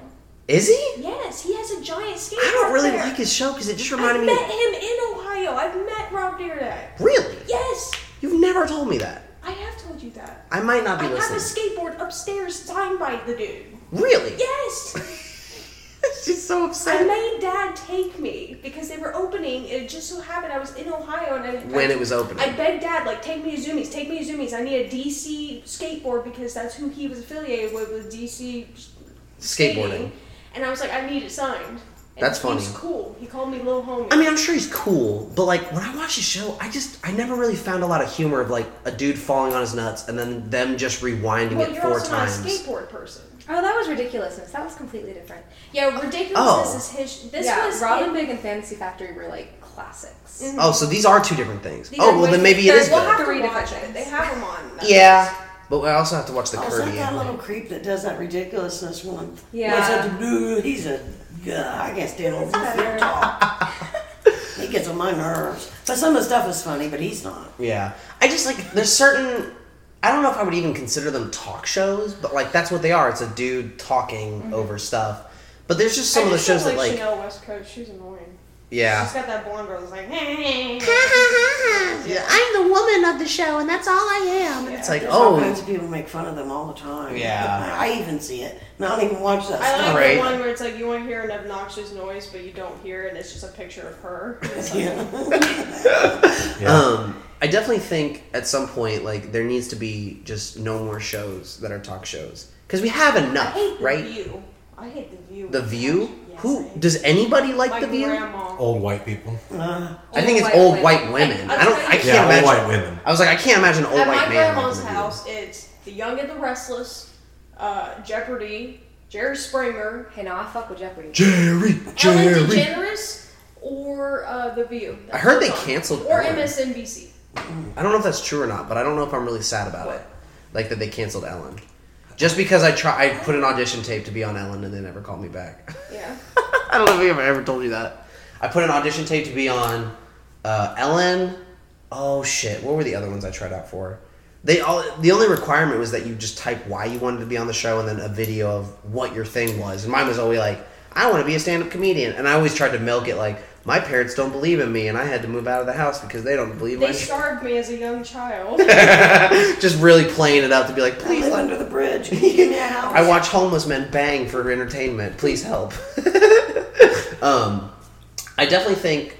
Is he?
Yes, he has a giant skate.
I don't
park
really
there.
like his show because it just
I
reminded me
met him in Ohio. I've met Rob Dyrdek.
Really?
Yes,
You've never told me that.
I have told you that.
I might not
I
be
have a
listening.
skateboard upstairs signed by the dude.
Really?
Yes,
She's so
I
upset.
made Dad take me because they were opening. It just so happened I was in Ohio and I
When it was opening.
I begged Dad, like, take me to Zoomies, take me to Zoomies. I need a DC skateboard because that's who he was affiliated with, with DC
Skateboarding.
And I was like, I need it signed. And
That's funny.
He's cool. He called me little homie.
I mean, I'm sure he's cool, but like when I watched his show, I just I never really found a lot of humor of like a dude falling on his nuts and then them just rewinding
well,
it
you're
four
also not a
times.
skateboard person.
Oh, that was ridiculousness. That was completely different.
Yeah, ridiculousness
Oh.
is his. This
yeah,
was
Robin
him-
Big and Fantasy Factory were like classics.
Oh, so these are two different things.
these
Oh
are
well,
ways-
then maybe it is
We'll
good.
have
Three
to watch
different
it. They
things.
have them on. Netflix.
Yeah, but I also have to watch the
Oh,
I was like
Curdy.
that little creep that does that ridiculousness one.
Yeah.
What's up, dude? He's a. Yeah, I can't stand over there talk. he gets on my nerves. But some of the stuff is funny, but he's not.
Yeah, I just like there's certain. I don't know if I would even consider them talk shows, but like that's what they are. It's a dude talking over stuff. But there's just some
Mm-hmm. I
of
just
the shows
don't
that
like
like
Chanel Westcoat. She's annoying. She's
yeah.
got that blonde girl that's like, hey.
Yeah, I'm the woman of the show, and that's all I am. And it's like,
There's all
oh,
kinds of people make fun of them all the time.
Yeah.
I even see it. And I don't even watch that
I like
stuff.
Right.
the one where it's like you want to hear an obnoxious noise, but you don't hear it, and it's just a picture of her. It's like,
Um, I definitely think at some point, like, there needs to be just no more shows that are talk shows because we have
I
enough,
hate the
right?
view. I hate the view.
The View.
Yes, I
Who
hate
does anybody like
My
The View?
grandma.
Old white people.
I think it's
Old
old
white
white women.
Hey,
I don't. I
I'll tell
can't
you-
Yeah, old
imagine.
white women.
I was like, I can't imagine an old
At
white
my
man.
grandma's
liking The View.
house, it's The Young and the Restless, uh, Jeopardy, Jerry Springer,
And I fuck with Jeopardy.
Jerry, Jerry. Ellen DeGeneres, or uh, The View.
I heard they canceled
Or
Ellen.
MSNBC.
I don't know if that's true or not, but I don't know if I'm really sad about it. Like that they canceled Ellen. Just because I try, I put an audition tape to be on Ellen and they never called me back.
Yeah.
I don't know if I ever told you that. I put an audition tape to be on uh, Ellen. Oh shit! What were the other ones I tried out for? They all the only requirement was that you just type why you wanted to be on the show and then a video of what your thing was. And mine was always like, I want to be a stand up comedian, and I always tried to milk it like my parents don't believe in me, and I had to move out of the house because they don't believe
They
my
starved me as a young child.
just really playing it up to be like, please.
live under the bridge. now.
I watch homeless men bang for entertainment. Please help. um, I definitely think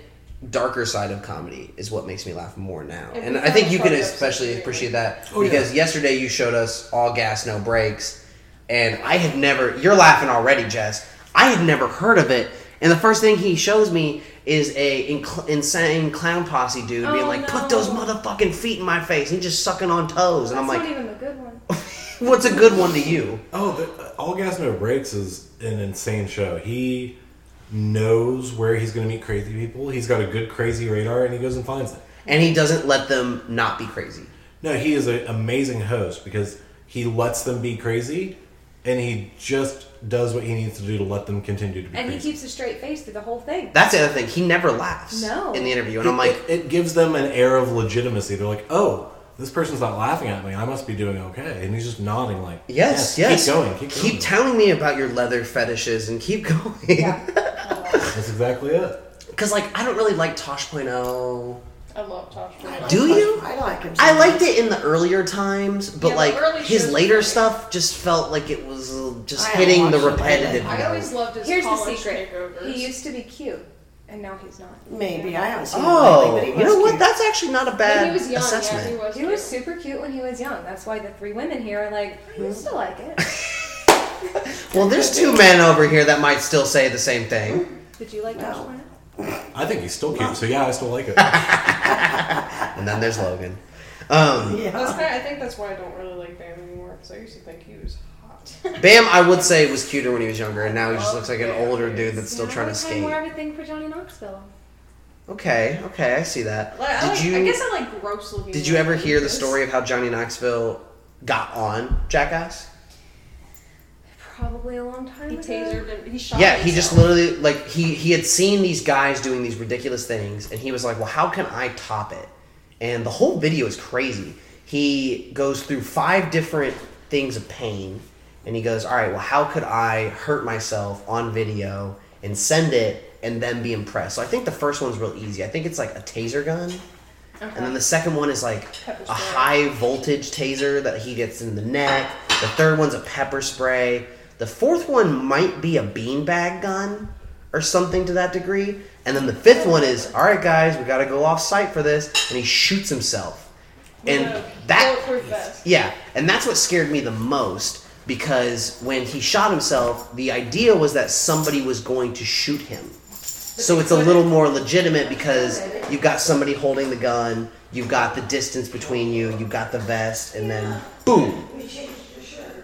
darker side of comedy is what makes me laugh more now,
And
and
we
I think
have
you can
photos.
especially appreciate that
Oh, yeah.
because yesterday you showed us all gas, no brakes, and I had never. You're laughing already, Jess. I had never heard of it, and the first thing he shows me is a inc- insane clown posse dude being
Oh,
like,
no.
"Put those motherfucking feet in my face," and he's just sucking on toes, and
That's
I'm like,
not even a good one.
"What's a good one to you?"
Oh, the, All Gas No Breaks is an insane show. He knows where he's going to meet crazy people. He's got a good crazy radar, and he goes and finds them.
and he doesn't let them not be crazy.
No, he is an amazing host because he lets them be crazy, and he just does what he needs to do to let them continue to be
And he
crazy.
keeps a straight face through the whole thing.
That's the other thing. He never laughs
No.
in the interview, and I'm like,
it, it gives them an air of legitimacy. They're like, oh. This person's not laughing at me. I must be doing okay. And he's just nodding, like,
yes, yes,
Keep going. Keep, going.
telling me about your leather fetishes and keep going.
Yeah.
That's exactly it.
Because like I don't really like Tosh.0.
I love Tosh. Brady.
Do you?
I like him.
I liked it in the earlier times, but
Yeah, the
like
early
his
shows
later
were great.
stuff just felt like it was uh, just
I haven't
hitting the
watched it.
repetitive.
I
note.
always loved his
Here's the
college
secret.
takeovers.
He used to be cute, and now he's not.
Maybe I haven't seen him
oh,
lately, but he
you know
was
what?
cute.
That's actually not a
But
bad
he was young, yeah, he
assessment.
was.
He was
cute.
super cute when he was young. That's why the three women here are like, I used to like it.
well, there's two men over here that might still say the same thing.
Did you like Josh
No.
Brolin?
I think he's still cute, so yeah, I still like it.
And then there's Logan. Um,
That's
Yeah.
kinda- I think that's why I don't really like Bam anymore because I used to think he was hot.
Bam, I would say was cuter when he was younger, and now he just looks like
Oh,
an older dude that's still
Yeah,
trying
I
to
had More
skate.
of a thing for Johnny Knoxville.
Okay, okay, I see that.
Like, I,
Did
like, I guess
you
I like gross looking.
did you ever hear the
actors.
story of how Johnny Knoxville got on Jackass?
Probably a long time
He
ago.
tasered him. He shot.
Yeah, he just
himself.
literally like he he had seen these guys doing these ridiculous things, and he was like, "Well, how can I top it?" And the whole video is crazy. He goes through five different things of pain, and he goes, "All right, well, how could I hurt myself on video and send it?" And then be impressed. So I think the first one's real easy. I think it's like a taser gun, and then the Ah, second one is like
Pepper
a
spray.
high voltage taser that he gets in the neck. The third one's a pepper spray. The fourth one might be a beanbag gun or something to that degree. And then the fifth one is, all right, guys, we got to go off site for this, and he shoots himself. And
With a bulletproof
that,
vest.
yeah, and that's what scared me the most because when he shot himself, the idea was that somebody was going to shoot him. So it's a little more legitimate because you've got somebody holding the gun, you've got the distance between you, you've got the vest, and then boom.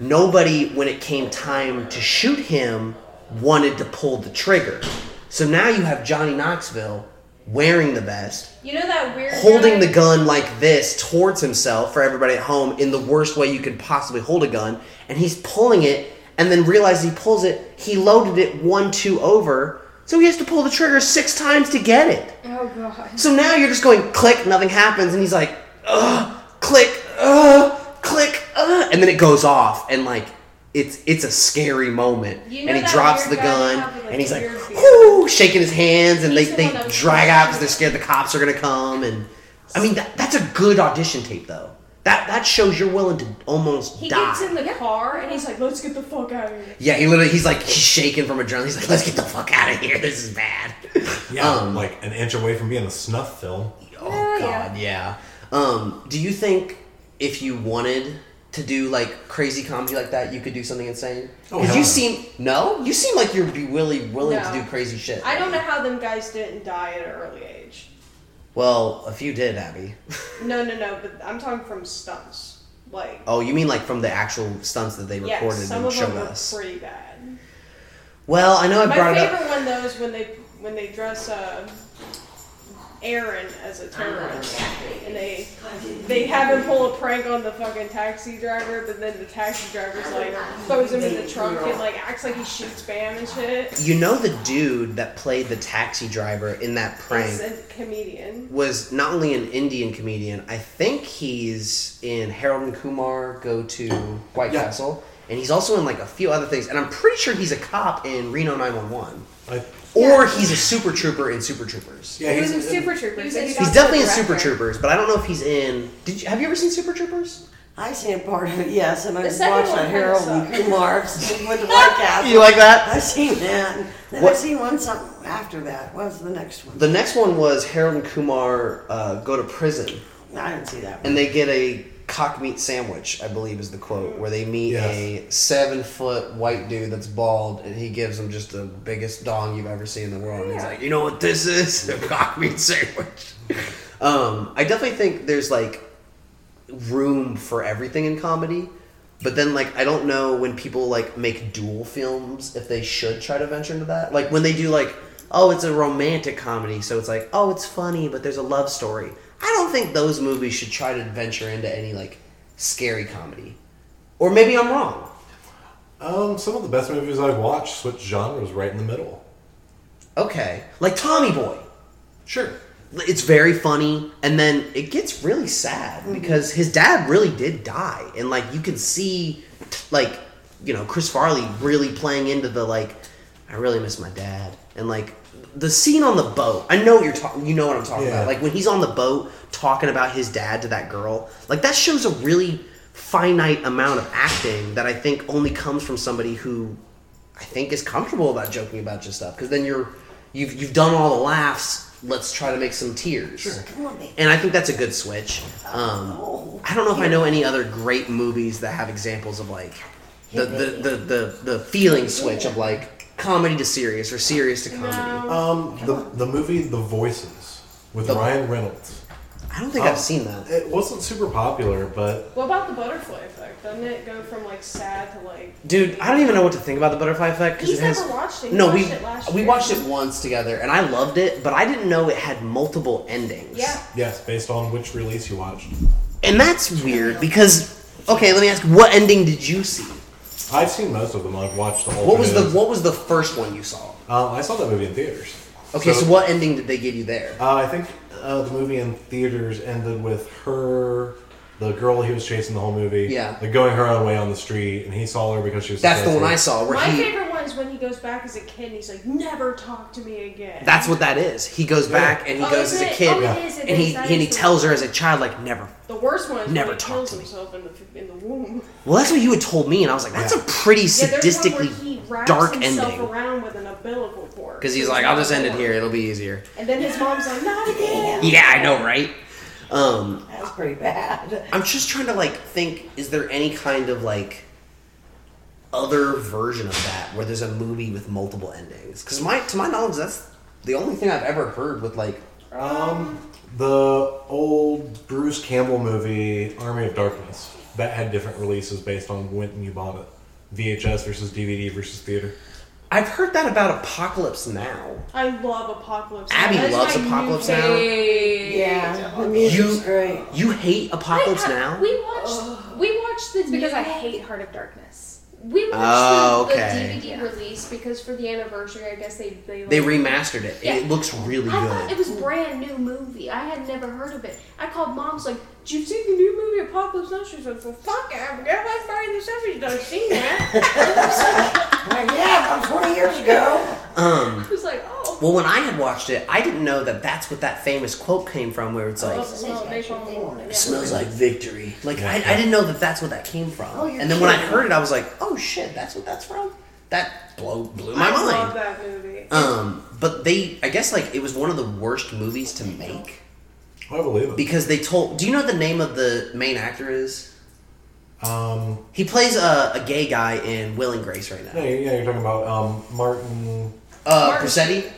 Nobody, when it came time to shoot him, wanted to pull the trigger. So now you have Johnny Knoxville wearing the vest,
You know that weird.
holding
guy?
the gun like this towards himself for everybody at home in the worst way you could possibly hold a gun, and he's pulling it, and then realizes he pulls it, he loaded it one, two over, so he has to pull the trigger six times to get it.
Oh god.
So now you're just going click, nothing happens, and he's like, ugh, click, ugh, click, ugh, and then it goes off, and like it's it's a scary moment,
You know
and he
that
drops
weird
the
guy
gun,
that had, like,
and he's like,
weird beard?
whoo, shaking his hands, and
He's the
they they
one that was
drag
like-
out because they're scared the cops are gonna come, and I mean that, that's a good audition tape though. That that shows you're willing to almost
He
die.
gets in the car and he's like, "Let's get the fuck out of here."
yeah, he literally he's like he's shaking from adrenaline. He's like, let's get the fuck out of here. This is bad.
Yeah,
Um,
like an inch away from being a snuff film.
Oh
Yeah, yeah.
god, yeah. Um, do you think if you wanted to do like crazy comedy like that, you could do something insane?
Oh,
Because
hell
you
no.
seem no, you seem like you'd be really willing to
No.
do crazy shit.
I don't know how them guys didn't die at an early age.
Well, a few did, Abby.
No, no, no. But I'm talking from stunts.
Like,
Oh, you mean like from the actual stunts that they
yes,
recorded
some
and
of
showed
them were
us?
pretty bad.
Well, I know I
My
brought it
favorite
up.
one though is when they when they dress uh, Aaron as a terrorist, and they they have him pull a prank on the fucking taxi driver, but then the taxi driver's like throws him in the trunk and like acts like he shoots Bam and shit.
You know the dude that played the taxi driver in that prank
He's a comedian.
was not only an Indian comedian. I think he's in Harold and Kumar Go to White
Yeah.
Castle, and he's also in like a few other things. And I'm pretty sure he's a cop in Reno 911,
I,
or he's a super trooper in Super Troopers.
yeah,
He was
he's,
in Super Troopers.
He's
and
in-
he
He's
got
definitely in
the
Super
record.
Troopers, but I don't know if he's in. Did you have you ever seen Super Troopers?
I seen part of it, yes, and I
The
watched
second one
the
kinda
Harold and
sucked.
Kumar with the White Castle.
You like that?
I seen that. and Then I
What-
seen one something after that. What was the next one?
The next one was Harold and Kumar uh, go to prison,
I didn't see that one.
and they get a cock meat sandwich. I believe is the quote where they meet
Yes.
a seven foot white dude that's bald, and he gives them just the biggest dong you've ever seen in the world. And he's like, "You know what this is? A cock meat sandwich." um, I definitely think there's like room for everything in comedy. But then, like, I don't know when people like make dual films if they should try to venture into that. Like when they do, like, oh, it's a romantic comedy, so it's like, oh, it's funny, but there's a love story. I don't think those movies should try to venture into any like scary comedy. Or maybe I'm wrong.
um, some of the best movies I've watched switch genres right in the middle.
Okay, like Tommy Boy.
Sure.
It's very funny, and then it gets really sad
Mm-hmm.
because his dad really did die, and like you can see, like you know Chris Farley really playing into the like, I really miss my dad, and like the scene on the boat. I know what you're talking. You know what I'm talking
Yeah.
about. Like when he's on the boat talking about his dad to that girl, like that shows a really finite amount of acting that I think only comes from somebody who I think is comfortable about joking about just stuff because then you're you've you've done all the laughs. Let's try to make some tears.
Come on, baby.
And I think that's a good switch. Um, I don't know if I know any other great movies that have examples of like the the the the, the feeling switch of like comedy to serious or serious to comedy.
Um, the the movie The Voices with
The-
Ryan Reynolds.
I don't think
Um,
I've seen that.
It wasn't super popular, but
What about the butterfly effect? Doesn't it go from like sad to like?
Dude, I don't even know what to think about the butterfly effect because
He's
it has.
never watched it. He
No,
watched
we
it last
we
year.
watched it once together and I loved it, but I didn't know it had multiple endings.
Yeah.
yes, based on which release you watched.
And that's weird because okay, let me ask what ending did you see?
I've seen most of them. I've watched the whole.
What was the what was the first one you saw?
Um, I saw that movie in theaters.
Okay, so, what ending did they give you there?
Uh, I think uh, the movie in theaters ended with her, the girl he was chasing the whole movie.
Yeah.
Like going her own way on the street, and he saw her because she was.
That's the one
successful.
I saw where
My
he
favorite one is when he goes back as a kid and he's like, "Never talk to me again."
That's what that is. He goes back and he
Oh,
goes
is
as a
it?
kid
Oh, it
Yeah.
is. It
and he
is. That
and he
is the-
tells her as a child like never.
The worst one is
Never
when he
talk
kills
to me.
himself in the, in the womb.
Well, that's what you had told me and I was like that's a pretty sadistically dark ending
around with an umbilical cord.
because he's like I'll just end it here. It'll be easier.
And then his mom's like, not again.
Yeah, I know, right? Um,
That was pretty bad.
I'm just trying to like think. Is there any kind of like other version of that where there's a movie with multiple endings? Because my to my knowledge, that's the only thing I've ever heard with like.
Um, the old Bruce Campbell movie, Army of Darkness, that had different releases based on when you bought it. VHS versus DVD versus theater.
I've heard that about Apocalypse Now.
I love Apocalypse.
Abby
Now. That's
loves
my new
Apocalypse
favorite.
Now.
Yeah, the music's
You-
great.
You hate Apocalypse
I- I-
Now?
We watched. We watched the
It's because I
new-
hate Heart of Darkness.
We watched
Oh,
the,
okay.
the DVD release because for the anniversary, I guess they they.
They
like-
remastered it.
Yeah.
It looks really
I thought it
good.
was brand new movie. I had never heard of it. I called mom's like, "Did you see the new movie Apocalypse Now?" She's like, "Well, fuck it, I forgot about Friday the Seventh. I've seen that."
Like, yeah, about 20 years ago.
Um,
I was like, "Oh."
well, when I had watched it, I didn't know that that's what that famous quote came from, where it's like,
Well, smell of napalm morning,
It
yeah.
smells like victory. Like I, I didn't know that that's what that came from.
Oh, you're
and then when I
kidding.
heard it, I was like, oh shit, that's what that's from. That blow blew my
I love
mind.
that movie.
Um, but they, I guess, like it was one of the worst movies to make
I believe it.
because they told. Do you know what the name of the main actor is?
um,
He plays a, a gay guy in Will and Grace right
no,
now.
yeah, you're talking about um, Martin.
Uh,
Martin-
Presetti,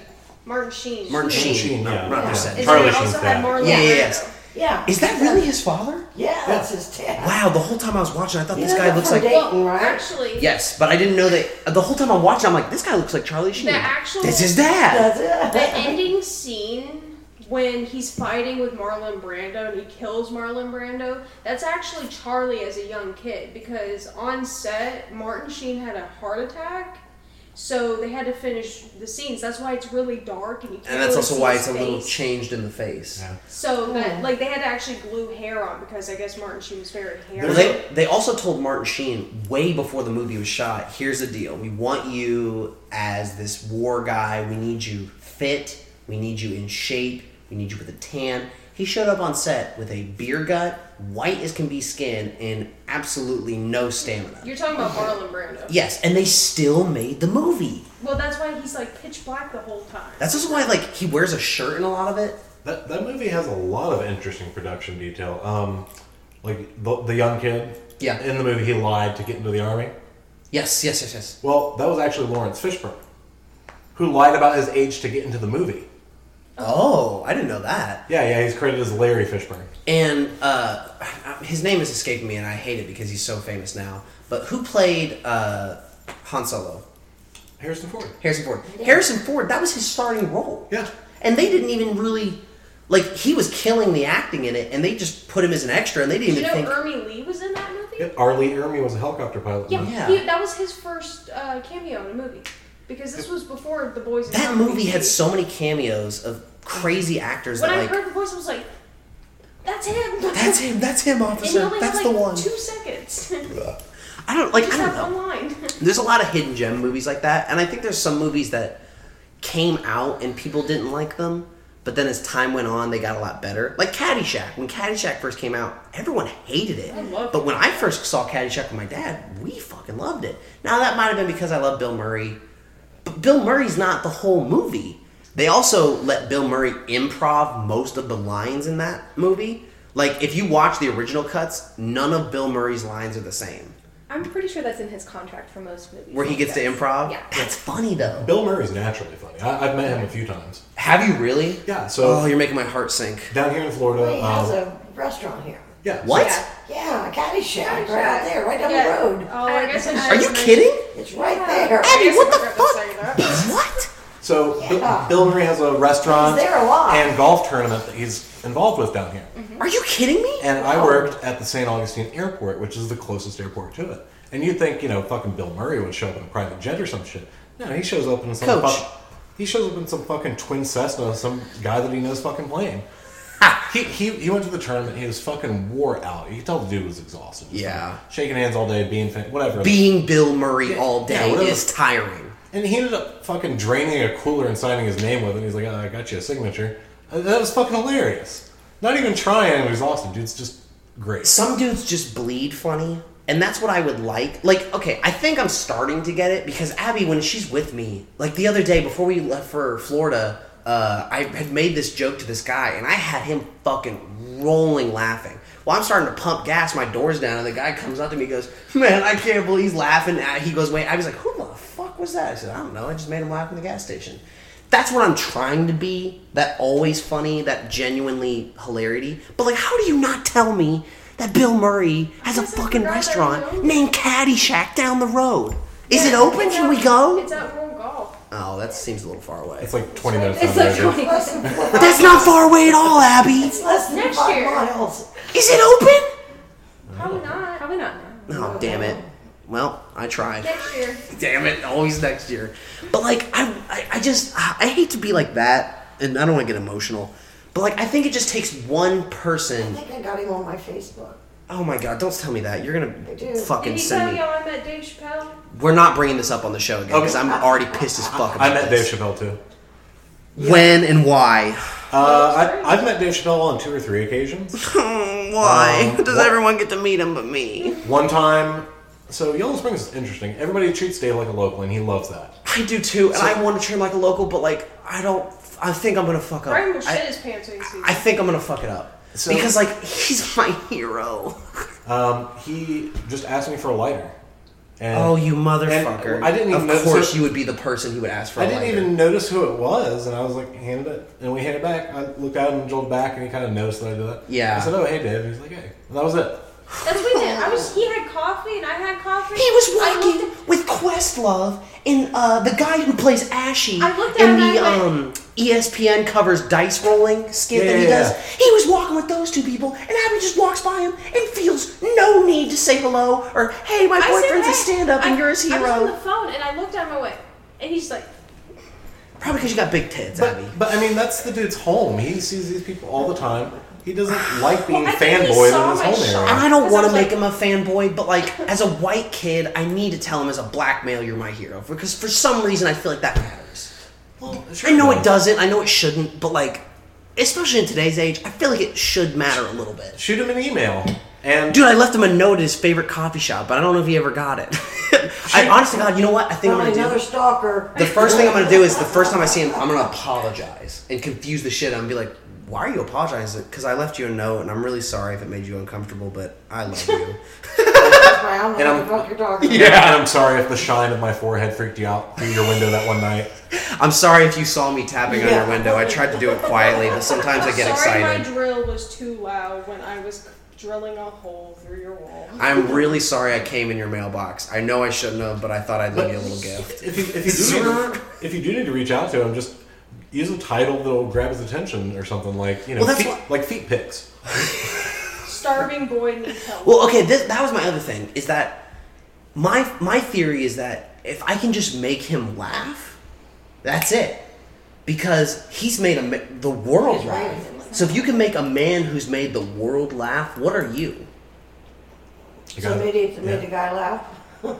Martin Sheen.
Martin Sheen,
Sheen,
not,
yeah.
not
Yeah.
Presetti.
And
Charlie
then it
Sheen's
also had
dad.
Yeah,
Marlon
yeah,
Brando.
yes.
Yeah.
Is that really his father?
Yeah, that's his dad.
Wow, the whole time I was watching, I thought
You
this
know
guy
that
looks
from
like.
Dayton, right?
Actually,
Yes, but I didn't know that. The whole time I'm watching, I'm like, this guy looks like Charlie Sheen.
the actual
That's his dad.
the ending scene when he's fighting with Marlon Brando and he kills Marlon Brando, that's actually Charlie as a young kid because on set Martin Sheen had a heart attack. So they had to finish the scenes. That's why it's really dark and you can't
And that's
really
also
see
why
his
it's a little
face.
changed in the face.
So that like they had to actually glue hair on because I guess Martin Sheen was very hairy.
Well, they, they also told Martin Sheen way before the movie was shot here's the deal. We want you as this war guy. We need you fit. We need you in shape. We need you with a tan. He showed up on set with a beer gut, white as can be skin, and absolutely no stamina.
You're talking about Marlon Brando.
Yes, and they still made the movie.
Well, that's why he's like pitch black the whole time.
That's also why, like, he wears a shirt in a lot of it.
That, that movie has a lot of interesting production detail. Um, like the, the young kid.
Yeah.
In the movie, he lied to get into the army.
Yes, yes, yes, yes.
Well, that was actually Lawrence Fishburne, who lied about his age to get into the movie.
Oh, I didn't know that.
Yeah, yeah, he's credited as Larry Fishburne.
And uh, his name is escaping me, and I hate it because he's so famous now. But who played uh, Han Solo?
Harrison Ford.
Harrison Ford. Harrison Ford. That was his starting role.
Yeah.
And they didn't even really like he was killing the acting in it, and they just put him as an extra, and they
Did
didn't
you know
even think.
Ermi Lee was in that movie?
Arlie Ermy was a helicopter pilot.
Yeah, He, that was his first uh, cameo in a movie because this was before the boys. in
that
Company.
movie had so many cameos of crazy actors
When
that
I
like
heard the voice, I was like, "That's him."
that's him, that's him,
And he
officer,
only
that's
had,
the
like,
one.
Two seconds.
I don't like. I
Just
don't
have
know.
one line.
There's a lot of hidden gem movies like that, and I think there's some movies that came out and people didn't like them, but then as time went on, they got a lot better. Like Caddyshack. When Caddyshack first came out, everyone hated it.
I loved
but when I first saw Caddyshack with my dad, we fucking loved it. Now that might have been because I love Bill Murray, but Bill Murray's not the whole movie. They also let Bill Murray improv most of the lines in that movie. Like if you watch the original cuts, none of Bill Murray's lines are the same.
I'm pretty sure that's in his contract for most movies.
Where he gets to improv?
Yeah.
That's funny though.
Bill Murray's naturally funny. I, I've met him a few times.
Have you really?
Yeah, so-
oh, you're making my heart sink.
Down here in Florida.
He has
um,
a restaurant here.
yeah. so-
What?
Yeah, Caddyshack, right
Caddyshack.
out there, right down
Yeah.
the road.
Oh, I guess I
Are you
should-
kidding?
It's right there.
Abby, what the
fuck?
What?
So
Yeah.
Bill, Bill Murray has a restaurant
He's there a lot.
and golf tournament that he's involved with down here.
Mm-hmm. Are you kidding me? Oh.
And I worked at the St. Augustine Airport, which is the closest airport to it. And you'd think, you know, fucking Bill Murray would show up in a private jet or some shit. No, he shows up in some
Coach.
fuck- he shows up in some fucking twin Cessna, some guy that he knows fucking playing. he, he he went to the tournament. He was fucking wore out. You could tell the dude was exhausted. Just
Yeah.
fucking shaking hands all day, being fan, whatever.
Being Bill Murray all
yeah,
day
whatever.
is tiring.
And he ended up fucking draining a cooler and signing his name with it. He's like, oh, I got you a signature. Uh, That was fucking hilarious. Not even trying, it was awesome. Dude's just great.
Some dudes just bleed funny, and that's what I would like. Like, okay, I think I'm starting to get it because Abby, when she's with me, like the other day before we left for Florida, uh, I had made this joke to this guy, and I had him fucking rolling laughing. Well, I'm starting to pump gas, my door's down, and the guy comes up to me and goes, Man, I can't believe he's laughing. at-" He goes, Wait, I was like, Who the fuck was that? I said, I don't know, I just made him laugh in the gas station. That's what I'm trying to be. That always funny, that genuinely hilarity. But like, how do you not tell me that Bill Murray has a
Isn't the
fucking
guy that
restaurant
owns-
named Caddyshack down the road? Is it
Yeah,
open?
it's
Can
at-
we go?
It's at World Golf.
Oh, that seems a little far away.
It's like 20 minutes
It's
down
like
the road.
20
Less than four miles.
That's not far away at all, Abby.
It's less than
Next
five
year.
miles.
Is it open?
Probably not.
Probably not now.
Oh, damn it. Well, I tried.
Next year.
damn it, always next year. But like, I, I, I just, I I hate to be like that, and I don't want to get emotional. But like, I think it just takes one
I
person.
think I got him on my Facebook.
Oh my god, don't tell me that. You're
I
gonna
do.
fucking
Did he
send
tell
me.
y'all I met Dave Chappelle?
We're not bringing this up on the show again because I'm already pissed as fuck. About
I met Dave
this.
Chappelle too.
When and why?
Uh, I, I've met Dave Chappelle on two or three occasions.
why
Um,
does
what-
everyone get to meet him but me?
One time, so Yellow Springs is interesting. Everybody treats Dave like a local, and he loves that.
I do too, and I want to treat him like a local, but like I don't. I think I'm gonna fuck up.
Brian will shit
I,
his pants when he sees
I think I'm gonna fuck it up
So-
because like he's my hero.
Um, he just asked me for a lighter, And,
oh, you motherfucker!
and I didn't even
Of
notice
course,
it.
you would be the person who would ask for.
I
a
didn't
lighter.
even notice who it was, and I was like, handed it, and we handed it back. I looked out and Joel back, and he kind of noticed that I did that.
Yeah.
I said, "Oh, hey, Dave." And he's like, "Hey," and that was it.
That's what we did. I was. He had coffee and I had coffee.
Oh. He was working with Questlove and uh, the guy who plays Ashy
I looked at
in
him and
the
I went-
um, ESPN covers dice rolling skit that he
Yeah, yeah,
does.
yeah.
He was walking with those two people, and Abby just walks by him and feels no need to say hello or "Hey, my
I said,
boyfriend's
"Hey."
a stand-up and
I-
you're his
I was on the
hero."
phone and I looked at him and went, and he's like,
Probably because you got big tits, Abby.
But I mean, that's the dude's home. He sees these people all the time. He doesn't like being
Well, I think he
fanboyed
saw
in his
my
home
shot.
area.
And I don't want to make him a fanboy, but like as a white kid, I need to tell him as a black male, you're my hero because for some reason I feel like that matters.
Well,
I know it doesn't. I know it shouldn't, but like, especially in today's age, I feel like it should matter a little bit.
Shoot him an email. And
dude, I left him a note at his favorite coffee shop, but I don't know if he ever got it. I honestly, God, you know what? I think I'm
Probably
gonna do.
another stalker.
The first thing I'm gonna do is the first time I see him, I'm gonna apologize and confuse the shit. out of him and be like, "Why are you apologizing? Because I left you a note, and I'm really sorry if it made you uncomfortable, but I love you."
I don't know what the fuck you're talking about.
And I'm sorry if the shine of my forehead freaked you out through your window that one night.
I'm sorry if you saw me tapping on
Yeah.
your window. I tried to do it quietly, but sometimes I get
sorry
excited.
my drill was too loud when I was drilling a hole through your wall.
I'm really sorry I came in your mailbox. I know I shouldn't have, but I thought I'd leave you a little gift.
If you, if you do need to, if you do need to reach out to him, just use a title that'll grab his attention or something like you know,
Well, that's
feet, like feet pics.
Starving boy needs help.
Well, okay, this, that was my other thing. Is that my my theory is that if I can just make him laugh, that's it. Because he's made a, ma- the world laugh. So if you can make a man who's made the world laff, what are you?
Some idiots that made the guy laugh.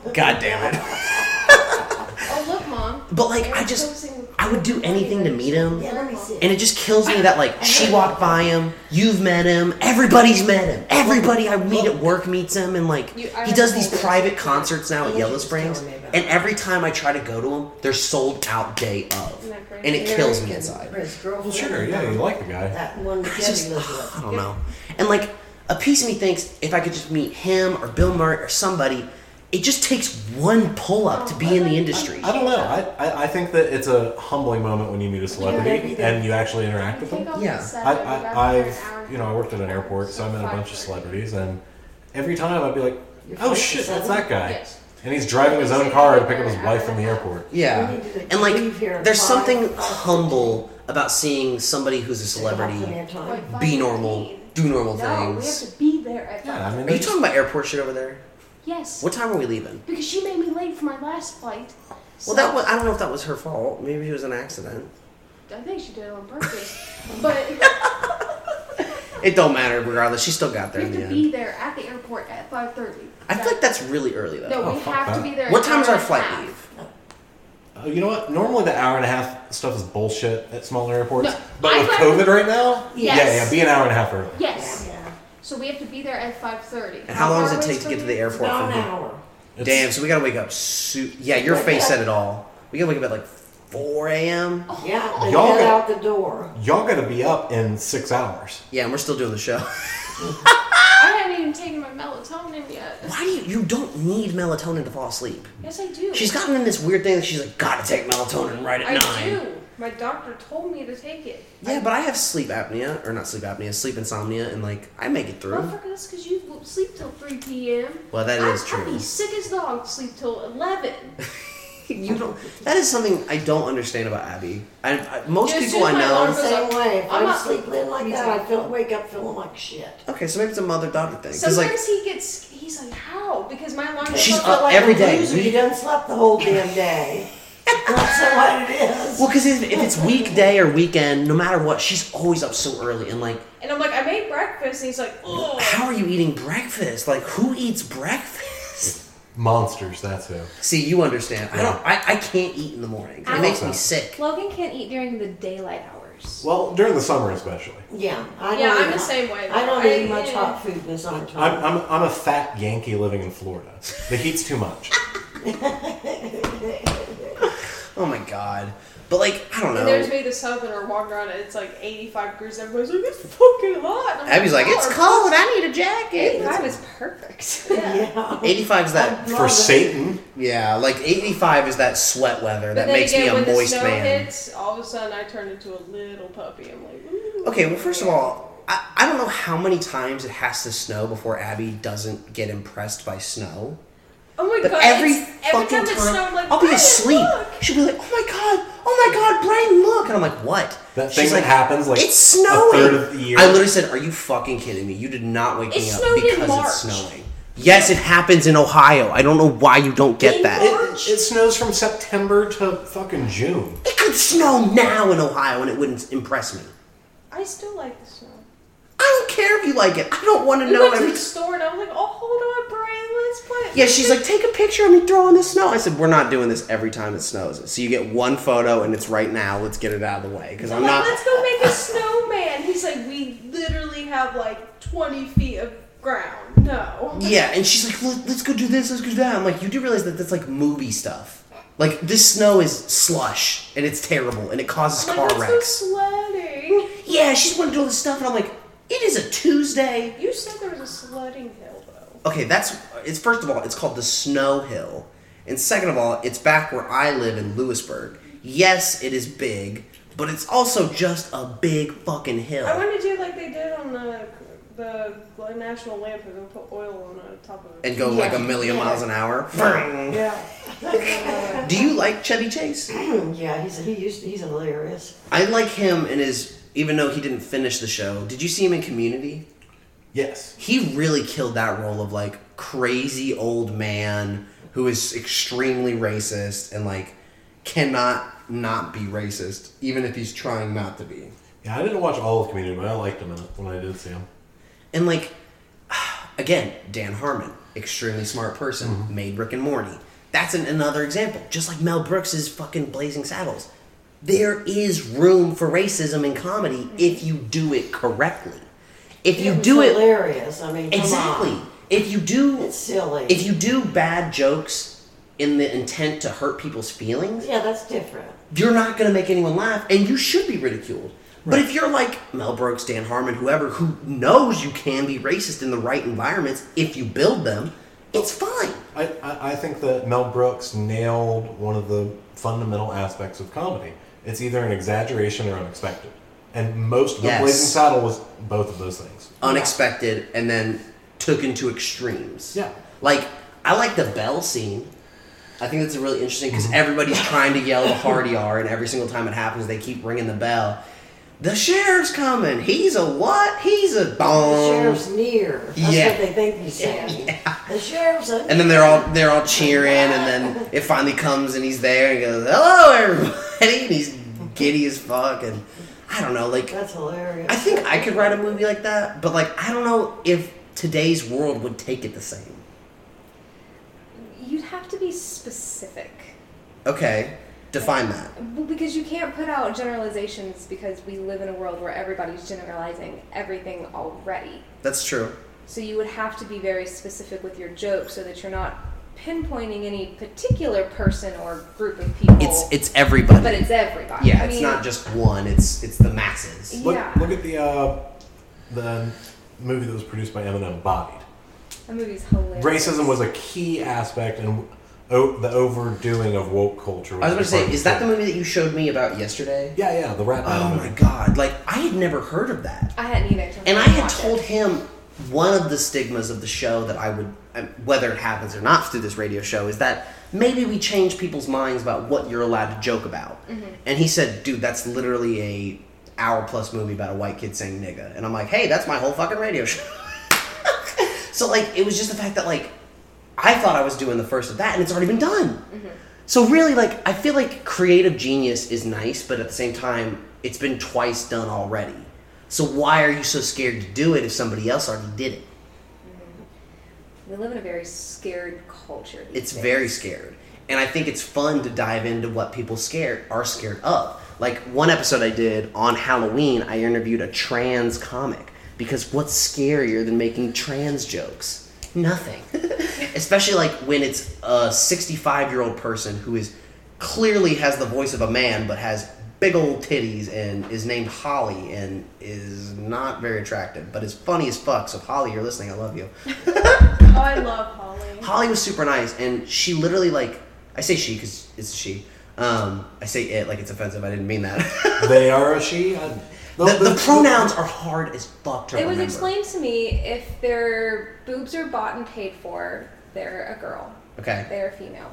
God damn it!
Oh look, mom.
But like, I just I would do anything to meet him.
Yeah, let me see.
And it just kills me that like she walked by him, you've met him, everybody's met him, everybody I meet at work meets him, and like
You- I
he does
have
these
told
private concerts now at Yellow
just
Springs,
telling me about
and every time I try to go to him, they're sold out day of,
Isn't that crazy?
and it
Yeah,
kills
you
me
can-
inside.
Chris, girl,
Well, sure, yeah, you like the guy.
That one kid he
just-
lives with.
I don't know, and like a piece of me thinks if I could just meet him or Bill Murray or somebody, it just takes one pull up to be in the industry.
I don't know. I, I, I think that it's a humbling moment when you meet a celebrity
Yeah.
and you actually interact with them.
Yeah.
I, I, I've you know I worked at an airport, so I met a bunch of celebrities, and every time I'd be like, "Oh shit, that's that guy," and he's driving his own car to pick up his wife from the airport.
Yeah. And
leave here
like
at
there's
five.
something humble about seeing somebody who's a celebrity be normal, do normal
No, we have
things.
to be there at five.
Are you talking about airport shit over there?
Yes.
What time are we leaving?
Because she made me late for my last flight.
Well, that was, I don't know if that was her fault. Maybe it was an accident.
I think she did it on purpose. but
It don't matter regardless. She still got there
we
in
have
the
to
end.
be there at the airport at five thirty.
I feel like that's really early though. Oh,
No, we have to be there.
What
an
time's
hour
our
and a
flight
half.
leave?
Oh, you know what? Normally the hour and a half stuff is bullshit at smaller airports,
No,
but
I
with
thought-
COVID right now, yeah,
Yes.
yeah, be an hour and a half early.
Yes. So we have to be there at five thirty.
And how long does it take to get to the airport from here? Damn, so we gotta wake up. Su- yeah, your face said it all. We gotta wake up at like 4 a.m.
Yeah, and
Y'all
get
got-
out the door.
Y'all got to be up in six hours.
Yeah, and we're still doing the show.
I haven't even taken my melatonin yet.
Why do you? You don't need melatonin to fall asleep.
Yes, I do.
She's gotten in this weird thing that she's like, gotta take melatonin right at
I
nine.
do. My doctor told me to take it.
Yeah, but I have sleep apnea, or not sleep apnea, sleep insomnia, and like I make it through.
Motherfucker, that's because you won't sleep till three p.m.
Well, that
I-
is
I'd be
true.
sick as dog. to Sleep till eleven.
You don't. That is something I don't understand about Abby. I, I, most
Just
people I
use my
I'm the
know.
alarm.
same way. If
I'm
I'm,
not-
sleeping in like that, I feel wake up feeling like shit.
Okay, so maybe it's a mother daughter thing. Because
Sometimes
like
he gets. He's like, how? Because my alarm.
She's
goes
I feel
up
like
every
a
day.
loser.
We-
You done slept the whole damn day. That's what it is.
Well, because if, if it's weekday or weekend, no matter what, she's always up so early. And like,
And I'm like, I made breakfast, and he's like, oh.
how are you eating breakfast? Like, who eats breakfast?
Monsters, that's who.
See, you understand. I don't. I, I can't eat in the morning. It
I
makes
also-
me sick.
Logan can't eat during the daylight hours.
Well, during the summer especially.
Yeah, I
Yeah,
don't
I'm
eat-
the same way,
I don't
though.
eat
I-
much
yeah.
hot food this on
I'm,
time.
I'm, I'm a fat Yankee living in Florida. The heat's too much.
Oh my god. But like, I don't
And there's
know.
me the southern or walking around, and it's like 85 degrees. Everybody's like, it's fucking hot. And I'm
Abby's like, it's
"Oh,
cold. I need a jacket.
Eighty-five is perfect.
perfect.
Oh,
Eighty-five is that
For Satan.
Yeah, like eighty-five is that sweat weather that
then
makes
again,
me
when
a moist
the snow
man.
hits, all of a sudden I turn into a little puppy. I'm like, "Ooh."
Okay, well, first of all, I, I don't know how many times it has to snow before Abby doesn't get impressed by snow.
oh my
But
god,
every
it's, every
fucking
time, it's snow, I'm like,
I'll be
"Brian,
asleep.
look."
She'll be like, "Oh my god, oh my god, Brian, look!" And I'm like, "What?"
That thing that happens, like,
it's
a
snowing.
third of the year.
I literally said, "Are you fucking kidding me? You did not wake
It
me up
snowed in
because
March.
it's snowing." Yes, it happens in Ohio. I don't know why you don't get that.
It, it snows from September to fucking June.
It could snow now in Ohio and it wouldn't impress me.
I still like the snow.
I don't care if you like it. I don't want to
We
know
went to
every.
the store and I was like, oh, hold on, Brian, let's play.
Yeah, she's like, take a picture of me throwing the snow. I said, we're not doing this every time it snows. So you get one photo and it's right now. Let's get it out of the way because I'm
like,
not.
Let's go make a snowman. He's like, we literally have like 20 feet of ground. No.
Yeah, and she's like, "Let- let's go do this, let's go do that. I'm like, you do realize that that's like movie stuff. Like this snow is slush and it's terrible and it causes
I'm
car
like, let's go
wrecks.
sledding.
Yeah, she's wanting to do all this stuff and I'm like, it is a Tuesday.
You said there was a sledding hill though.
Okay, that's it's first of all, it's called the Snow Hill. And second of all, it's back where I live in Lewisburg. Yes, it is big, but it's also just a big fucking hill.
I want to do like they did on the the national lampoon and put oil on the top of it.
and go like a million miles an hour.
Yeah.
Do you like Chevy Chase?
yeah, he's he used he's hilarious.
I like him in his, even though he didn't finish the show. Did you see him in Community?
Yes.
He really killed that role of like crazy old man who is extremely racist and like cannot not be racist, even if he's trying not to be.
Yeah, I didn't watch all of Community, but I liked him in it when I did see him.
And like, again, Dan Harmon, extremely smart person,
Mm-hmm.
made Rick and Morty. That's an, another example. Just like Mel Brooks's fucking Blazing Saddles, there is room for racism in comedy
Mm-hmm.
if you do it correctly. If you
It was
do it
hilarious. I mean, come
exactly,
on.
if you do,
It's silly.
if you do bad jokes in the intent to hurt people's feelings,
yeah, that's different.
you're not going to make anyone laugh, and you should be ridiculed. But if you're like Mel Brooks, Dan Harmon, whoever, who knows you can be racist in the right environments if you build them, it's fine.
I, I, I think that Mel Brooks nailed one of the fundamental aspects of comedy. It's either an exaggeration or unexpected. And most of
Yes.
The Blazing Saddle was both of those things.
Unexpected, and then took into extremes.
Yeah.
Like, I like the bell scene. I think that's really interesting
Mm-hmm.
because everybody's trying to yell the hard ER, and every single time it happens, they keep ringing the bell. The sheriff's coming. He's a what? He's a
The
bomb.
sheriff's near. That's
Um, yeah.
what they think he's saying. The sheriff's a
And then they're all they're all cheering, and then it finally comes, and he's there, and he goes, "Hello, everybody!" And he's giddy as fuck, and I don't know. Like,
That's hilarious.
I think I could write a movie like that, but like, I don't know if today's world would take it the same.
You'd have to be specific.
Okay, define that.
Well, because you can't put out generalizations because we live in a world where everybody's generalizing everything already.
That's true.
So you would have to be very specific with your jokes so that you're not pinpointing any particular person or group of people.
It's it's everybody.
but it's everybody.
yeah,
I
it's
mean,
not just one. It's it's the masses.
Look,
Yeah.
look at the, uh, the movie that was produced by Eminem, Bodied.
That movie's hilarious.
Racism was a key aspect and o- the overdoing of woke culture.
I was about to say, is that the movie that you showed me about yesterday?
Yeah, yeah, the rap
Oh
Battle
my
movie.
god! Like, I had never heard of that.
I hadn't either. until
And I
watched it.
had told him one of the stigmas of the show that I would, um, whether it happens or not through this radio show, is that maybe we change people's minds about what you're allowed to joke about.
Mm-hmm.
And he said, "Dude, that's literally a hour plus movie about a white kid saying nigga." And I'm like, "Hey, that's my whole fucking radio show." so like, it was just the fact that like, I thought I was doing the first of that, and it's already been done.
Mm-hmm.
So really, like, I feel like creative genius is nice, but at the same time, it's been twice done already. So why are you so scared to do it if somebody else already did it?
We live in a very scared culture. these
It's
days.
very scared, and I think it's fun to dive into what people scared are scared of. Like one episode I did on Halloween, I interviewed a trans comic because what's scarier than making trans jokes? Nothing. Especially like when it's a 65 year old person who is clearly has the voice of a man but has big old titties and is named Holly and is not very attractive but is funny as fuck. So Holly, you're listening. I love you.
Oh, I love Holly.
Holly was super nice, and she literally like I say she because it's a she. Um, I say it like it's offensive. I didn't mean that.
they are a she. The,
the pronouns are hard as fuck to
It was
remember.
explained to me if their boobs are bought and paid for, they're a girl.
Okay.
They're a female.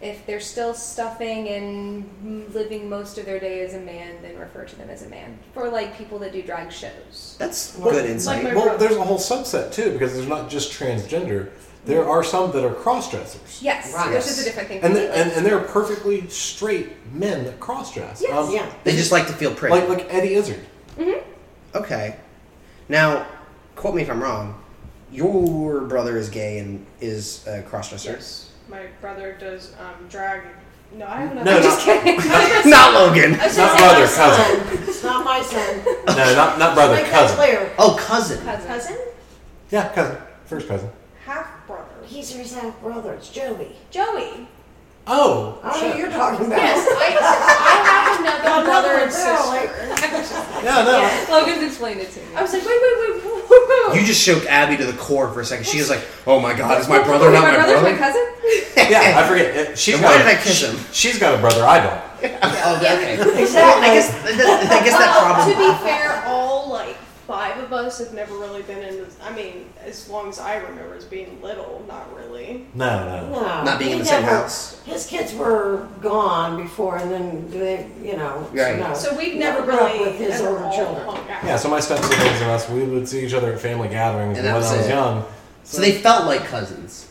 If they're still stuffing and living most of their day as a man, then refer to them as a man. For like people that do drag shows.
That's
Well,
good insight.
well, there's a whole subset too because there's not just transgender. There are some that are cross-dressers.
Yes,
Right.
which is a different thing.
And, they're, and,
completely.
and they're perfectly straight men that cross-dress. Uh,
Yes. Yeah.
They just like to feel pretty.
Um, Like like Eddie Izzard.
Mm-hmm.
Okay. Now, quote me if I'm wrong. Your brother is gay and is a crossdresser.
My brother does um, drag. No, I have
No,
another.
no.
I'm just kidding.
Not Logan.
I was
Not
just
brother,
saying-
cousin.
It's not my son.
No, not not brother,
Make that
cousin.
clear.
Oh, cousin.
Cousin?
Yeah, cousin. First cousin.
Half brother.
He's his half brother. It's Joey.
Joey.
Oh.
I don't know
shit.
who you're talking about.
Yes, I, I have another brother and sister.
No, no.
Yeah, Logan's explained it to me.
I was like, wait, wait, wait, whoa, whoa, whoa.
You just shook Abby to the core for a second. She was like, "Oh my God, is my brother
Wait,
not my,
brother's
brother?"
my cousin?
Yeah, I forget. Uh, She's
Then why
got a-
did I kiss him?
She's got a brother. I don't.
Oh, okay.
Exactly.
I guess that, I guess that
Well,
problem.
to be fair, all like five of us have never really been in. This, I mean, as long as I remember, as being little, not really.
No, no.
No,
Not being in
he
the same
never-
house.
His kids were gone before, and then they, you know.
Right.
no.
So we've
He
never
grew up
really
with his
ever
older
all
children.
hung out.
Yeah, so my step siblings and us, we would see each other at family gatherings
And
when I
that was
was
it.
young.
So they felt like cousins.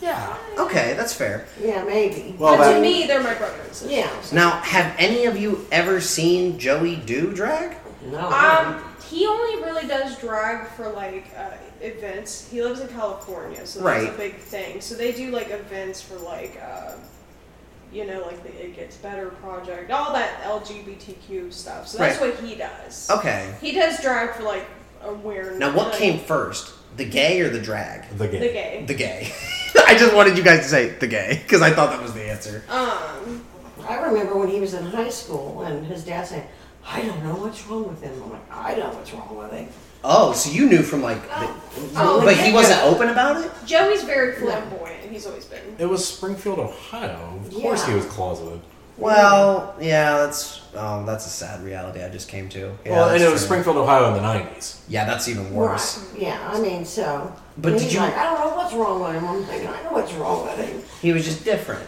Yeah.
Okay, that's fair.
Yeah, maybe.
Well,
But to
that-
me, they're my brothers.
yeah.
Now, have any of you ever seen Joey do drag?
No.
Um, he only really does drag for like uh, events. He lives in California, so that's
Right.
a big thing. So they do like events for like, uh, you know, like the It Gets Better project, all that LGBTQ stuff. So that's
Right.
what he does.
Okay.
He does drag for like awareness.
Now, what
Uh,
like,
came first, the gay or the drag?
The
the
game.
gay?
The gay. I just wanted you guys to say the gay because I thought that was the answer.
um,
I remember when he was in high school, and his dad saying, "I don't know what's wrong with him." I'm like, "I know what's wrong with him."
Oh, so you knew from like, the,
Oh,
but he wasn't open about it.
Oh, Joey's very flamboyant. He's always been.
It was Springfield, Ohio. Of course, he
Yeah.
was closeted.
Well, yeah, that's um, that's a sad reality I just came to. Yeah,
well, and
that's
it was
true.
Springfield, Ohio in the nineties.
Yeah, that's even worse.
Right. Yeah, I mean, so.
But
and
did
he's
you-
Like, I don't know what's wrong with him. I'm thinking, I know what's wrong with him.
He was just different.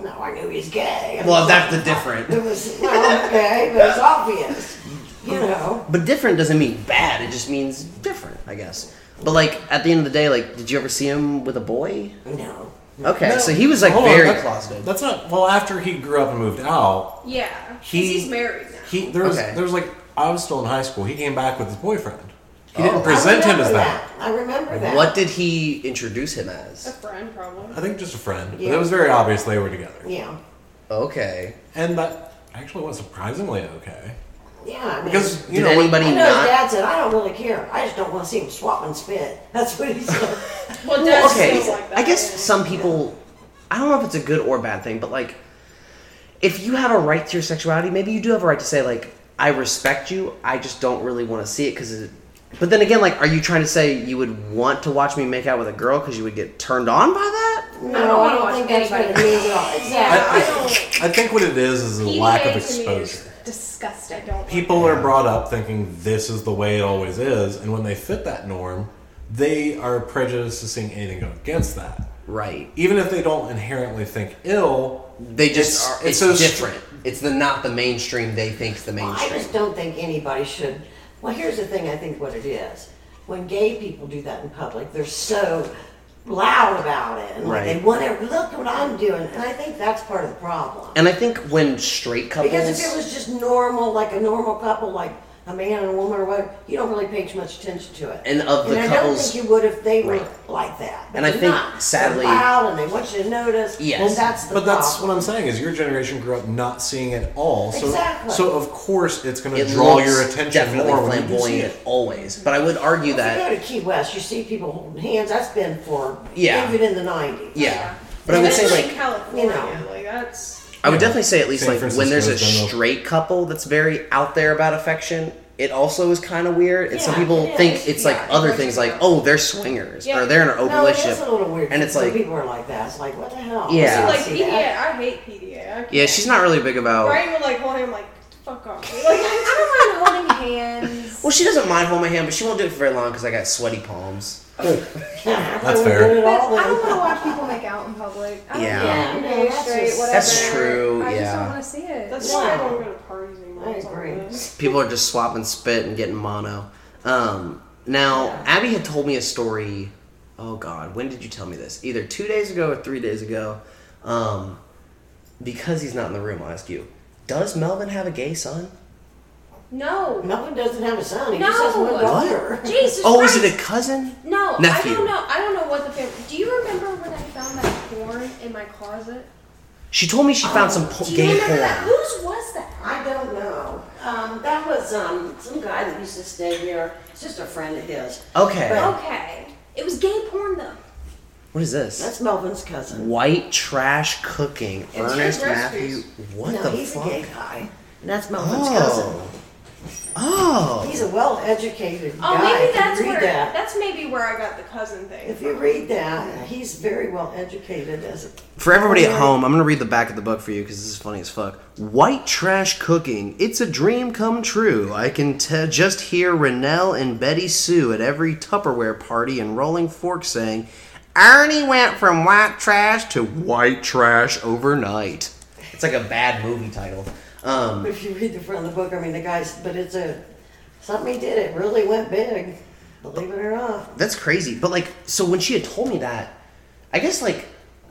No, I knew he's gay.
Well, that's the different.
It was well, okay, but it's obvious, you know.
But different doesn't mean bad. It just means different, I guess. But like at the end of the day, like, did you ever see him with a boy?
No.
Okay, so he was like very
that's,
closeted.
That's not well. After he grew up and moved out,
Yeah, 'cause
He-
he's married now.
he there was
Okay.
there was like I was still in high school. He came back with his boyfriend. He
Oh.
didn't present
I
him
remember
as that.
I remember that.
What did he introduce him
a
as?
friend, probably.
I think just a friend. But
Yeah.
it was very obvious they were together,
Yeah.
Okay.
and that actually was surprisingly okay
Yeah, I mean,
because you
Did
know when-
anybody
I know his
not?
dad said, I don't really care. I just don't want to see him swap and spit. That's what he said.
Well,
Well,
Dad's
okay,
still like that.
I guess
yeah.
some people. I don't know if it's a good or bad thing, but like, if you have a right to your sexuality, maybe you do have a right to say like, I respect you. I just don't really want to see it because. It, but then again, like, are you trying to say you would want to watch me make out with a girl because you would get turned on by that?
no, I don't,
wanna watch
think that's what it means at all.
I,
Exactly.
I, I think what it is is a
PDA
lack of
to me is-
exposure.
Disgusting.
don't like
people are brought up thinking this is the way it always is, and when they fit that norm, they are prejudiced to seeing anything go against that.
Right.
Even if they don't inherently think ill,
They just
It's-
are.
it's
It's,
so str-
different. It's the not the mainstream they think's the
Well, I
mainstream.
just don't think anybody should. Well, here's the thing I think what it is. When gay people do that in public, they're so loud about it. And like, they
Right.
want to look what I'm doing. And I think that's part of the problem.
And I think when straight couples,
Because if it was just normal, like a normal couple, like a man and a woman or whatever, you don't really pay too much attention to it.
And of the
and I don't
couples-
think you would if they were
Right.
like that. But
And I
they're
think,
not. They're
sadly-
loud and they want you to notice.
Yes.
and that's the
but that's what
problem.
I'm saying is your generation grew up not seeing it all. So,
Exactly.
so of course it's going to
it
draw
looks
your attention
definitely
more when you see
flamboyant
it.
always. But I would argue that
If you go to Key West, you see people holding hands. That's been for
Yeah.
even in the '90s.
Yeah. But I would say,
Especially
like,
California,
you know.
like that's
I would definitely say at least,
San
like, when there's a
Francisco's done the-
straight couple that's very out there about affection, it also is kind of weird. And some
Yeah,
people
it
think
is.
it's
Yeah,
like
it
other
works
things, like oh, they're swingers or they're in an open
no,
relationship,
It is a little weird.
and it's
Some
like
people are like that. It's like what the hell?
Yeah.
I
Like
see that.
PDA, I hate PDA. I
yeah, she's not really big about.
Brian would like hold him like, fuck off. Like
don't
I
mind holding hands.
Well, she doesn't mind holding my hand, but she won't do it for very long because I got sweaty palms. That's
But I don't want to watch people make out in public. I don't
Yeah.
care if
Yeah,
they're
that's
straight,
just-
whatever.
That's true,
I just
yeah.
don't want to see it.
That's why I don't go to parties anymore. I agree.
People are just swapping spit and getting mono. Um, now, Abby had told me a story. Oh God, when did you tell me this? Either two days ago or three days ago. Um, because he's not in the room, I'll ask you: Does Melvin have a gay son?
No.
Melvin doesn't have a son. He
no.
just has one daughter.
Jesus
oh,
Christ.
is it a cousin?
No,
nephew.
I don't know. I don't know what the family. Do you remember when I found that porn in my closet?
She told me she found
Oh,
some po-
Do you
gay
remember that?
porn.
Whose was that?
I don't know. Um, that was um, some guy that used to stay here. It's just a friend of his.
Okay.
okay. It was gay porn though.
What is this?
That's Melvin's cousin.
White trash cooking. Ernest Matthew. What
no,
the
he's
fuck?
a gay guy. And that's Melvin's cousin.
Oh. Oh.
He's a well-educated
Oh,
guy.
maybe
If you
that's
read
where
that.
that's maybe where I got the cousin thing.
If you read that, he's very well-educated as a
For everybody at home, I'm going to read the back of the book for you because this is funny as fuck. White trash cooking. It's a dream come true. I can te- just hear Renelle and Betty Sue at every Tupperware party and Rolling Fork saying, Ernie went from white trash to white trash overnight. It's like a bad movie title. Um,
If you read the front of the book, I mean, the guy's, but it's a, something he did, it really went big, believe it or not.
that's crazy. But, like, so when she had told me that, I guess, like,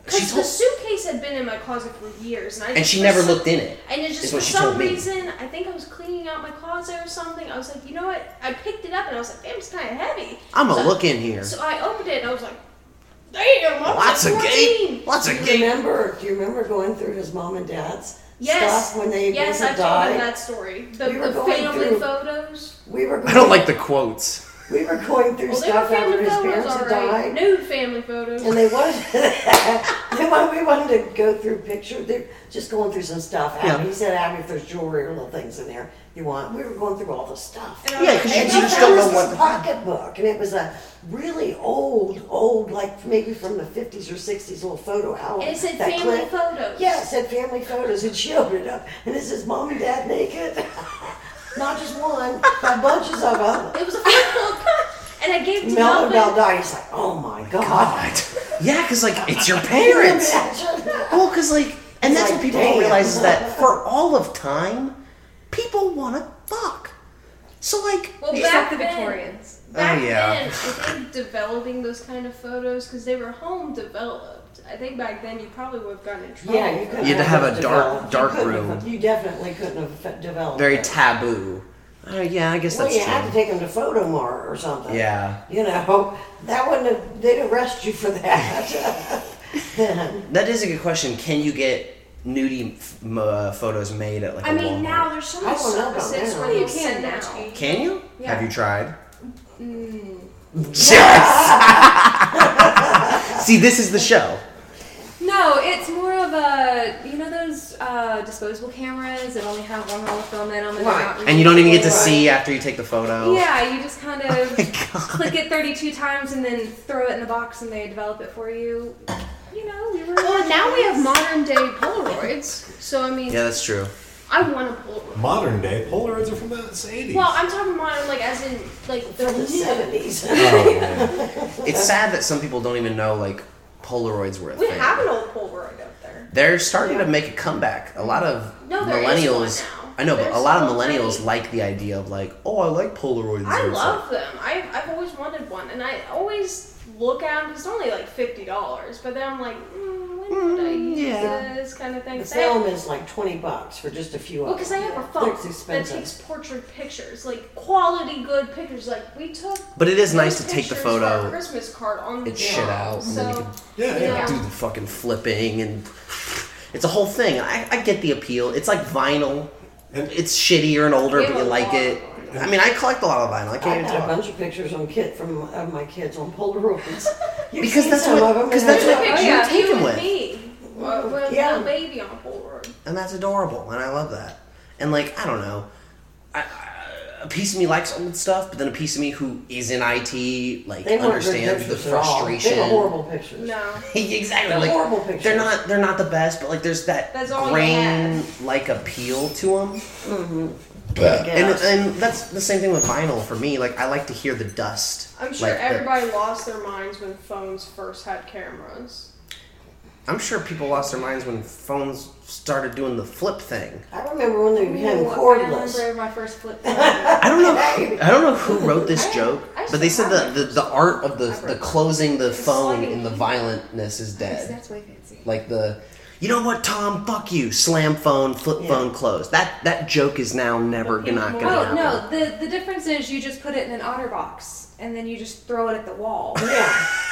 she
Because the
told.
suitcase had been in my closet for years, and I
And
just
she
for
never
some-
looked in it,
And it
is
just
what
for
she
some
told me.
reason, I think I was cleaning out my closet or something. I was like, you know what? I picked it up and I was like, damn, it's kind of heavy.
I'm going
So-
to look in here.
So I opened it and I was like, damn, I was
Oh, Lots
like
of gay-
14.
lots of
Do
gay-
you remember, do you remember going through his mom and dad's
Yes.
stuff when they
yes,
went
I
to
told
die?
him that story. The,
We were
the
going
family
through-
photos.
We were
I don't like the quotes.
We were going through
Well, they were
stuff after
family
his
photos
parents had
already.
died.
Nude family photos.
And they wanted, they wanted, we wanted to go through pictures, they're just going through some stuff. Abby,
Yeah.
he said, Abby, if there's jewelry or little things in there you want, we were going through all the stuff.
And I was
Yeah, 'cause
like,
you
And
"Hey,
she
just
look,
don't
found
know
us
what
this
the-
pocketbook, and it was a really old, old, like maybe from the fifties or sixties, little photo album.
And it said
that
family
Clint-
photos.
Yeah, it said family photos, and she opened it up, and it says mom and dad naked, not just one, but bunches of them.
It was a photo. and I gave it to
Mel
Melvin.
Bell died. He's like, oh my god.
Yeah, because like it's your
Can you
parents.
imagine?
well, because like, and that's what
Like,
people don't
damn.
realize is that for all of time, people want to fuck. So like,
Well,
Except
back
the
then-
Victorians.
Back
Oh, yeah.
then, I think developing those kind of photos because they were home developed. I think back then you probably would have gotten in trouble.
Yeah, you couldn't
You had to have a dark-
developed-
dark
you couldn't
room.
have- You definitely couldn't have fe- developed.
very
it.
taboo. Uh, yeah, I guess
Well,
that's
you had to
true.
take him to Photo Mart or something.
Yeah,
You know, that wouldn't have, they'd arrest you for that. Then.
that is a good question. Can you get nudie f- m- uh, photos made at like a
I mean,
Walmart?
now there's so
I
many
don't know about
services
now.
where
You
you
can
can
now.
now.
Can you?
Yeah. Mm.
Have you tried? Yes. See, this is the show.
No, it's more of a you know those uh, disposable cameras that only have one roll of film in them and
Right.
they're not
And you don't even get to
reusable?
see after you take the photo.
Yeah, you just kind of
God.
click it 32 times and then throw it in the box and they develop it for you. You know, we were.
Well, now we have modern day Polaroids. So I mean,
Yeah, that's true.
I want a Polaroid.
Modern day Polaroids are from the 80s.
Well, I'm talking modern, like as in like the
The seventies.
Oh, man.
It's sad that some people don't even know like Polaroids were a
We
thing.
have an old Polaroid up there.
They're starting to make a comeback. A lot of
No, there is
millennials.
one now.
I know, but a
There's
lot of
so
millennials
many.
like the idea of like, oh, I like Polaroids.
I
or
love them. I, I've always wanted one, and I always look at them because they're only like fifty dollars. But then I'm like, mm, when would I use
yeah.
this kind of thing?
The
'Cause I have-
film is like twenty bucks for just a few
Well,
of
because I
them.
have a
It's
phone that
expensive.
takes portrait pictures, like quality good pictures. Like we took.
But it is nice
those
to take the
pictures for our
photo
Christmas card on the
and shit
wall.
out, and then you
So
yeah,
yeah.
do the fucking flipping and it's a whole thing. I, I get the appeal. It's like vinyl.
And-
It's shittier and older,
We
but
have a
you like
lot
it.
of
I mean, I collect a lot of vinyl. I
I
can't even
had a
tell.
bunch of pictures on kid from of my kids on Polaroids. You've
Because
seen
that's
some
what-
of 'em,
because
and I
that's what
thought,
pictures-
"Oh,
you
yeah,
take
you
them
and
with?
me. Well, with a
Yeah.
little baby on Polaroid.
and that's adorable and i love that and like i don't know I, I, a piece of me likes old stuff, but then a piece of me who is in IT like
They weren't good
understands the
pictures at all. They were
frustration.
horrible
pictures.
No.
exactly.
They're
like,
horrible
They're not. They're not the best, but like there's that
That's all they
grain like appeal to them. Mm-hmm.
Bleh.
And, and that's the same thing with vinyl for me. Like I like to hear the dust.
I'm sure
like, the-
everybody lost their minds when phones first had cameras.
I'm sure people lost their minds when phones started doing the flip thing.
I remember when they
I
became cordless.
remember my first flip
I don't know. I don't know who wrote this joke, but they said the, the, the art of the, the closing the phone in the violentness is dead.
That's way fancy.
Like the, you know what, Tom? Fuck you. Slam phone, flip phone, close. That that joke is now never not gonna
Oh
happen.
no, the the difference is you just put it in an otter box and then you just throw it at the wall.
Yeah.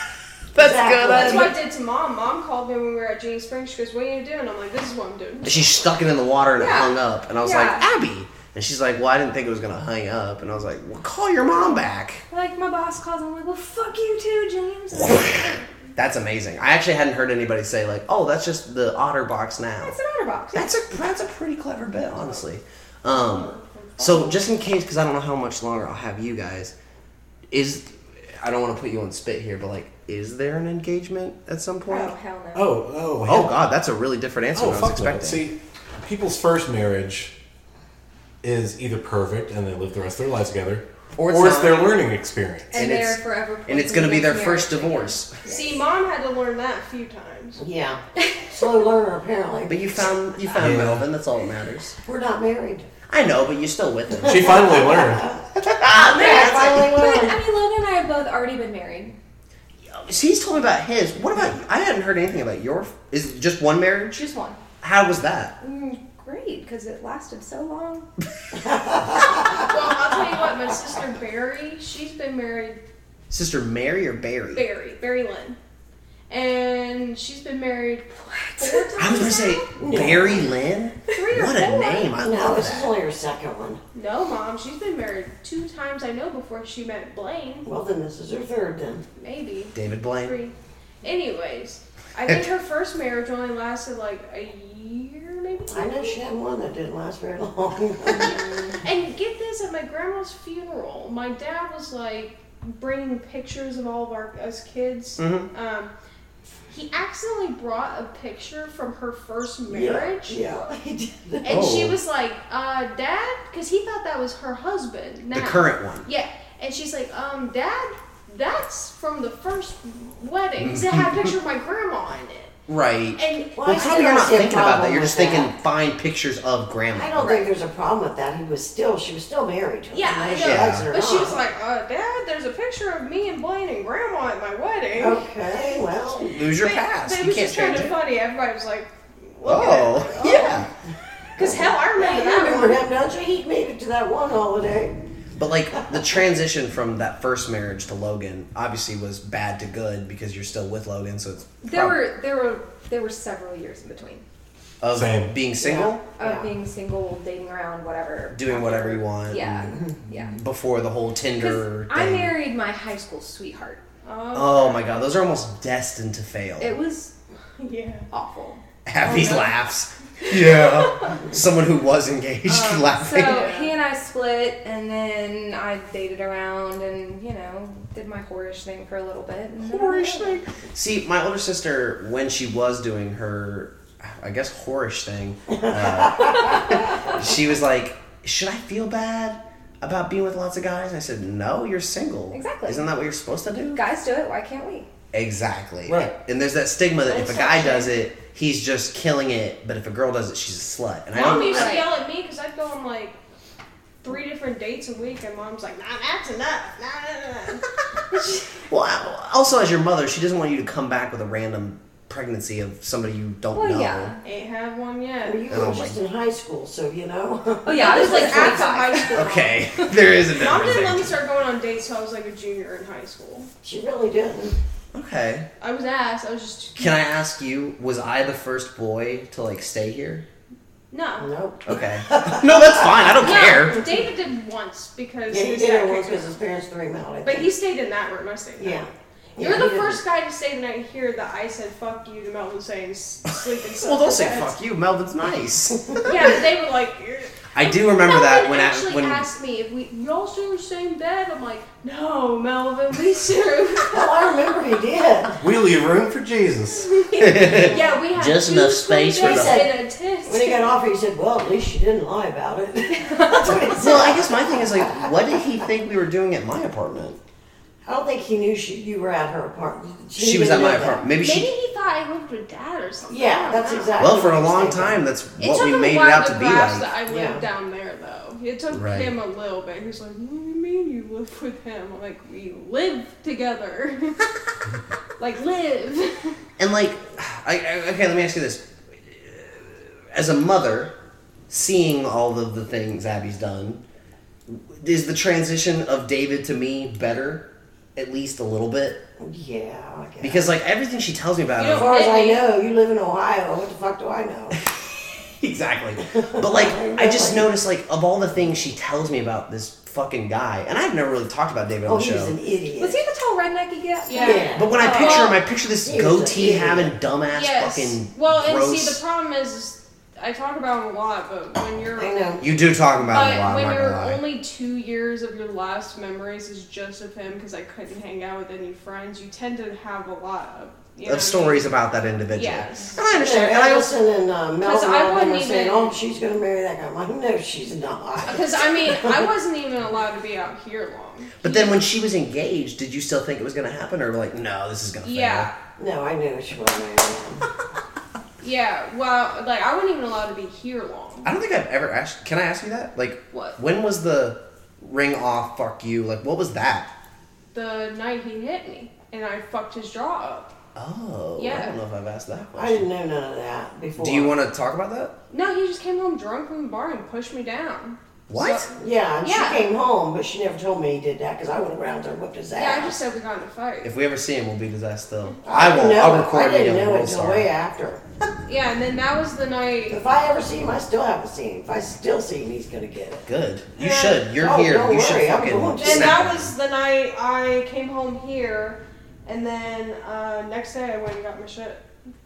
That's good.
That's what I did to mom. Mom called me when we were at Jenny Springs. She goes, "What are you doing?" I'm like, "This is what I'm doing."
She stuck it in the water and
Yeah.
it hung up, and I was
Yeah.
like, Abby, and she's like, Well, I didn't think it was gonna hang up, and I was like, Well, call your mom back.
Like my boss calls, I'm like, well, fuck you too, James. And I'm like,
That's amazing. I actually hadn't heard anybody say like, "Oh, that's just the OtterBox now."
It's an otter box.
That's a that's a pretty clever bet, honestly. Um, so just in case, because I don't know how much longer I'll have you guys, is I don't want to put you on spit here, but like, is there an engagement at some point?
Oh hell no.
Oh, oh,
oh,
hell no.
god, that's a really different answer
Oh,
than I was
fuck no.
expecting.
See, people's first marriage is either perfect and they live the rest of their lives together,
Or
or
it's
it's,
not.
their learning experience.
And And they're it's- forever
and it's gonna be their
poisoned
first divorce.
See, mom had to learn that a few times.
Yeah. Slow learner, apparently.
But you found you found Melvin. That's all that matters.
We're not married.
I know, but you're still with him.
She finally learned.
Ah, man,
Yeah, finally
But
learned.
I mean, Logan and I have both already been married.
See, he's told me about his. What about? I hadn't heard anything about your. Is it just one marriage?
Just one.
How was that?
Mm, great, because it lasted so long.
Well, I'll tell you what. My sister Barry, she's been married
Sister Mary or Barry?
Barry Barry Lynn, and she's been married four times.
I was gonna say Barry Lynn.
Three or
What a
four.
name! I
No,
love
this is
that.
only her second one.
No, mom, she's been married two times. I know before she met Blaine.
Well, then this is her third then.
Maybe.
David Blaine.
Three. Anyways, I think her first marriage only lasted like a year, maybe.
I know she had one that didn't last very long.
And get this, at my grandma's funeral, my dad was like bringing pictures of all of our us kids.
Mhm.
Um, he accidentally brought a picture from her first marriage.
Yeah, yeah, he did.
And she
Oh.
was like, uh, Dad? Because he thought that was her husband. Now.
The current one.
Yeah. And she's like, um, Dad, that's from the first
Mm.
wedding. 'Cause it had a picture of my grandma in it.
Right.
And
Why
Well,
is
probably
there
you're not
a
thinking about that.
problem
You're just
with
thinking find pictures of
I
grandma.
don't think there's a problem with that. He was still, she was still married to him.
yeah, I
whether
know.
she likes it or
But she
not.
was like, uh, Dad, there's a picture of me and Blaine and grandma at my wedding.
okay, well,
Lose your
But-
past.
But it
You
was
can't
just kind of
change it.
funny. Everybody was like,
Oh, yeah.
because hell, I remember
you remember
that.
him, don't you? He made it to that one holiday.
But like the transition from that first marriage to Logan obviously was bad to good because you're still with Logan, so it's
There
prob-
were there were there were several years in between
of
Same.
being single,
of
Yeah.
being single, dating around, whatever.
doing whatever you want.
Yeah,
and
yeah.
Before the whole Tinder
Because
thing.
I married my high school sweetheart.
Oh,
oh my god, those are almost destined to fail.
It was
yeah.
awful. Um,
Abby laughs. Yeah. Someone who was engaged
Um, So
laughing.
he and I split, and then I dated around, and you know, did my whorish thing for a little bit. and then-
Whorish thing. See, my older sister, when she was doing her, I guess, whorish thing, uh, she was like, Should I feel bad about being with lots of guys? And I said, No, you're single.
Exactly.
Isn't that what you're supposed to do?
Guys do it. Why can't we?
Exactly.
Right.
And there's that stigma that if
That's
a guy
not
does it, he's just killing it, but if a girl does it, she's a slut. And I
Mom
don't.
used to
Right.
yell at me because I'd go on like three different dates a week, and mom's like, nah, that's enough. Nah, nah, nah.
Well, I- also as your mother, she doesn't want you to come back with a random pregnancy of somebody you don't
Well,
know.
yeah.
Ain't had one yet.
Well, you
Oh
were
my-
just in high school, so you know.
Oh yeah, I was like
after high
twenty-five.
school.
Okay, there is a
Mom didn't let me
difference.
start going on dates till I was like a junior in high school.
She really didn't.
Okay.
I was asked. I was just
Can I ask you, was I the first boy to like stay here?
no.
Nope.
Okay. no, that's fine. I don't
No,
care.
David did once because
Yeah,
he
he
was
did
that
it once
kicker.
because his parents threw him out. I
But
think.
he stayed in that room. I stayed. In that
yeah.
room.
Yeah,
You're
he
the
didn't-
first guy to say the night here that I said "fuck you" to Melvin saying "sleeping."
Well, don't say fuck you. Melvin's nice.
Yeah, but they were like, "You're-"
I do remember that
Melvin
when I,
actually
when
asked me if we y'all share the same bed. I'm like, no, Melvin, we share.
well, Oh, I remember he did.
We leave room for Jesus.
yeah, we had
Just
two
enough
swing
space for
beds
the-
and a tent.
When he got off, he said, "Well, at least she didn't lie about it."
well, I guess my thing is like, what did he think we were doing at my apartment?
I don't think he knew she, you were at her apartment.
She was at my
didn't know that.
apartment. Maybe she.
he thought I lived with dad or something. I
Yeah,
don't
that's
know.
exactly.
Well, for
what
a
I was
long
thinking.
time, that's
It
what
took
we
him
made
a
it
while
out
to,
to be
grasp
like.
that I lived
Yeah.
down there though. It took
Right.
him a little bit. He's like, "What do you mean you live with him? I'm like we live together, like live."
And like, I, I, okay, let me ask you this: as a mother, seeing all of the things Abby's done, is the transition of David to me better, at least a little bit?
Yeah, I guess.
Because like everything she tells me about,
You don't-
him,
as far as I
Hey.
know, you live in Ohio. What the fuck do I know?
exactly. But like, I just noticed like of all the things she tells me about this fucking guy, and I've never really talked about David
Oh,
on the
he
show.
was an idiot.
Was he the tall redneck he got?
Yeah.
But when I
Oh.
picture him, I picture this
He was an
goatee
idiot.
having dumbass fucking
well,
gross.
and see, the problem is, is I talk about him a lot, but when you're
I know.
you do talk about him
But
a lot. I'm
when
not gonna
you're
lie.
only two years of your last memories is just of him, because I couldn't hang out with any friends, you tend to have a lot of you know
of stories about that individual.
Yes.
And I understand. And I also,
Ellison and uh, Melvin
I
I
wouldn't
were saying,
even-
"Oh, she's gonna marry that guy." I'm like, "No, she's not."
Because I mean, I wasn't even allowed to be out here long.
but then when she was engaged, did you still think it was going to happen, or like, no, this is going to fail?
Yeah,
No, I knew she wasn't marrying him.
yeah. Well, like I wasn't even allowed to be here long.
I don't think I've ever asked. Can I ask you that? Like,
What?
When was the ring off? Fuck you. Like, what was that?
The night he hit me, and I fucked his jaw up.
Oh, I
Yeah.
don't know if I've asked that
I
question.
didn't know none of that before.
Do you want to talk about that?
No, he just came home drunk from the bar and pushed me down.
What?
So-
Yeah, and
Yeah.
she came home, but she never told me he did that because I would have round there and whipped his ass.
yeah, I just said we got in a fight.
if we ever see him, we'll be disaster. Though.
I
I
didn't
won't.
know
I'll
it.
record
I
video.
didn't
and
know
we'll
it until
start.
way after.
Yeah, and then that was the night.
If I ever see him, I still haven't seen him. If I still see him, he's gonna get it.
Good. You
Yeah.
should. You're
Oh,
here.
don't
you should
worry, I'm
fucking.
going to.
And
snap
that
it.
was the night I came home here, and then uh, next day I went and got my shit.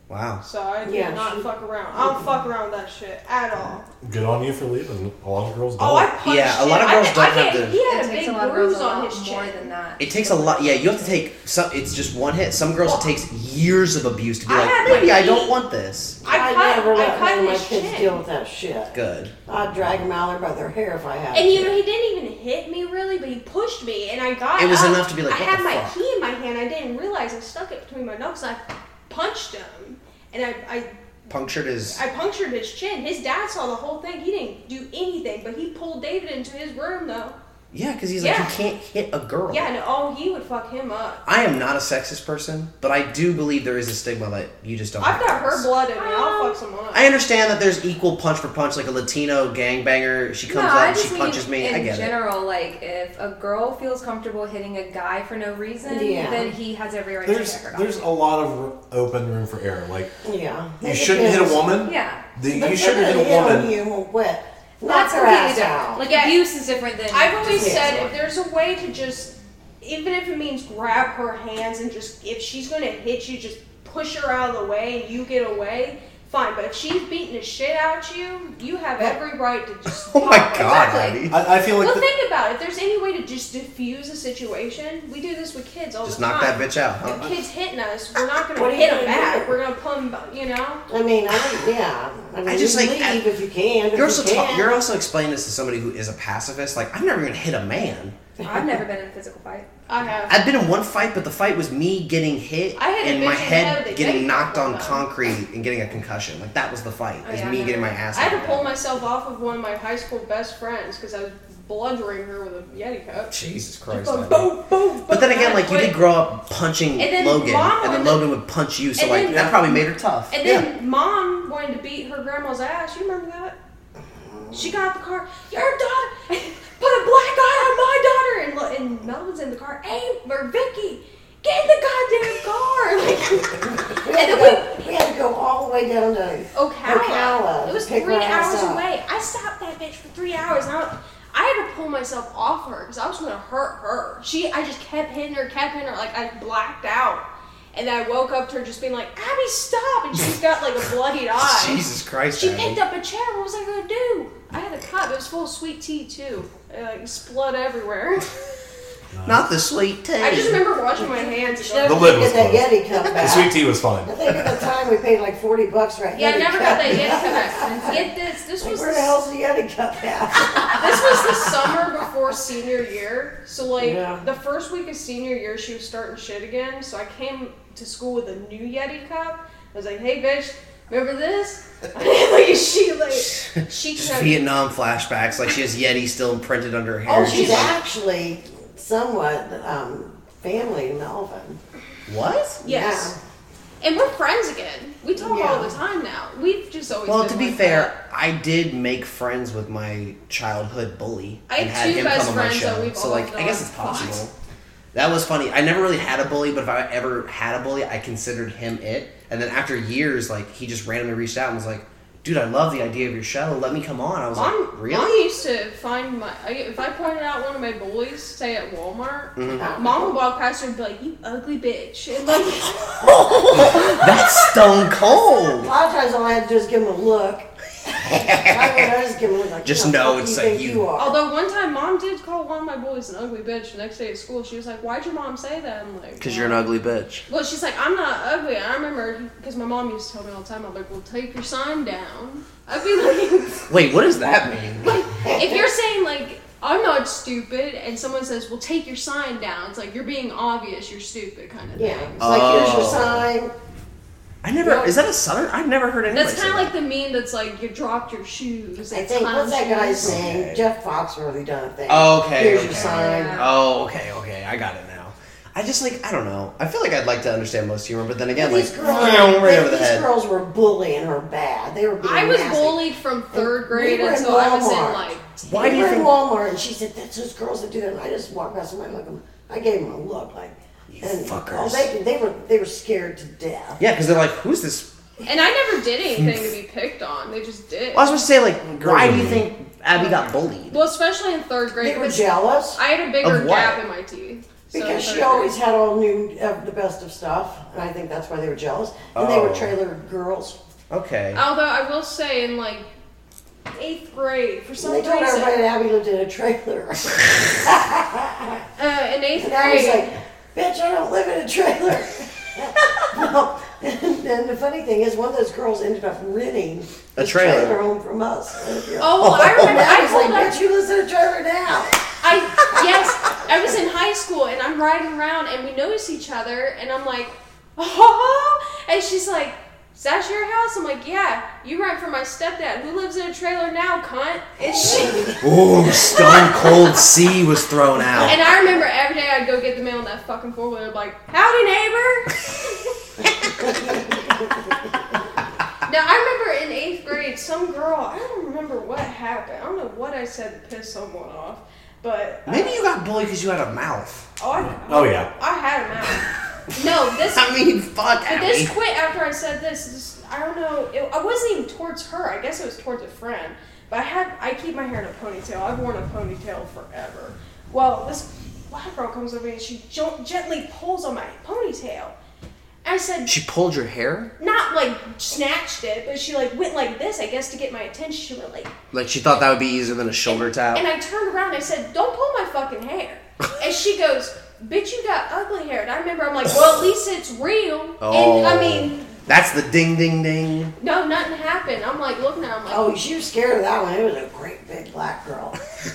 Wow.
So I did
Yeah,
not
she-
fuck around. I don't fuck around with that shit at all.
Good on you for leaving. A lot of girls don't.
Oh, I punched
Yeah, a
him.
lot of
I
girls
did-
don't
I
have
did-
the-
He
It
had a
takes
big
a lot of girls
bruise
a
on
lot
his
more
chin.
than that.
It takes a lot. Yeah, you have to take some. It's just one hit. Some girls it takes years of abuse to be
I
like,
had to
maybe I
eat.
don't want this.
I
I,
cut,
never let
I cut
none of my
his
kids deal
chin.
with that shit.
Good.
I'd drag them out there by their hair if I had.
And you know
to.
he didn't even hit me really, but he pushed me, and I got.
It was
up.
enough to be like,
I
what
had
the
my
fuck?
key in my hand. I didn't realize I stuck it between my knuckles. and I punched him, and I, I
Punctured is.
I punctured his chin. His dad saw the whole thing. He didn't do anything, but he pulled David into his room though.
Yeah, because he's
Yeah.
like, you can't hit a girl.
Yeah, and oh, he would fuck him up.
I am not a sexist person, but I do believe there is a stigma that you just don't.
I've
hit
got
girls.
her blood in me. I'll
Um,
fuck someone up.
Oh. I understand that there's equal punch for punch, like a Latino gangbanger. She comes
no, I
up,
just
she
mean
punches me.
In
I get it.
general, like if a girl feels comfortable hitting a guy for no reason,
Yeah.
then he has every right to
there's
check her
there's a lot of r- open room for error. Like
yeah,
you shouldn't hit a woman.
Yeah.
The-
But
you shouldn't hit a
they're gonna
woman.
hit on You will whip. Knock
That's
her
completely
ass
different.
out.
Like
Yeah.
abuse is different than.
I've always
Yeah.
said if there's a way to just, even if it means grab her hands and just, if she's gonna hit you, just push her out of the way and you get away. Fine, but if she's beating the shit out you, you have every right to just.
Oh my
talk.
god,
Exactly.
Abby.
I, I feel like
Well,
the-
think about it. If there's any way to just diffuse a situation, we do this with kids all
Just
the time.
knock that bitch out. Huh?
If kids hitting us, we're not
What
gonna
are
hit
you
them
gonna do?
back. We're gonna pull them, you know.
I mean, I don't, yeah. I, mean,
I just,
you
like,
leave
I-
if you can. If
You're also
you
ta-
can.
you're also explaining this to somebody who is a pacifist. Like I'm never gonna hit a man.
I've never been in a physical fight.
I have.
I've been in one fight, but the fight was me getting hit
I hit a
and my
bitch in the
head,
head with a
getting
gate
knocked
before,
on
though.
concrete and getting a concussion. Like that was the fight.
Oh,
is
yeah,
me
I
getting my
never-
ass.
I had
knocked
to pull
out.
myself off of one of my high school best friends because I was bludgeoning her with a Yeti cup.
Jesus Christ.
Boom,
Abby.
boom, boom,
But then
boom,
again,
and I
like you
quit.
did grow up punching
And then
Logan,
Mom
and then
and then-
Logan would punch you, so
and
like
then-
that probably made her tough.
And then mom wanted to beat her grandma's ass. You remember that? She got out the car. Your daughter put a black eye on my daughter, and lo- and Melvin's in the car. Hey, or Vicky, get in the goddamn car! Like
We had, to go, we had to go all the way down to
Ocala.
Ocala
It
to
was
pick
three
her ass
hours
up.
away. I stopped that bitch for three hours. And I, I had to pull myself off her because I was going to hurt her. She, I just kept hitting her, kept hitting her. Like I blacked out. And I woke up to her just being like, Abby, stop! And she's got like a bloodied eye.
Jesus Christ,
She
Abby.
picked up a chair. What was I gonna do? I had a cup. It was full of sweet tea too. It, like blood everywhere.
Not the sweet tea.
I just remember washing my hands. She
The
never-
lid was
Get
closed.
that Yeti cup
The
back.
sweet tea was fine.
I think at the time we paid like forty bucks for a
Yeah, I
Yeti
never
cup.
got that Yeti cup back. Get this. This
Like,
was
where the
the,
hell's the Yeti cup at?
this was the summer before senior year. So like
Yeah.
the first week of senior year, she was starting shit again. So I came to school with a new Yeti cup. I was like, hey bitch, remember this? like she like she
Just Vietnam flashbacks, like she has Yeti still printed under her hair.
Oh, she's actually somewhat um, family in Melvin.
What?
Yes. And we're friends again. We talk all the time now. We've just always
Well,
been
to be
like that.
fair, I did make friends with my childhood bully
I
and
have
had
two
him
best
come on my
friends that
show.
we've
So,
all
like, I guess
gone
it's possible. That was funny. I never really had a bully, but if I ever had a bully, I considered him it. And then after years, like, he just randomly reached out and was like, "Dude, I love the idea of your show. Let me come on." I was
Mom,
like,
Mom
"Really?"
used to find my I, if I pointed out one of my bullies, say at Walmart,
Mhm.
Mom would walk past her and be like, "You ugly bitch," and like
That's stone
A
cold.
lot of times all I had to do is give him a look. I would I just give him a look like,
Just
"Who the
know
fuck
it's
do
like
think
you."
are.
Although one time mom did call one of my boys an ugly bitch the next day at school. She was like, Why'd your mom say that? I'm like,
Because you're an ugly bitch.
Well, she's like, I'm not ugly. I remember, because my mom used to tell me all the time, I'm like, Well, take your sign down. I'd be like,
Wait, what does that mean?
If you're saying, like, I'm not stupid, and someone says, Well, take your sign down, it's like, You're being obvious, you're stupid, kind of
Yeah,
thing.
it's like here's your
Oh.
sign.
I never. Is that a southern? I've never heard anybody.
That's
say
kind of
that.
like the meme that's like, You dropped your shoes.
I
and
think what's that
clown
guy's
shoes.
name? Jeff Foxworthy done a thing.
Oh, Okay.
Here's
okay.
your sign.
Oh, okay, okay. I got it now. I just like I don't know. I feel like I'd like to understand most humor, but then again, Oh, like
these girls,
right over the
these
head.
girls were bullying her bad. They were being
I was
nasty.
bullied from third grade
we were in
until I was in,
Walmart.
like,
Why do
we
you
were in
think?
Walmart, and she said, "That's those girls that do that." And I just walked past them. I look them. I gave them a look, like, and oh,
fuckers.
they, they were they were scared to death.
Yeah, because they're like, who's this?
And I never did anything to be picked on. They just did.
Well, I was supposed to say like,
Girls
why
are
do you
mean.
think Abby got bullied?
Well, especially in third grade.
They were
because
jealous
I had a bigger
Of what?
gap in my teeth. So
because
in
she
third
always
grade-
had all new uh, the best of stuff, and I think that's why they were jealous. And they
Oh.
were trailer girls.
Okay.
Although I will say, in like eighth grade, for some
And they told
reason,
everybody that Abby lived in a trailer,
uh, in eighth
and I was
grade,
like, "Bitch, I don't live in a trailer." no. And, and the funny thing is, one of those girls ended up renting
A
this
trailer.
home from us.
oh, I remember. I
Abby's
told
like,
her,
"Bitch, you live in a trailer now."
I yes, I was in high school and I'm riding around and we notice each other and I'm like, oh, and she's like. Is that your house? I'm like, yeah. You rent from my stepdad, who lives in a trailer now, cunt. And she,
Ooh, Stone Cold C was thrown out.
And I remember every day I'd go get the mail on that fucking four wheeler, like, howdy neighbor. now I remember in eighth grade, some girl, I don't remember what happened. I don't know what I said to piss someone off, but uh,
Maybe you got bullied because you had a mouth.
oh, I,
Oh yeah.
I had him out. No, this.
I mean, fuck
But
Abby.
this quit after I said this. this I don't know. It, I wasn't even towards her. I guess it was towards a friend. But I had I keep my hair in a ponytail. I've worn a ponytail forever. Well, this black girl comes over and she jo- gently pulls on my ponytail. I said,
she pulled your hair.
not like snatched it, but she like went like this. I guess to get my attention. She went like
Like she thought that would be easier than a shoulder
and
tap.
I turned around and I said, Don't pull my fucking hair. And she goes, Bitch, you got ugly hair. And I remember I'm like, Well, at least it's real. And I mean,
that's the ding, ding, ding.
no, nothing happened. I'm like, Look now. I'm like,
Oh, she was scared of that one. It was a great big black girl.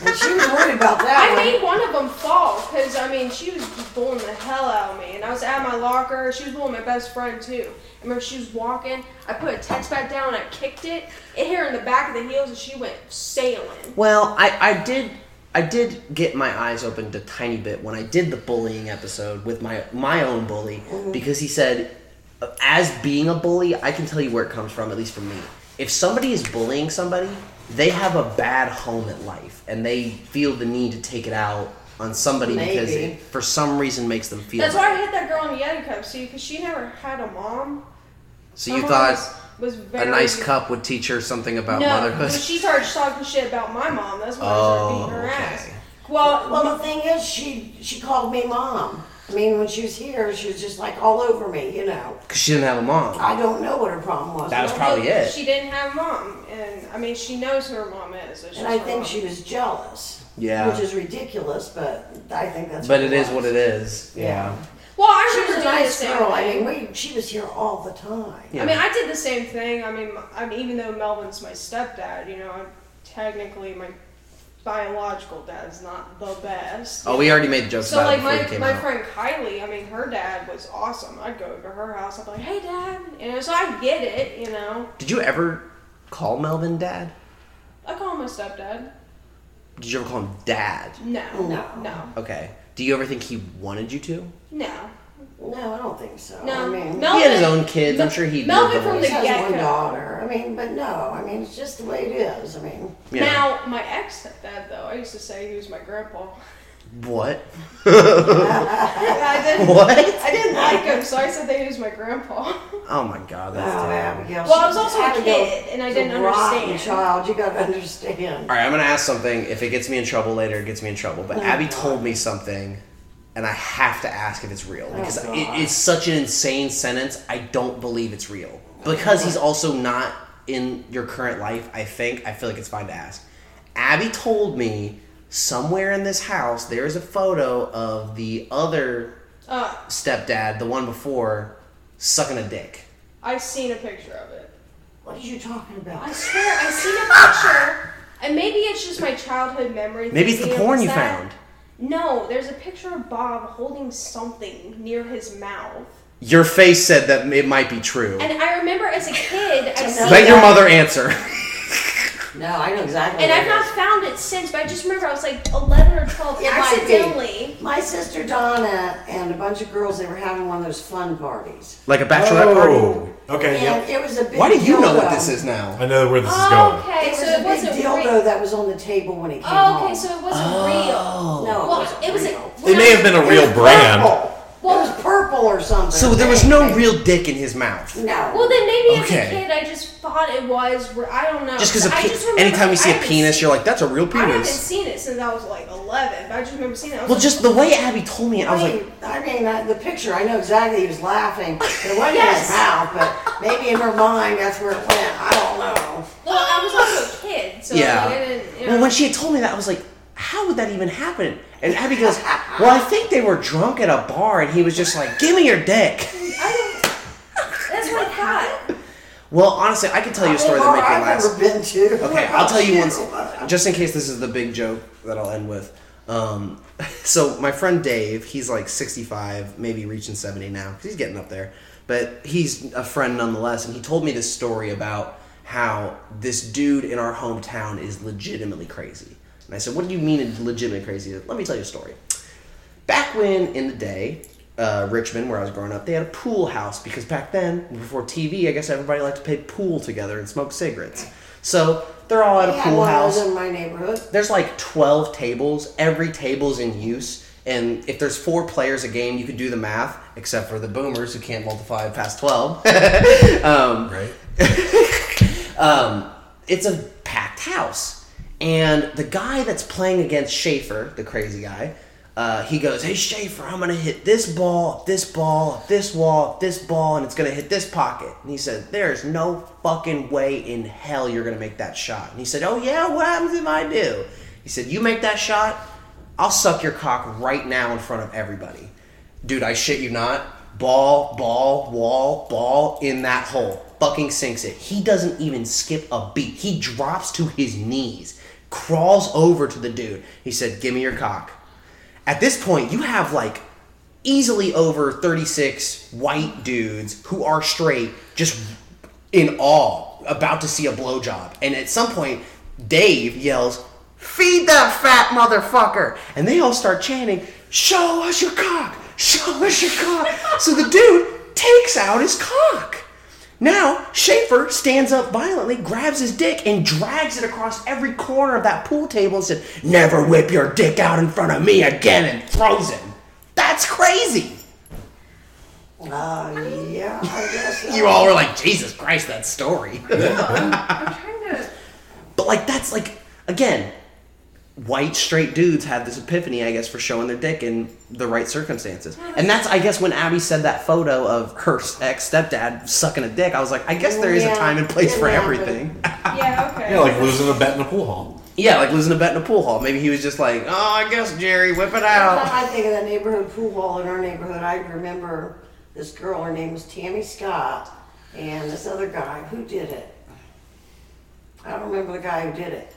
And she was worried about that
I
one.
made one of them fall because, I mean, she was just bullying the hell out of me. And I was at my locker. She was bullying my best friend, too. I remember she was walking. I put a text back down. I kicked it. It hit her in the back of the heels and she went sailing.
Well, I, I did I did get my eyes opened a tiny bit when I did the bullying episode with my my own bully
Mm-hmm.
because he said as being a bully, I can tell you where it comes from at least for me. If somebody is bullying somebody, they have a bad home at life and they feel the need to take it out on somebody because
Maybe.
it for some reason makes them feel
That's
bad.
why I hit that girl in the Yeti Cup, see, because she never had a mom.
So
My
you
mom
thought
was, was
a
very
nice cup would teach her something about
no,
motherhood.
but she started talking shit about my mom. That's when I started
oh,
beating her ass.
okay.
Well,
Well, the thing is, she she called me mom. I mean, when she was here, she was just like all over me, you know.
because she didn't have a mom.
I don't know what her problem was.
That was probably it.
She didn't have a mom, and I mean, she knows who her mom is. It's just
And I
her
think
mom.
she was jealous.
Yeah.
Which is ridiculous, but I think that's.
But it is what it is.
Yeah.
Yeah.
Well, I
She was
remember
a
doing the
nice
same
girl. I
thing.
mean, we, she was here all the time.
I mean, I did the same thing. I mean, I mean, even though Melvin's my stepdad, you know, I'm technically my biological dad's not the best.
Oh, we already made jokes
So,
about it
like,
before you
my,
came
my
out.
friend Kylie, I mean, her dad was awesome. I'd go over to her house, I'd be like, hey, dad. You know, so I get it, you know.
Did you ever call Melvin dad?
I call him my stepdad.
Did you ever call him dad?
No.
No.
No.
Okay. Do you ever think he wanted you to?
No.
No, I don't think so.
No.
I mean,
Melvin-
he had his own kids. I'm sure he.
Melvin from the
She has
get-go.
one daughter. I mean, but no. I mean, it's just the way it is. I mean,
Yeah.
Now, my ex stepdad, though, I used to say he was my grandpa.
What?
I didn't,
What?
I didn't like him, so I said that he was my grandpa.
Oh my god, that's
Oh,
terrible.
Abigail,
Well, I was
she's
also a
Abigail
kid, and I
is
didn't
a rotten
understand.
Child, you gotta understand.
All right, I'm gonna ask something. If it gets me in trouble later, it gets me in trouble. But
Oh,
Abby
God.
told me something, and I have to ask if it's real because
Oh, God.
it, it's such an insane sentence. I don't believe it's real because he's also not in your current life. I think I feel like it's fine to ask. Abby told me somewhere in this house there is a photo of the other
Uh,
stepdad, the one before, sucking a dick.
I've seen a picture of it.
What are you talking
I
about?
swear, I've seen a picture, and maybe it's just my childhood memory.
Maybe it's the
being
porn you
upset.
found.
No, there's a picture of Bob holding something near his mouth,
Your face said that it might be true.
and I remember as a kid, I seen
Let your
that,
mother answer.
No, I know exactly.
and
what
I've
it
not
is.
found it since. But I just remember I was like 11 or 12,
It might be.
accidentally.
My sister Donna and a bunch of girls, they were having one of those fun parties.
like a bachelorette party.
Oh, Okay,
And
yep.
it was a big
Why do you know what
dildo.
this is now?
I know where this is
Oh,
going.
okay,
It was
so
a
it
big
wasn't
dildo
real.
that was on the table when it came
Oh, okay,
home.
so it wasn't
Oh.
real.
No,
Well,
it
it was.
wasn't
A,
real.
It may have been a real brand.
Purple.
Well-
it was purple or something.
So there was no
Pink.
real dick in his mouth.
No.
Well, then maybe as
Okay.
a kid, I just thought it was. where- I don't know.
Just because
I just
pe-
remember-
anytime you see
I
a
haven't
penis,
seen-
you're like, that's a real
I haven't
penis.
seen it since I was like 11, but I just remember seeing it. I was
Well,
like,
just the way Abby told me, it, I was
I
like,
mean, I mean that, the picture. I know exactly he was laughing. but It wasn't in
Yes.
his mouth, but maybe in her mind that's where it went. I don't know.
well, I was also a kid, so
yeah.
like, I didn't. You know,
Well, when she had told me that, I was like, how would that even happen? And Abby goes, well, I think they were drunk at a bar, and he was just like, give me your dick.
I don't, that's what I thought.
Well, honestly, I could tell you a story that
Well,
make you
I've
laugh.
never been to.
Okay, I'll tell you
"Oh, Shit.
once, just in case this is the big joke that I'll end with. Um, so my friend Dave, he's like 65, maybe reaching 70 now, 'cause he's getting up there. But he's a friend nonetheless, and he told me this story about how this dude in our hometown is legitimately crazy. And I said, "What do you mean it's legitimately crazy?" He said, Let me tell you a story back when in the day, uh, Richmond, where I was growing up, they had a pool house because back then, before TV, I guess everybody liked to play pool together and smoke cigarettes. So they're all at a
Yeah,
pool
well, I was
house.
in my neighborhood.
There's like 12 tables. Every table's in use. And if there's four players a game, you can do the math, except for the boomers who can't multiply past 12. um,
Right?
um, it's a packed house. And the guy that's playing against Schaefer, the crazy guy, uh, he goes, Hey, Schaefer, I'm going to hit this ball, this ball, this wall, this ball, and it's going to hit this pocket. And he said, There's no fucking way in hell you're going to make that shot. And he said, Oh, yeah, what happens if I do? He said, You make that shot, I'll suck your cock right now in front of everybody. Dude, I shit you not. Ball, ball, wall, ball in that hole. Fucking sinks it. He doesn't even skip a beat. He drops to his knees, crawls over to the dude. He said, Give me your cock. At this point, you have like easily over 36 white dudes who are straight, just in awe, about to see a blowjob. And at some point, Dave yells, Feed that fat motherfucker! And they all start chanting, Show us your cock! Show us your cock! so the dude takes out his cock. Now, Schaefer stands up violently, grabs his dick, and drags it across every corner of that pool table and said, Never whip your dick out in front of me again, and throws him. That's crazy!
Uh, yeah, I guess.
You all were like, Jesus Christ, that story.
I'm trying to.
But like that's like again, white straight dudes had this epiphany, I guess, for showing their dick in the right circumstances. And that's, I guess, when Abby said that photo of her ex stepdad sucking a dick. I was like, I guess there is a
Yeah.
time and place for
Yeah.
everything.
Yeah, okay.
losing a bet in a pool hall.
Yeah, like losing a bet in a pool hall. Maybe he was just like, oh, I guess Jerry, whip it out.
I think of that neighborhood pool hall in our neighborhood. I remember this girl, her name was Tammy Scott, and this other guy. Who did it? I don't remember the guy who did it,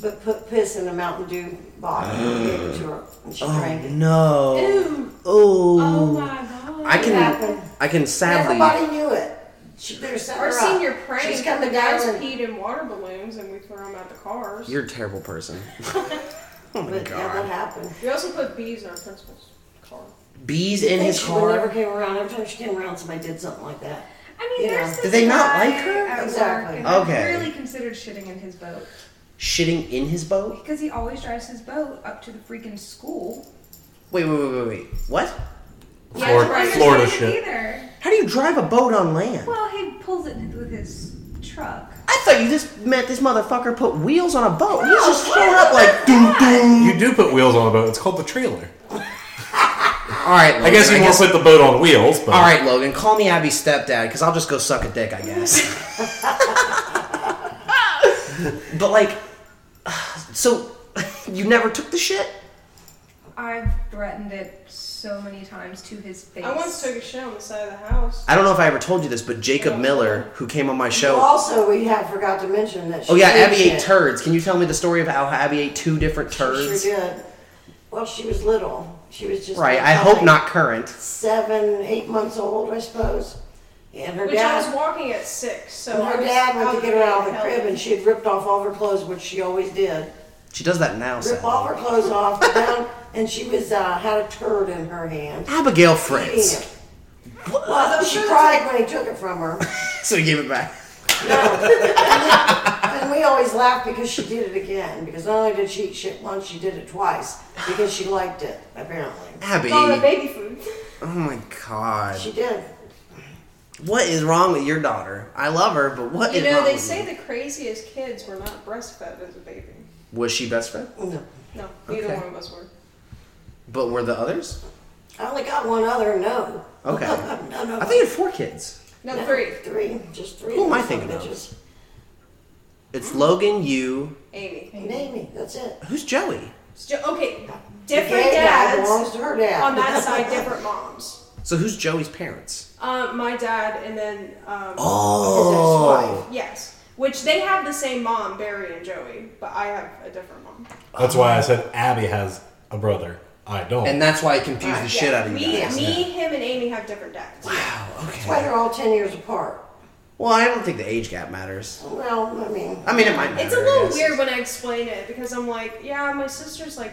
but put piss in a Mountain Dew bottle and gave it to her, and she drank
Oh
it.
no!
Ew.
Oh
my God.
I
It
can,
happened.
I can sadly.
Everybody knew it. She, they were setting
Our
her up.
senior prank,
She's
the
coming
guys
down and
peed in water balloons and we threw them at the cars.
You're a terrible person. oh my
But yeah, that
god!
happened.
We also put bees in our principal's car.
Bees in his
She would never
car.
came around. Every time she came around, somebody did something like that.
I mean,
You
there's
know.
this
Did they not
guy
like her?
at work,
Exactly.
and I've
Okay.
really considered shitting in his boat
Shitting in his boat.
because he always drives his boat up to the freaking school.
Wait, wait, wait, wait, wait. What?
Yeah,
Flor-
I don't
Florida
understand it
shit.
Either.
How do you drive a boat on land?
Well, he pulls it with his truck.
I thought you just meant this motherfucker put wheels on a boat. He
No,
just
what?
showed up like doom doom.
You do put wheels on a boat. It's called the trailer.
All right, Logan,
I guess you won't put the boat on wheels, but
All right, Logan, call me Abby's stepdad because I'll just go suck a dick, I guess. but like, so you never took the shit?
I've threatened it so many times to his face.
I once took a shit on the side of the house.
I don't know if I ever told you this, but Jacob Miller, who came on my show.
Also, we had forgot to mention that. She
Oh yeah,
did
Abby ate
shit.
turds. Can you tell me the story of how Abby ate two different
She
turds?
sure did. Well, she was little. She was just
Right. I
probably
hope not current.
seven, eight months old, I suppose. And her
Which I was
dad,
walking at six, so
and
I
her
was
dad went to get her out of the
hell.
crib, and she had ripped off all of her clothes, which she always did.
She does that now.
Rip
Sally.
all her clothes off, down, and she was uh, had a turd in her hand.
Abigail
Eating
Fritz.
it. Well, she cried when he took it from her.
So he gave it back.
And we always laugh because she did it again. Because not only did she eat shit once, she did it twice because she liked it. Apparently,
Abby.
Call it
Oh
baby food.
my god.
she did.
What is wrong with your daughter? I love her, but what
You
is
know,
wrong
they
with
say
you?
the craziest kids were not breastfed as a baby.
Was she best friend?
No.
No, neither
Okay.
one of us were.
But were the others?
I only got one other no.
Okay.
No, no.
I think you had four kids.
No, three.
Three. Just three.
Who
of
am I
those
thinking of?
bitches.
It's Logan, you.
Amy.
And Amy. That's it.
Who's Joey?
So, okay,
The
different
gay guy
dads
belongs to her dad.
on that side, different moms.
So who's Joey's parents?
Um, my dad and then um,
Oh.
His ex-wife.
yes, which they have the same mom, Barry and Joey, but I have a different mom.
that's why I said Abby has a brother. I don't.
And that's why I confused the
Yeah,
shit out of you
me,
guys.
me, him, and Amy have different dads.
Wow.
That's why
Okay.
they're all ten years apart.
Well, I don't think the age gap matters.
Well, I mean,
I mean, it might matter.
It's a
I
little
guess.
weird when I explain it because I'm like, yeah, my sister's like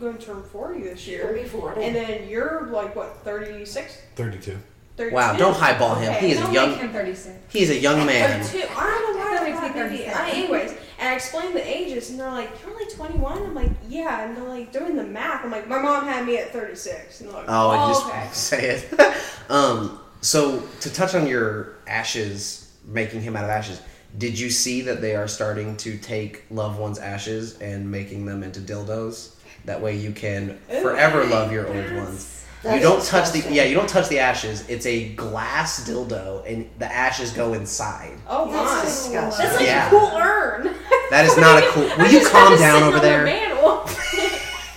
going to turn 40 this year.
She's gonna be 40.
And then you're like, what, 36?
32.
32?
Wow. Don't highball him. He is
Don't
a
make
young.
him 36.
He's a young man.
32. I don't know why
That
I
makes me
thought maybe-
37.
I- Anyways, and I explained the ages, and they're like, you're only 21? I'm like, yeah. And they're like, doing the math. I'm like, my mom had me at 36. And they're like,
Oh, I just
okay.
say it. um, so to touch on your ashes, making him out of ashes. Did you see that they are starting to take loved ones' ashes and making them into dildos? That way, you can forever love your old ones. You
That's
don't touch the
disgusting.
yeah. You don't touch the ashes. It's a glass dildo, and the ashes go inside.
Oh, my.
that's disgusting.
That's like
Yeah.
a cool urn.
That is not a cool.
I
Will you
just
calm
have it
down
sitting
over
on
there?
The mantle.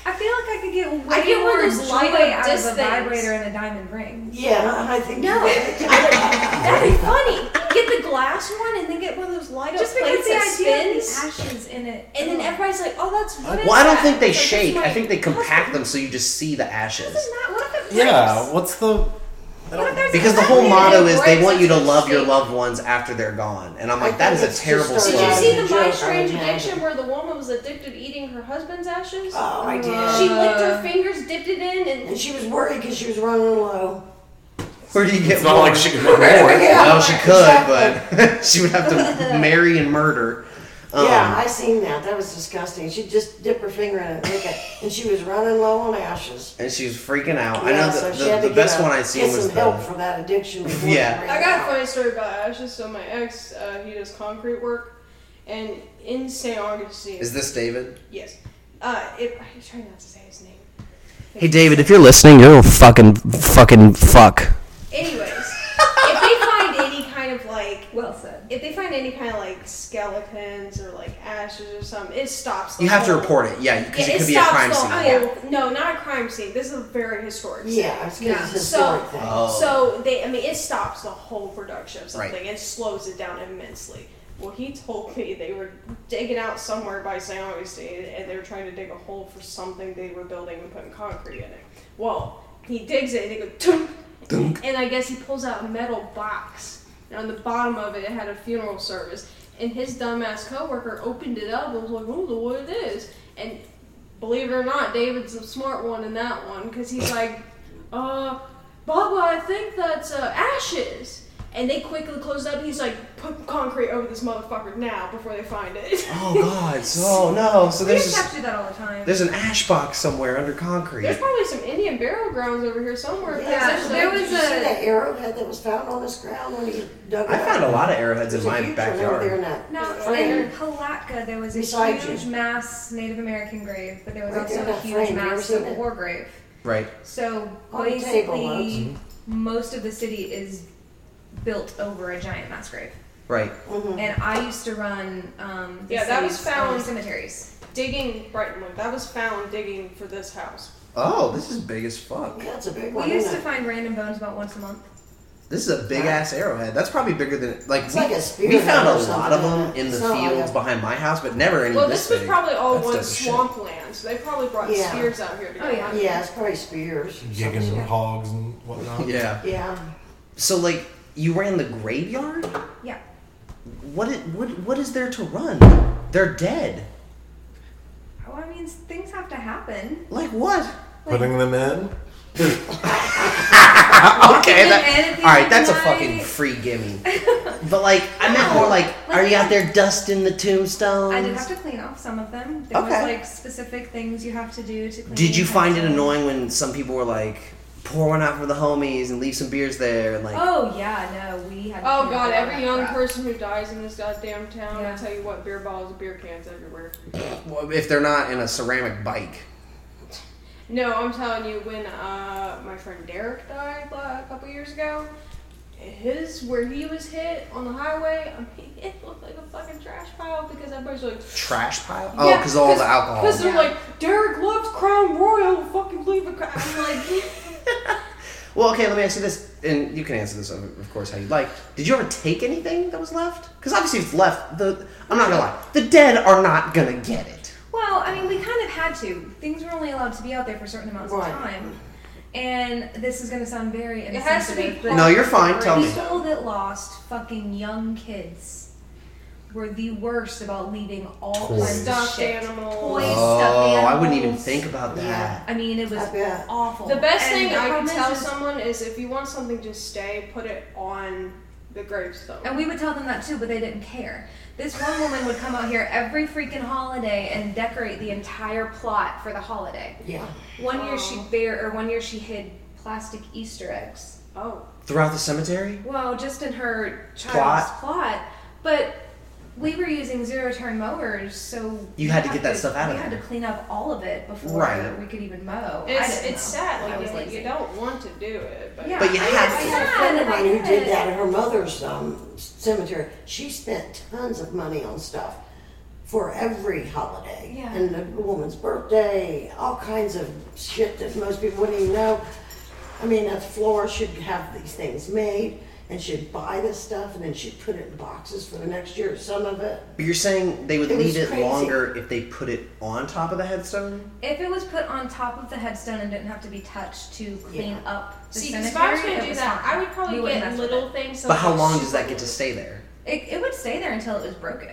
I feel like I could get way
I get one
more
of those light
joy
up
out of
disc
a
things.
vibrator and a diamond ring.
yeah, I think
No. That'd be funny. Get the glass one and then get one of those light up
Just because
plates
the
that
idea
spins.
of the ashes in it,
And then everybody's like, oh, that's what is
Well, I don't
that?
think they
It's like,
shake.
that's
I think
my
they compact
husband.
them so you just see the ashes.
Isn't that- what if it
Yeah. What's the?
breaks?
Because the whole motto is they want you to love your
Right.
loved ones after they're gone, and I'm like,
I
that
think
is a
it's just
terrible.
started
Did
slogan.
you
Yeah,
see
the
the My
joke,
Strange
I would
Addiction where the woman was addicted to eating her husband's ashes?
Oh, I did.
Uh,
she licked her fingers, dipped it in,
and
and
she was worried because she was running low.
Where do you get?
It's not
more?
like she could put more.
Well, she could, but she would have to marry and murder. Um,
yeah, I seen that. That was disgusting. She'd just dip her finger in it, and lick it, and she was running low on ashes.
and she was freaking out.
Yeah,
I know
so
that
she had
the,
to
the
get
best
a-
one I seen
get
was
some help
the.
for that addiction. before
Yeah.
she ran
I got a
out.
funny story about ashes. So my ex, uh, he does concrete work, and in St. Augustine,
Is this David?
yes, Uh, it, I try not to say his name.
Hey, David, if you're listening, you're a fucking fucking fuck.
Anyways, if they find any kind of like well said, if they find any kind of like skeletons or like ashes or something, it stops. the
You have to
whole-
report it, yeah, 'cause it could be a
stops
crime
the
scene.
whole- No, not a crime scene. This is a very historic. Scene.
Yeah, I was gonna say historic
So,
thing. Oh.
so they, I mean, it stops the whole production of something
Right.
and slows it down immensely. Well, he told me they were digging out somewhere by St. Augustine, and they were trying to dig a hole for something they were building and putting concrete in it. Well, he digs it, and it goes. "Tunk." And I guess he pulls out a metal box. And on the bottom of it, it had a funeral service. And his dumbass coworker opened it up and was like, oh, what it is. And believe it or not, David's a smart one in that one because he's like, uh, Baba, I think that's uh, ashes. And they quickly close up. He's like, put concrete over this motherfucker now before they find it.
Oh God! So, oh no! So
We
there's
just
this-
have to do that all the time.
there's an ash box somewhere under concrete.
There's probably some Indian burial grounds over here somewhere.
Yeah, there was
a.
Did you see that arrowhead that was found on this ground when you dug it
I
up?
found a lot of arrowheads in
There's a
my
huge one Over there in
backyard.
that
Now,
frame.
in Palatka, there was a
Beside
huge
you.
mass Native American grave, but there was
Right
also
there,
a
that
huge
frame. You ever
mass
seen
Civil
it?
War grave.
Right.
So
On the table, huh? Mm-hmm.
basically,
Mhm.
most of the city is built over a giant mass grave.
Right.
Mm-hmm.
And I used to run. Um, the
Yeah, that was
city's own
found
cemeteries.
Digging Brightwood. That was found digging for this house.
Oh, this is big as fuck.
That's a big
We used to find random bones about once a month.
This is a big ass arrowhead. That's probably bigger than like
It's
we,
like a
we
spearhead
found
or
a lot of
something.
them in the
It's not like
fields
a-
behind my house, but never any
Well,
this
this was
big.
probably all
That's
one
dope as shit.
swampland, so they probably brought
Yeah.
spears out here to go
Oh, yeah.
hunting.
Yeah, it's probably spears.
Gigging with hogs and whatnot.
Yeah.
Yeah.
So like you ran the graveyard?
Yeah.
What it what what is there to run? They're dead.
Well, I mean, things have to happen.
Like what?
Putting them in.
okay,
Walking in
that,
anything
all right. That's a
tonight.
fucking free gimme. But like, I meant more like, are you out there dusting the tombstones?
I did have to clean off some of them. There was
Okay.
like specific things you have to do to clean.
Did you
the
find it
house.
annoying when some people were like, pour one out for the homies and leave some beers there and like?
Oh yeah, no, we had. to
Oh
clean up
god,
all that
every young
crap.
person who dies in this goddamn town, I tell you what, beer bottles and beer cans everywhere.
Well, if they're not in a ceramic bike.
No, I'm telling you, when uh, my friend Derek died uh, a couple years ago, his where he was hit on the highway, I mean, it looked like a fucking trash pile because everybody's like,
Trash pile? Oh, because all the alcohol.
Because they're like, Derek loves Crown Royal, fucking leave a. Crown." I'm like.
Well, okay, let me ask you this, and you can answer this, of of course, how you like. Did you ever take anything that was left? Because obviously, if it's left, the I'm not gonna lie, the dead are not gonna get it.
Well, I mean, we kind of had to. Things were only allowed to be out there for certain amounts
Right.
of time. And this is going to sound very
It has to be
insensitive.
No, you're fine, tell me.
People that lost fucking young kids were the worst about leaving all
Toys.
kinds of
Stuffed
shit.
animals.
Toys, stuffed
Oh, I wouldn't even
animals.
think about that.
I mean, it was awful.
The best
And
thing
the
I can
problem is-
tell
is-
someone is if you want something to stay, put it on the gravestone.
And we would tell them that too, but they didn't care. This one woman would come out here every freaking holiday and decorate the entire plot for the holiday.
Yeah.
One year
Oh.
she bare, or one year she hid plastic Easter eggs.
Oh.
Throughout the cemetery?
Well, just in her child's
Plot.
plot. But we were using zero turn mowers, so we
You had to get that stuff out of
We had
there.
to clean up all of it before
Right.
we could even mow. I
It's,
didn't
it's
know.
sad.
I
Like,
was
you,
lazy.
you don't want to do it, but,
Yeah,
But you
I,
have
I
to.
had a friend of
Yeah,
mine
I
who did
did.
that at her mother's um, cemetery. She spent tons of money on stuff for every holiday
Yeah.
and the woman's birthday, all kinds of shit that most people wouldn't even know. I mean, a flora should have these things made, and she'd buy this stuff, and then she'd put it in boxes for the next year. Some of it,
But you're saying they would
It
leave
was
it
crazy.
longer if they put it on top of the headstone?
If it was put on top of the headstone and didn't have to be touched to clean up the
See,
cemetery,
'cause if I was going
it
to do
was
that,
fine.
I would probably
We wouldn't
get
mess with
little
it.
things. so
But how
like
long
super-
does that get to stay there?
It, it would stay there until it was broken.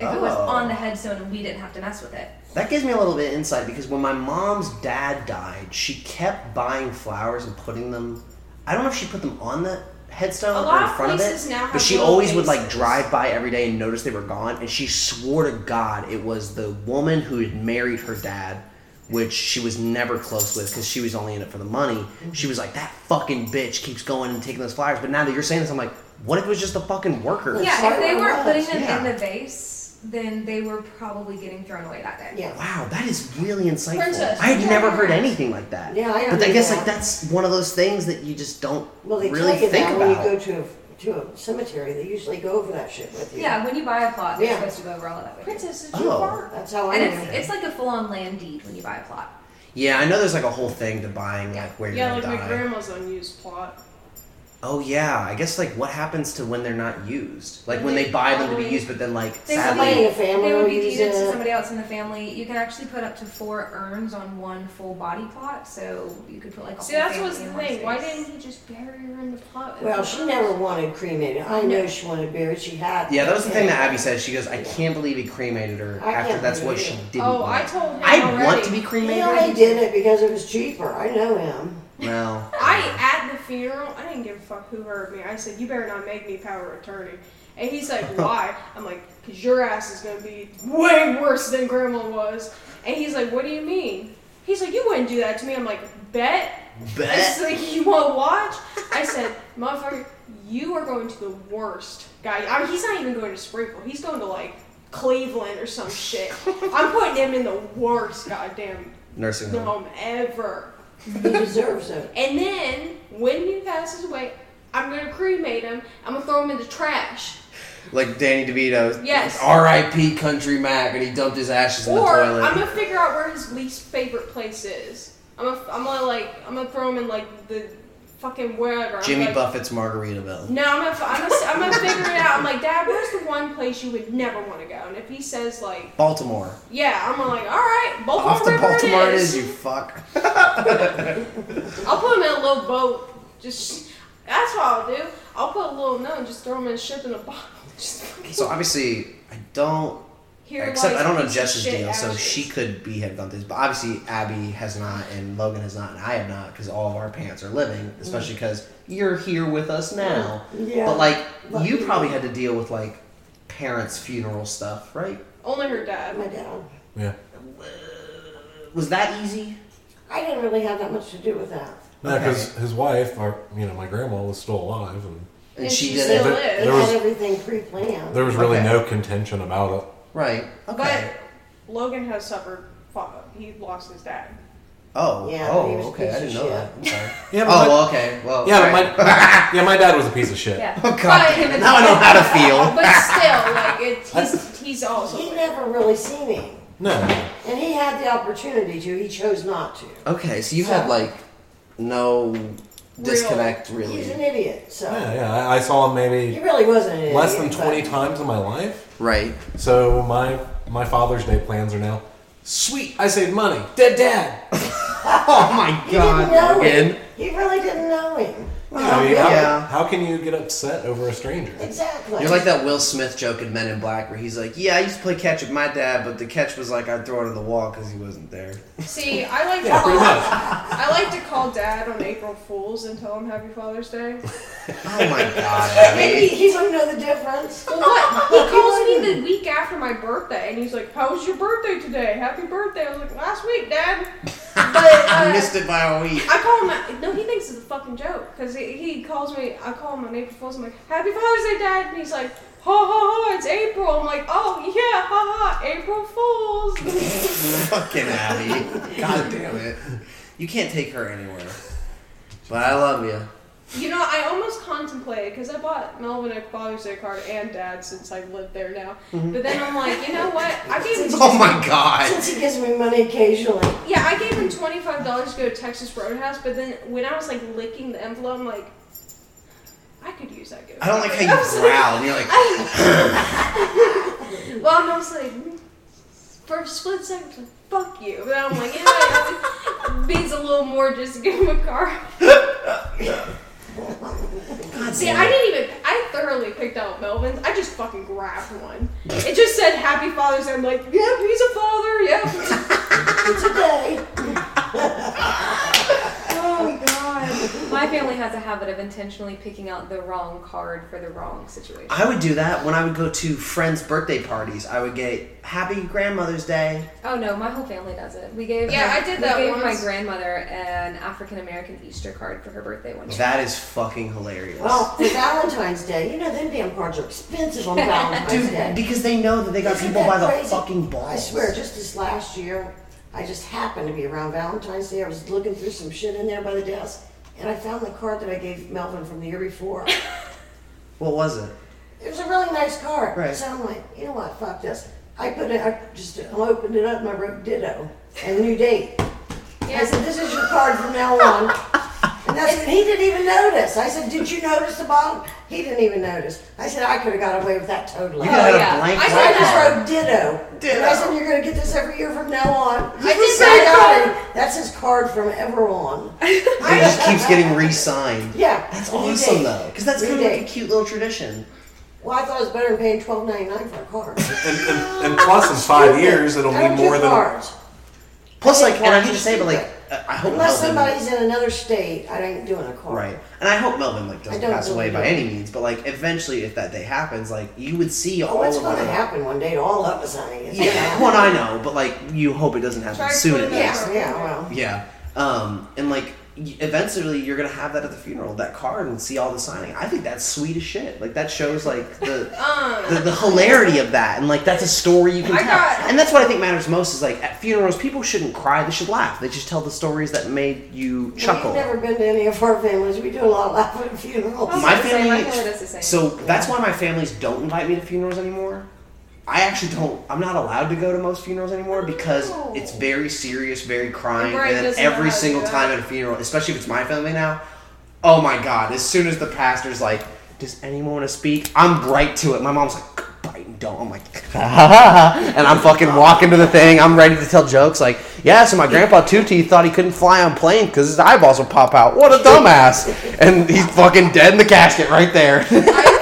If it was
Oh.
on the headstone and we didn't have to mess with it.
That gives me a little bit of insight because when my mom's dad died, she kept buying flowers and putting them. I don't know if she put them on the
A
headstone
lot
or in
of
front of
places
it,
now have
but she
little
always would like
vases.
drive by every day and notice they were gone. And she swore to God it was the woman who had married her dad, which she was never close with because she was only in it for the money.
Mm-hmm.
She was like, that fucking bitch keeps going and taking those flowers. But now that you're saying this, I'm like, what if it was just the fucking worker?
yeah, if they weren't putting them
Yeah.
in the vase, then they were probably getting thrown away that day.
Yeah.
Wow, that is really insightful.
Princess.
I had never heard anything like that.
Yeah, I
But I
heard
guess
that.
like that's one of those things that you just don't
Well, they
really
tell you
think
that
about.
when you go to a, to a cemetery, they usually go over that shit with you.
Yeah, when you buy a plot, they're
Yeah.
supposed to go over all of that. Princess,
did you Oh. fart?
That's how I
And
learned
it's,
it.
it's like a full-on land deed when you buy a plot.
yeah, I know there's like a whole thing to buying like where
Yeah,
you're
like
gonna
my
die.
grandma's unused plot.
oh yeah, I guess like what happens to when they're not used? Like
When
when
they
they buy them to be
die.
used, but then like
They
sadly,
would, be- they would be
will use
deeded to
it.
somebody else in the family. You can actually put up to four urns on one full body plot, so you could put like a
See,
whole
that's
family
what's the
in one
thing. Why
space.
didn't he just bury her in the plot?
Well, she never wanted cremated. I know she wanted buried. She had.
Yeah, that was the thing that Abby said. She goes, "I can't believe he cremated her
I
after
can't
that's what
believe
she
it.
didn't."
Oh,
want.
I told him
I
already.
want to be cremated.
Yeah, he did it because it was cheaper. I know him.
Well,
I at the funeral, I didn't give a fuck who heard me. I said, "You better not make me power of attorney." And he's like, "Why?" I'm like, "Cause your ass is gonna be way worse than Grandma was." And he's like, "What do you mean?" He's like, "You wouldn't do that to me." I'm like, "Bet."
Bet.
It's like, "You want to watch?" I said, "Motherfucker, you are going to the worst guy. I mean, he's not even going to Springfield. He's going to like." Cleveland or some shit. I'm putting him in the worst goddamn
nursing home.
home ever.
He deserves it.
And then when he passes away, I'm gonna cremate him. I'm gonna throw him in the trash.
Like Danny DeVito.
Yes.
R.I.P. Country Mac, and he dumped his ashes in the
Or
toilet.
I'm gonna figure out where his least favorite place is. I'm gonna, I'm gonna like, I'm gonna throw him in like the fucking wherever. I'm
Jimmy
like,
Buffett's Margaritaville.
No, I'm gonna, I'm gonna, I'm gonna figure it out. I'm like, Dad, where's the one place you would never want to go? And if he says like,
Baltimore.
yeah, I'm gonna like, all right, Baltimore
Off to
River
Baltimore
it is.
you fuck.
I'll put him in a little boat. Just that's what I'll do. I'll put a little note and just throw him in a ship in a bottle. Just fucking
So obviously, I don't.
Here
except
lies
I don't know
piece of
Jess's
shit
deal, so
ashes.
she could be have done this. But obviously, Abby has not, and Logan has not, and I have not, because all of our parents are living,
Mm.
especially because you're here with us now.
Yeah.
But like,
But-
you probably had to deal with like parents' funeral stuff, right?
Only her dad.
My dad.
Yeah.
Was that easy?
I didn't really have that much to do with that.
No, because his wife, our, you know, my grandma was still alive, and
And,
And
she,
she
did
still
it.
is.
I
There
had
was-
everything pre-planned.
there was really
Okay.
no contention about it.
Right. Okay.
But Logan has suffered. fa- He lost his dad.
oh.
Yeah, he was
oh.
a
Okay.
piece
I
of
didn't know
shit.
that. I'm sorry.
Yeah, but
oh.
my-
well, okay. Well.
Yeah,
all
but
right.
my yeah, my dad was a piece of shit.
Yeah.
Oh god.
But-
damn it. Now I know how to feel.
But still, like it's he's, he's
He
also. like-
never really seen me,
No,
and he had the opportunity to. He chose not to.
Okay, so you had like no disconnect
He's an
really.
idiot, so
yeah, yeah. I, I saw him
he
maybe
really wasn't an idiot.
less than
but-
twenty times in my life.
Right.
So my my Father's Day plans are now. Sweet, I saved money. Dead dad.
Oh my
He didn't
god.
know him.
Again.
He really didn't know him.
I mean, how,
Yeah.
how can you get upset over a stranger?
Exactly.
You're like that Will Smith joke in Men in Black where he's like, "Yeah, I used to play catch with my dad, but the catch was like I'd throw it to the wall because he wasn't there."
See, I like to
Yeah, pretty
call,
much.
I like to call dad on April Fools and tell him Happy Father's Day.
Oh my god, Abby.
Maybe he wouldn't know the difference.
Well, what? He calls me the week after my birthday and he's like, "How was your birthday today? Happy birthday!" I was like, "Last week, dad." But
I
uh,
missed it by a week.
I call him. No, he thinks it's a fucking joke because he, he calls me. I call him on April Fool's. I'm like, "Happy Father's Day, Dad," and he's like, "Ha ha ha! It's April." I'm like, "Oh yeah, ha ha! April Fools."
Fucking Abby. God damn it. You can't take her anywhere. But I love you.
you know, I almost contemplated because I bought Melvin a Father's Day card and Dad since I live there now.
Mm-hmm.
But then I'm like, you know what? I gave him
Oh my god.
Since he gives me money occasionally,
yeah, I gave him twenty five dollars to go to Texas Roadhouse. But then when I was like licking the envelope, I'm like, I could use that. gift
I don't like how
card.
you
I was like-
growl and you're like,
Well, and I was like, mm, for a split second, I was like, fuck you. But then I'm like, you know, it means a little more just to give him a car. See, I didn't even, I thoroughly picked out Melvin's. I just fucking grabbed one. It just said Happy Father's Day. I'm like, yep, he's a father, yep.
today.
oh, God.
My family has a habit of intentionally picking out the wrong card for the wrong situation.
I would do that when I would go to friends' birthday parties. I would get Happy Grandmother's Day.
Oh no, my whole family does it. We gave
Yeah,
my-
I did
we
that
gave
once.
my grandmother an African American Easter card for her birthday one year.
That is fucking hilarious.
Well, for Valentine's Day, you know them damn cards are expensive on Valentine's
Dude,
Day.
because they know that they got
Isn't
people by
that
the
crazy?
fucking balls.
I swear, just this last year, I just happened to be around Valentine's Day. I was looking through some shit in there by the desk, and I found the card that I gave Melvin from the year before.
What was it?
It was a really nice card.
Right.
So I'm like, you know what? Fuck this. I put it. I just opened it up and I wrote ditto and new date. I said, this is your card from now on. And that's and he didn't even notice. I said, did you notice the bottom? He didn't even notice. I said, I could have got away with that totally.
You could have had a Oh, yeah. blank
I said, I just
card.
wrote ditto.
Ditto.
And I said, you're going to get this every year from now on.
I did
So
that
got it. That's his card from ever on.
It just keeps getting re-signed.
Yeah.
That's
New
awesome
date.
though, because that's
New
kind of like a
date.
cute little tradition.
Well, I thought it was better than paying twelve ninety nine for a card.
And, and, and plus, in five years, it'll
I
be
don't do
more than.
cards.
Plus,
I
like,
think
and I
cards
hate to
are
say, but like,
stupid.
uh, I hope
Unless
Melvin,
somebody's in another state, I ain't doing a card.
right? And I hope Melvin like doesn't
I don't
pass away
really
by
do.
any means, but like, eventually, if that day happens, like, you would see
Oh,
all
it's
of
going to
them.
happen one day to all of us, honey. It's gonna
Yeah,
happen.
well, I know, but like, you hope it doesn't happen soon at least.
Yeah, yeah, well.
Yeah. Um, and like y- eventually you're gonna have that at the funeral, that card and see all the signing. I think that's sweet as shit. Like that shows like the
Um,
the, the hilarity of that and like that's a story you can
I
tell.
got-
and that's what I think matters most is like at funerals people shouldn't cry, they should laugh. They just tell the stories that made you chuckle.
We've never been to any of our families. We do a lot of laughing at funerals.
Oh, my family So that's why my families don't invite me to funerals anymore. I actually don't. I'm not allowed to go to most funerals anymore because it's very serious, very crying,
Right,
and then
doesn't
every
allow
single
you out.
time at a funeral, especially if it's my family now. Oh my god! As soon as the pastor's like, "Does anyone want to speak?" I'm right to it. My mom's like, "Bite and don't." I'm like, and I'm fucking walking to the thing. I'm ready to tell jokes like, "Yeah, so my grandpa Two Teeth thought he couldn't fly on plane because his eyeballs would pop out. What a dumbass!" And he's fucking dead in the casket right there.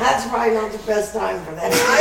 That's probably not the best time for that.
I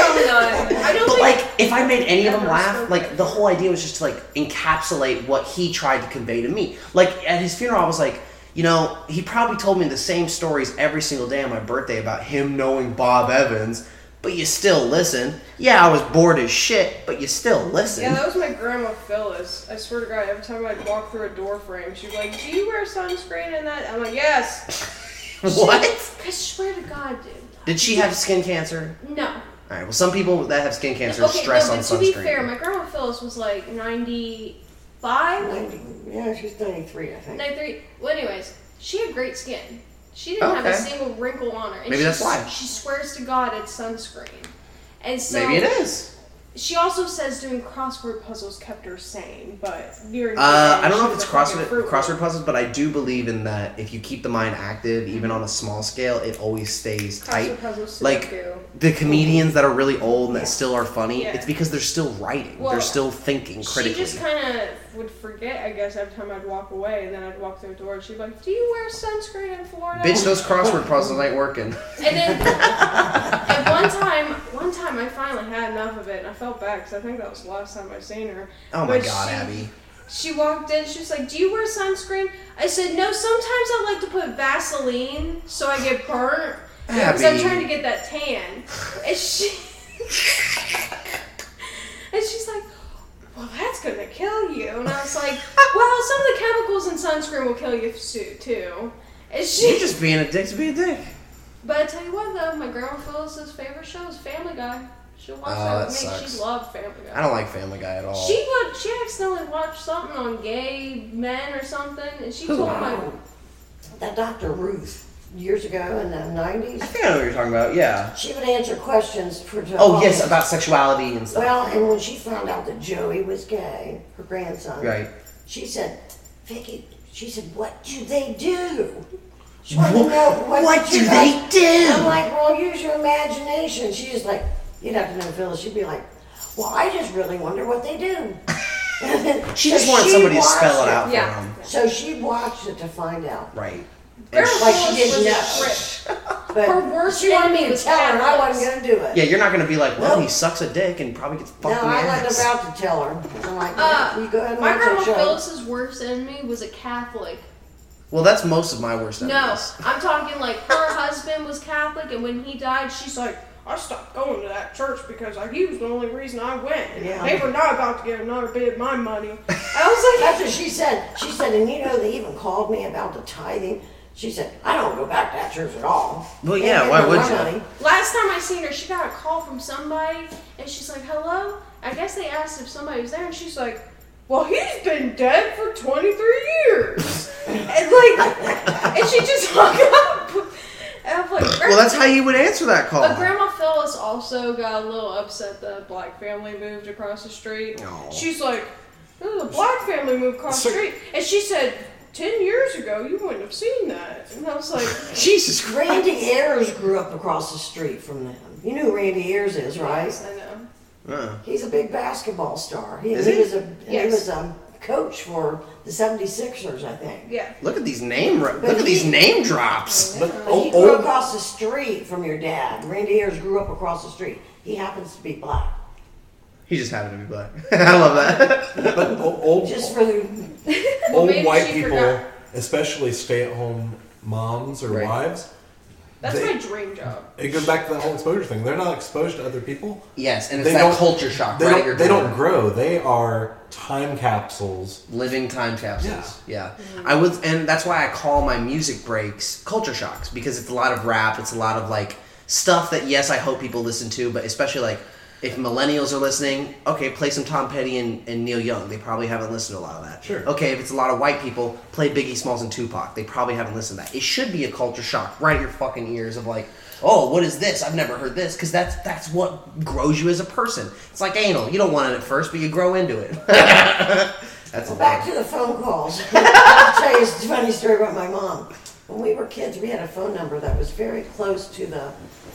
don't
But
think-
like, if I made any of them
Never
laugh, like the whole idea was just to like encapsulate what he tried to convey to me. Like at his funeral, I was like, you know, he probably told me the same stories every single day on my birthday about him knowing Bob Evans, but you still listen. Yeah, I was bored as shit, but you still listen.
Yeah, that was my grandma Phyllis. I swear to God, every time I'd walk through a door frame, she'd be like, Do you wear sunscreen in that? I'm like, Yes.
what?
I swear to God, dude.
Did she have skin cancer?
No.
All right. Well, some people that have skin cancer
okay,
stress
no,
on
but
sunscreen.
to be fair, my grandma Phyllis was like 95?
90, yeah, she's 93, I think.
93. Well, anyways, she had great skin. She didn't have a
Okay.
single wrinkle on her. And she,
Maybe that's why.
She swears to God it's sunscreen. And so
Maybe it is.
She also says doing crossword puzzles kept her sane, but during
Uh,
the
I don't know
day, she
if it's
was a fucking
crossword
fruit
crossword puzzles, but I do believe in that. If you keep the mind active, even on a small scale, it always stays tight.
Crossword puzzles,
Like
Sudoku.
the comedians that are really old and that still are funny,
Yeah.
it's because they're still writing,
Well,
they're still thinking
She
critically.
just kind of would forget, I guess, every time I'd walk away, and then I'd walk through a door, and she'd be like, Do you wear sunscreen in Florida?
Bitch, those crossword puzzles ain't working.
And then at one time, one time I finally had enough of it, and I felt bad because I think that was the last time I seen her.
Oh my
But
god,
she,
Abby.
She walked in. She was like, "Do you wear sunscreen?" I said, "No. Sometimes I like to put Vaseline so I get burnt because I'm
Abby.
trying to get that tan." And she and she's like. Well, that's gonna kill you, and I was like, "Well, some of the chemicals in sunscreen will kill you su- too." And she
You're just being a dick to be a dick.
But I tell you what, though, my grandma Phyllis's favorite show is Family Guy. She'll watch
Oh,
that with
that
me.
sucks.
She loved Family Guy.
I don't like Family Guy at all.
She would. She accidentally watched something on gay men or something, and she
Who?
told my.
That Dr. Ruth, years ago in the 90s,
I think I know what you're talking about. Yeah.
she would answer questions for Joe.
Oh yes, about sexuality and stuff.
Well, and when she found out that Joey was gay, her grandson,
Right.
she said, Vicky, she said, what do they do? She wanted to know what,
What
you
do
guys-
they do?
I'm like, well, use your imagination. She was like, you'd have to know Phyllis. She'd be like, well, I just really wonder what they do.
She just wanted somebody to spell it out for
yeah.
them.
So she watched it to find out.
Right.
Like
And
she
she-
didn't know. But her worst she wanted me
enemy
to
was
tell her, and I wasn't going to do it.
yeah, you're not gonna be like, well, he sucks a dick and probably gets
No,
fucked in the
I wasn't
ass.
about to tell her. I'm like,
Uh,
Oh, you go ahead and
my
watch that
grandma
show.
Phyllis's worst enemy was a Catholic
Well, that's most of my worst
No,
enemies.
I'm talking like her husband was Catholic, and when he died, she's like, I stopped going to that church because like, he was the only reason I went. And
Yeah.
They were not about to get another bit of my money. And
I
was like,
That's what she said. She said, and you know, they even called me about the tithing. She said, I don't go back to that church at all.
Well,
They
yeah,
don't
why
give
would
my
you?
money.
Last time I seen her, she got a call from somebody, and she's like, "Hello." I guess they asked if somebody was there, and she's like, "Well, he's been dead for 23 years," and like, and she just hung up. And I'm like,
Well, that's how you would answer that call.
But Grandma Phyllis also got a little upset that a black family moved across the street.
Aw.
She's like, "Oh, the black family moved across the street," and she said. Ten years ago, you wouldn't have seen that, and I was like,
Jesus Randy Ayers grew up across the street from them. You know who Randy Ayers is, right?
Yes, I know.
Uh-uh.
He's a big basketball star. He,
Is
he
he?
was a he
Yes.
was a coach for the 76ers, I think.
Yeah.
Look at these name. Ro-
But
look at these
he-
name drops.
But he
oh,
grew
oh.
across the street from your dad. Randy Ayers grew up across the street. He happens to be black.
He just happened to be black. I love that.
but old
Just for the
old white people, especially stay-at-home moms or wives,
That's
They-
my dream job.
it goes back to that whole exposure thing. They're not exposed to other people.
Yes, and it's
They
that
don't-
culture shock,
They
right?
don't-
You're
they
born.
don't grow. They are time capsules.
Living time capsules. Yeah. I would, and that's why I call my music breaks culture shocks because it's a lot of rap. It's a lot of like stuff that yes, I hope people listen to, but especially like if millennials are listening, okay, play some Tom Petty and, and Neil Young. They probably haven't listened to a lot of that. Sure. Okay, if it's a lot of white people, play Biggie Smalls and Tupac. They probably haven't listened to that. It should be a culture shock right in your fucking ears of like. Oh, what is this? I've never heard this because that's that's what grows you as a person. It's like anal. You don't want it at first, but you grow into it. that's a
Back to the phone calls. I'll tell you a funny story about my mom. When we were kids, we had a phone number that was very close to the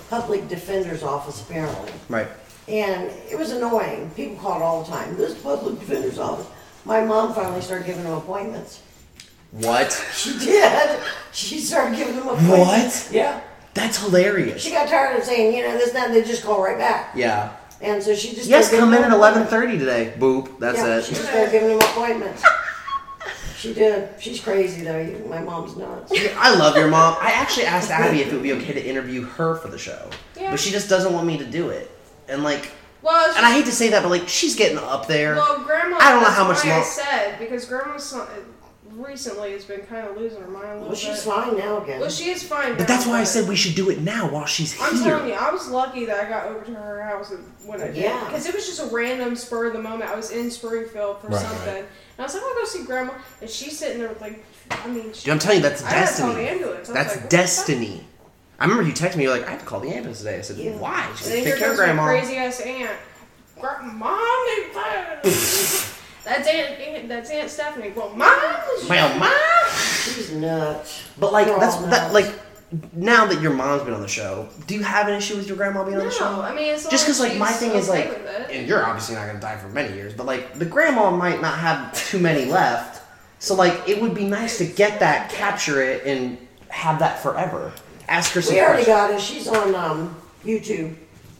public defender's office, apparently.
Right.
And it was annoying. People called all the time. This public defender's office. My mom finally started giving them appointments.
What?
She did. She started giving them appointments. Yeah.
That's hilarious.
She got tired of saying, you know, this, that, and they just call right back.
yeah.
And so she just.
Yes,
started
come in
giving
at
them
eleven thirty today. Boop. That's
yeah,
it.
She started giving him appointments. she did. She's crazy though. You- My mom's nuts.
I love your mom. I actually asked Abby if it would be okay to interview her for the show,
Yeah.
but she just doesn't want me to do it. And like,
Well, it's
and I hate to say that, but like, she's getting up there.
Oh, Well, grandma.
I don't know
that's
how much
why I
long.
said because grandma recently has been kind of losing her mind. A little
Well, she's
bit.
fine now again.
Well, she is fine.
But
now,
that's why I said we should do it now while she's
I'm
here.
telling you, I was lucky that I got over to her house when I did.
Yeah.
Because it was just a random spur of the moment. I was in Springfield for
Right,
something.
right.
And I was like, I'll go see grandma. And she's sitting there with, like, I mean, she,
Dude, I'm telling you, that's
I gotta call
destiny.
the ambulance. I was
That's
like, what the fuck?
destiny. I remember you texted me. You're like, I have to call the ambulance today. I said, why? She's
And then
like, take
here
care,
comes my
grandma.
crazy ass aunt. Gra- Mom and That's Aunt, aunt that's Aunt Stephanie. Well, mom.
Well, mom.
She's nuts.
But like,
They're
that's
all
that like. Now that your mom's been on the show, do you have an issue with your grandma being on
No,
the show?
I mean, as long
just because
as
like my
she's
thing is
okay
like,
with it.
and you're obviously not gonna die for many years, but like the grandma might not have too many left, so like it would be nice to get that, capture it, and have that forever. Ask her some
we already
questions.
got her. She's on um, YouTube.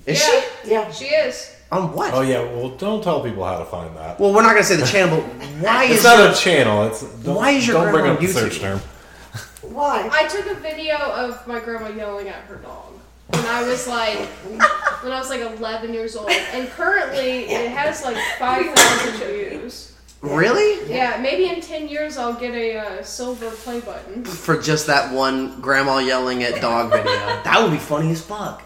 Is
yeah.
she?
Yeah.
She is.
On what?
Oh yeah. Well, don't tell people how to find that.
Well, we're not gonna say the channel, but why
it's
is
not
your-
a channel. It's don't,
Why is your
don't bring
grandma
up the
on
search
YouTube?
term.
Why?
I took a video of my grandma yelling at her dog when I was like, when I was like 11 years old, and currently it has like 5,000 views.
really
Yeah, maybe in 10 years I'll get a uh, silver play button.
for just that one grandma yelling at dog video? that would be funny as fuck.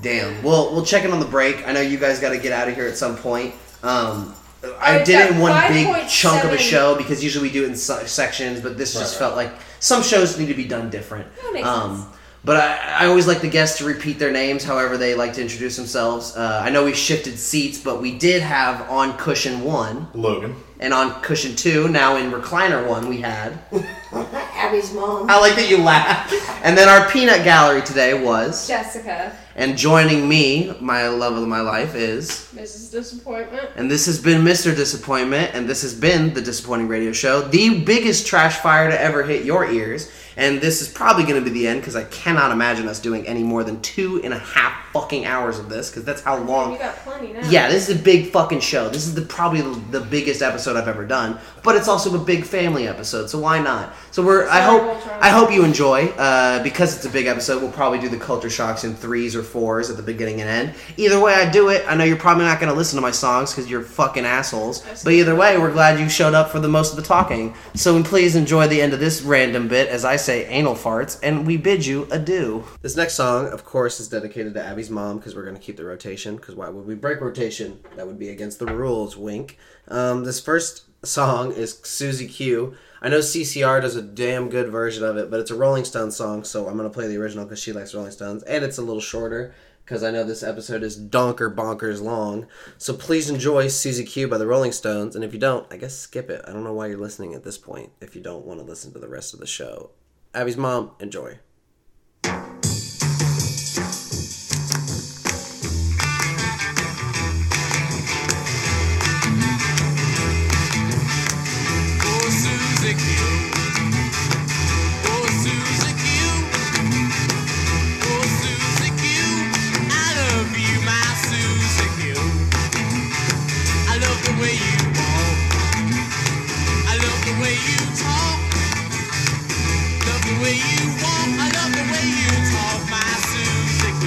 Damn. Well, we'll check in on the break. I know you guys got to get out of here at some point. Um, I
it's
did it
at
in one big chunk of a
5.7.
show because usually we do it in se- sections, but this just felt like some shows need to be done different. Um,
That makes sense.
But I, I always like the guests to repeat their names however they like to introduce themselves. Uh, I know we shifted seats, but we did have on cushion one
Logan,
and on cushion two. Now in recliner one, we had.
Abby's mom.
I like that you laugh. And then our peanut gallery today was.
Jessica.
And joining me, my love of my life, is.
Mrs. Disappointment.
And this has been Mr. Disappointment, and this has been the Disappointing Radio Show, the biggest trash fire to ever hit your ears. And this is probably going to be the end because I cannot imagine us doing any more than two and a half
fucking hours of this because that's how long.
You got plenty now.
Yeah, this is a big fucking show. This is the probably the, the biggest episode I've ever done, but it's also a big family episode, so why not? So we're
Sorry,
I hope
we'll try.
I hope you enjoy uh, because it's a big episode. We'll probably do the culture shocks in threes or fours at the beginning and end. Either way, I do it. I know you're probably not going to listen to my songs because you're fucking assholes, but either way, we're glad you showed up for the most of the talking. So please enjoy the end of this random bit as I say anal farts, and we bid you adieu.
This next song, of course, is dedicated to Abby's mom because we're going to keep the rotation. Because why would we break rotation? That would be against the rules. Wink. Um, this first song is Susie Q. I know CCR does a damn good version of it, but it's a Rolling Stones song, so I'm going to play the original because she likes Rolling Stones, and it's a little shorter because I know this episode is donker bonkers long. So please enjoy Susie Q by the Rolling Stones, and if you don't, I guess skip it. I don't know why you're listening at this point if you don't want to listen to the rest of the show. Abby's mom, enjoy.
Oh, Susie Q. Oh, Susie Q. Oh, Susie Q. I love you, my Susie Q. I love the way you walk. I love the way you talk. Love the way you walk. I love the way you talk, my Susie Q.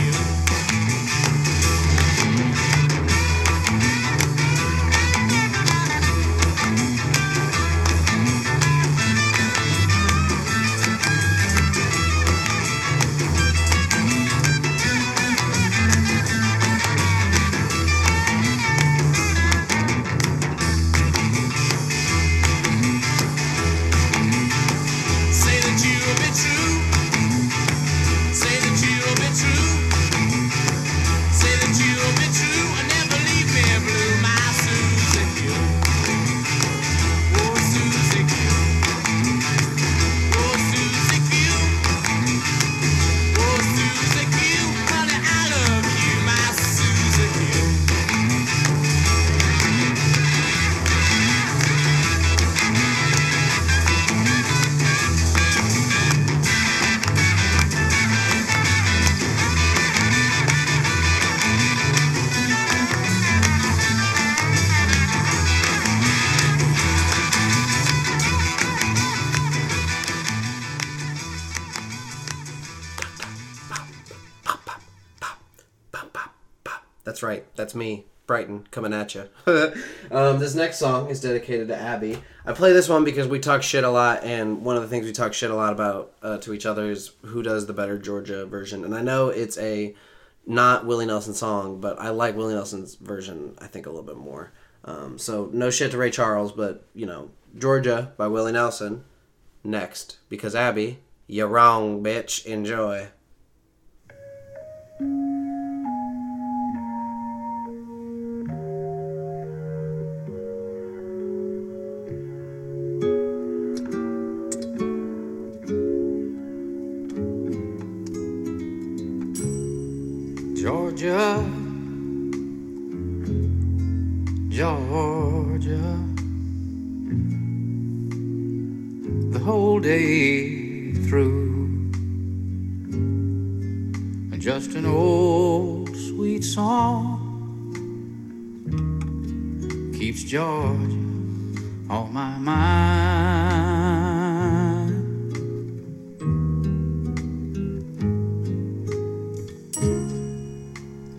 Say that you'll be true. Say that you'll be true. Say that you'll be true and never leave me blue, my Susie Q. Oh, Susie Q. Oh, Susie Q. Oh, Susie Q. Honey, I love you, my Susie Q.
That's right. That's me, Brighton, coming at you. um, this next song is dedicated to Abby. I play this one because we talk shit a lot, and one of the things we talk shit a lot about uh, to each other is who does the better Georgia version. And I know it's a not Willie Nelson song, but I like Willie Nelson's version, I think, a little bit more. Um, so, no shit to Ray Charles, but, you know, Georgia by Willie Nelson next. Because, Abby, you're wrong, bitch. Enjoy.
Georgia, Georgia. The whole day through. And just an old sweet song keeps Georgia on my mind.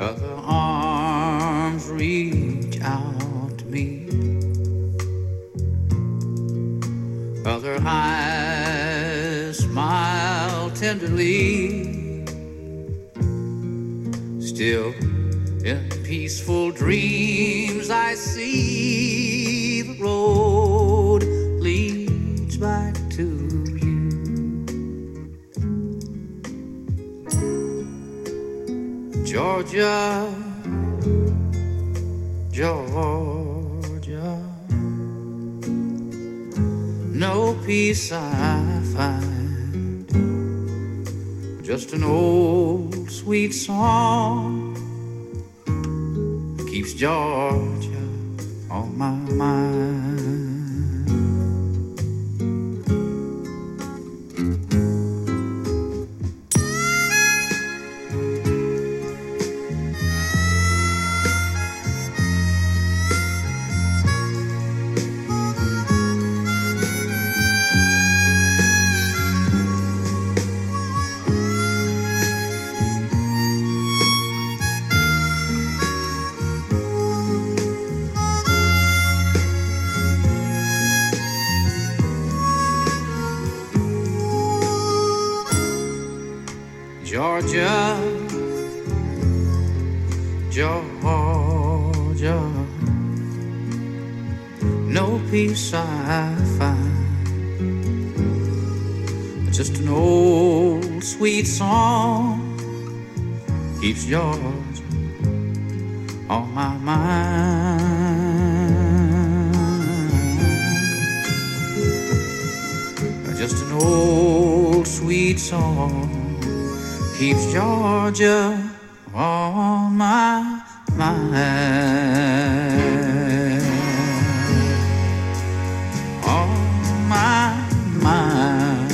Other arms reach out to me. Other eyes smile tenderly. Still in peaceful dreams, I see the road leads back to you. Georgia, Georgia. No peace I find, just an old sweet song keeps Georgia on my mind. Georgia, Georgia. No peace I find, just an old sweet song keeps Georgia on my mind. Just an old sweet song keeps Georgia on my mind. On my mind.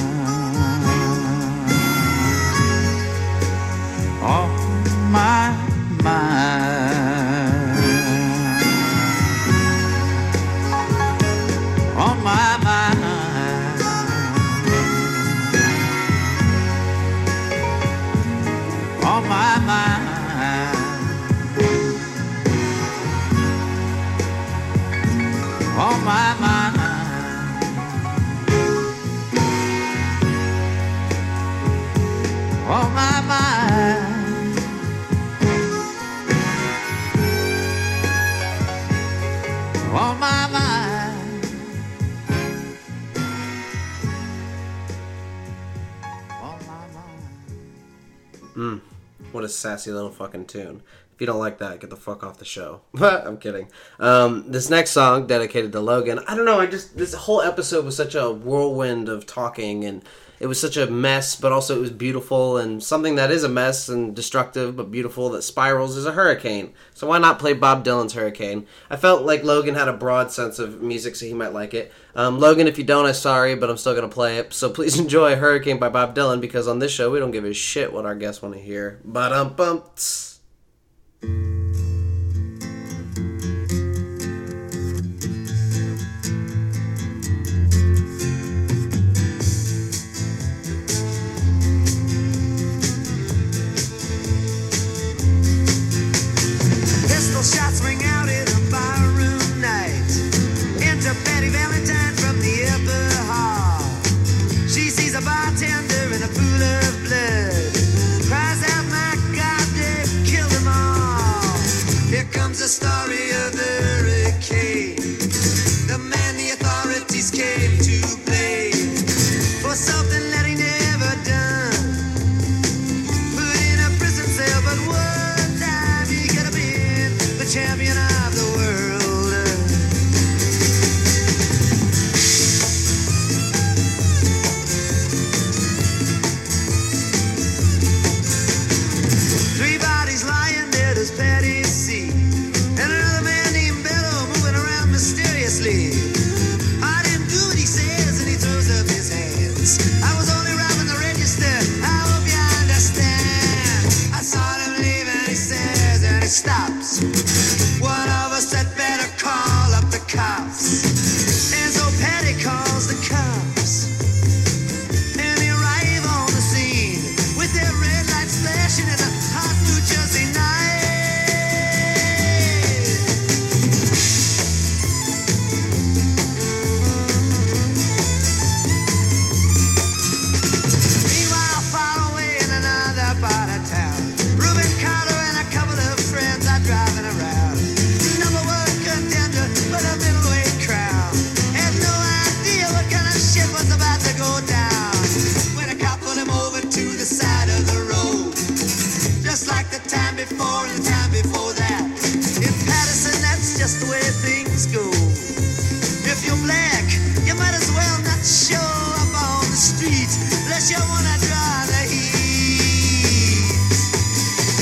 On my mind. On my mind. on my mind. On my mind. On my mind. On my mind.
Mm. What a sassy little fucking tune. If you don't like that, get the fuck off the show. I'm kidding. Um, this next song, dedicated to Logan, I don't know, I just, this whole episode was such a whirlwind of talking and it was such a mess, but also it was beautiful and something that is a mess and destructive but beautiful that spirals is a hurricane. So why not play Bob Dylan's Hurricane? I felt like Logan had a broad sense of music, so he might like it. Um, Logan, if you don't, I'm sorry, but I'm still gonna play it. So please enjoy Hurricane by Bob Dylan because on this show we don't give a shit what our guests want to hear. But um, bumps.
Pistol shots ring out in a barroom night. Enter Betty Valentine from the upper hall. She sees a bartender in a pool of blood. Cries out, my God, they've killed them all. more than time before that. In Patterson, that's just the way things go. If you're black, you might as well not show up on the street unless you wanna draw the heat.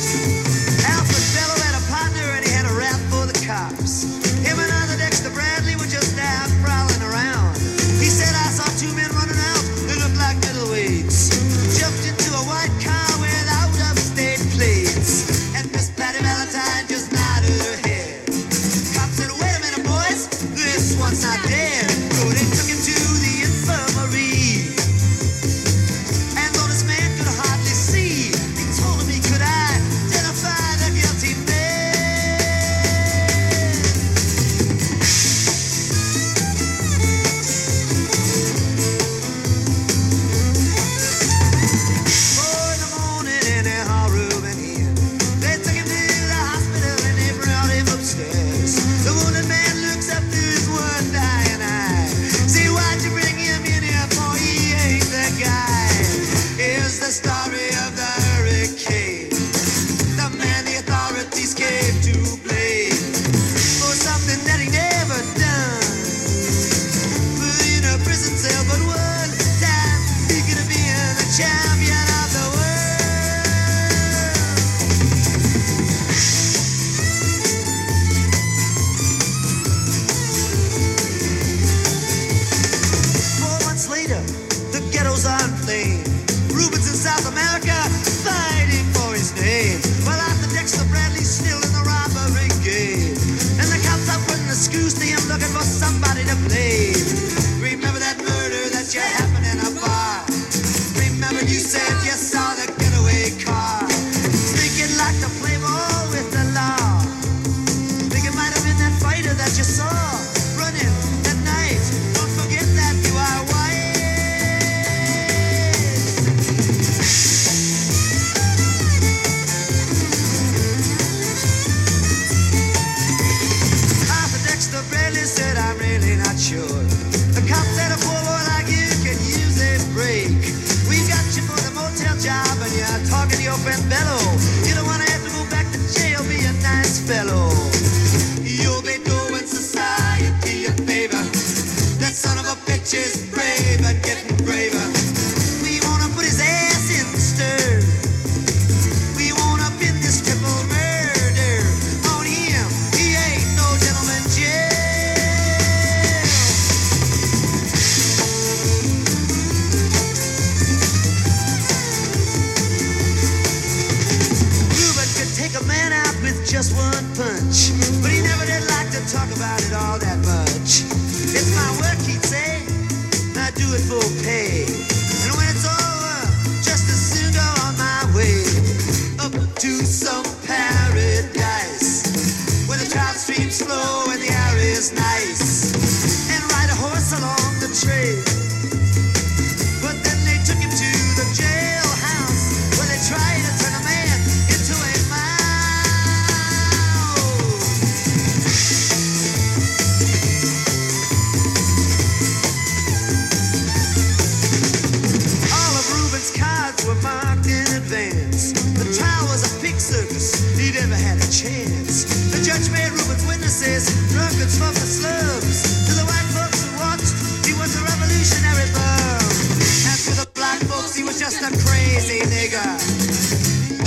Alfred Bellow had a partner and he had a rap for the cops. Him and other Dexter Bradley were just out prowling around. He said, I saw two men running out who looked like middleweights. Jumped into a white car with out of state plates. And Miss Patty Valentine just nodded her head. Cop said, Wait a minute, boys, this one's not dead. So they took him to the infirmary. And though this man could hardly see, he told him he could identify the guilty man. Four in the morning and they hauled Reuben in. They took him to the hospital and they brought him upstairs. The wounded man looks up to his one dying eye. See why'd you bring him in here for he ain't the guy. Here's the story of the hurricane. The man the authorities gave to blame for something that he never done. Put in a prison cell, but one time he could have been the champion of the world. Four months later, the ghetto's on flame. Rubens in South America fighting for his name. While after Dexter Bradley's still in the robbery game. And the cops are putting the screws to him looking for somebody to blame. Remember that murder that you happened in a bar. Remember you said you saw the getaway car. Thinking like the playboy with the law. Think it might have been that fighter that you saw running that night. Don't forget that you are white. Arthur Dexter Bradley said, I'm really not sure. The cop said, a poor boy like you could use a break. We got you for the motel job, and you're talking to your friend Bellow. You don't want to have to go back to jail, be a nice fellow. You'll be doing society a favor. That son of a bitch is brave and getting braver. We want to put his ass in the stir. We want up in this triple murder on him. He ain't no gentleman jail. Ruben could take a man out with just one punch, but he never did like to talk about it all that much. It's my work, he'd say. I do it for pay. And when it's over, just as soon go on my way up to some paradise where the trout streams flow and the air is nice. And ride a horse along the trail. But then they took him to the jailhouse where they tried to turn a man into a mouse. All of Reuben's cards were marked in advance. The trial was a pig circus. He never had a chance. The judge made Reuben's witnesses drunkards from the slums. To the white folks who watched, he was a revolutionary bum. And to the black folks, he was just a crazy nigger.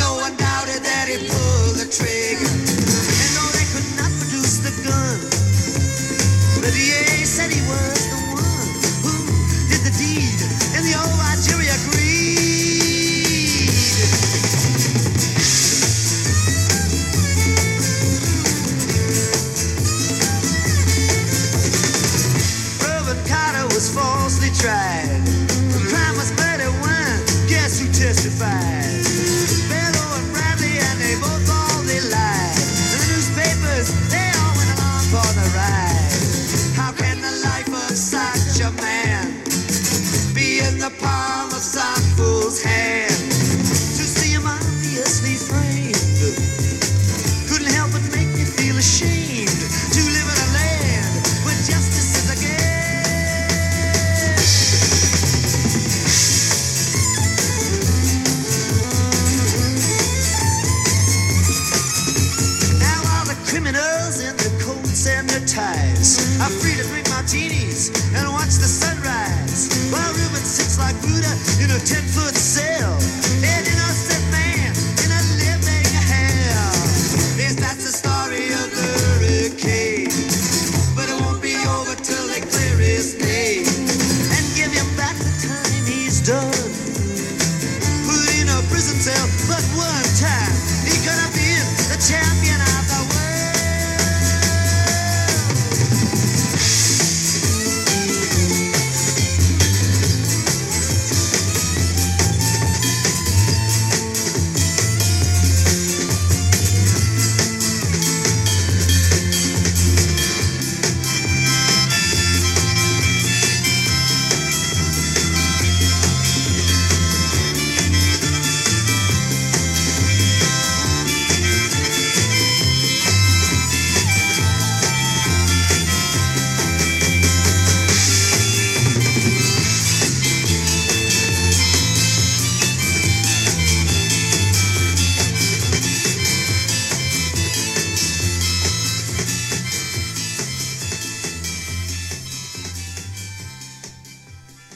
No one doubted that he pulled the trigger. And though they could not produce the gun, the DA said he was the one who did the deed, and the old white jury agreed. Reuben Carter was falsely tried. The crime was murder one. Guess who testified? Bellow and Bradley, and they both all they lied. And the newspapers, they all went along for the ride. How can the life of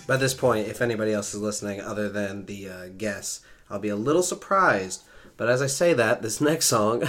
By this point, if anybody else is listening other than the uh, guests, I'll be a little surprised. But as I say that, this next song,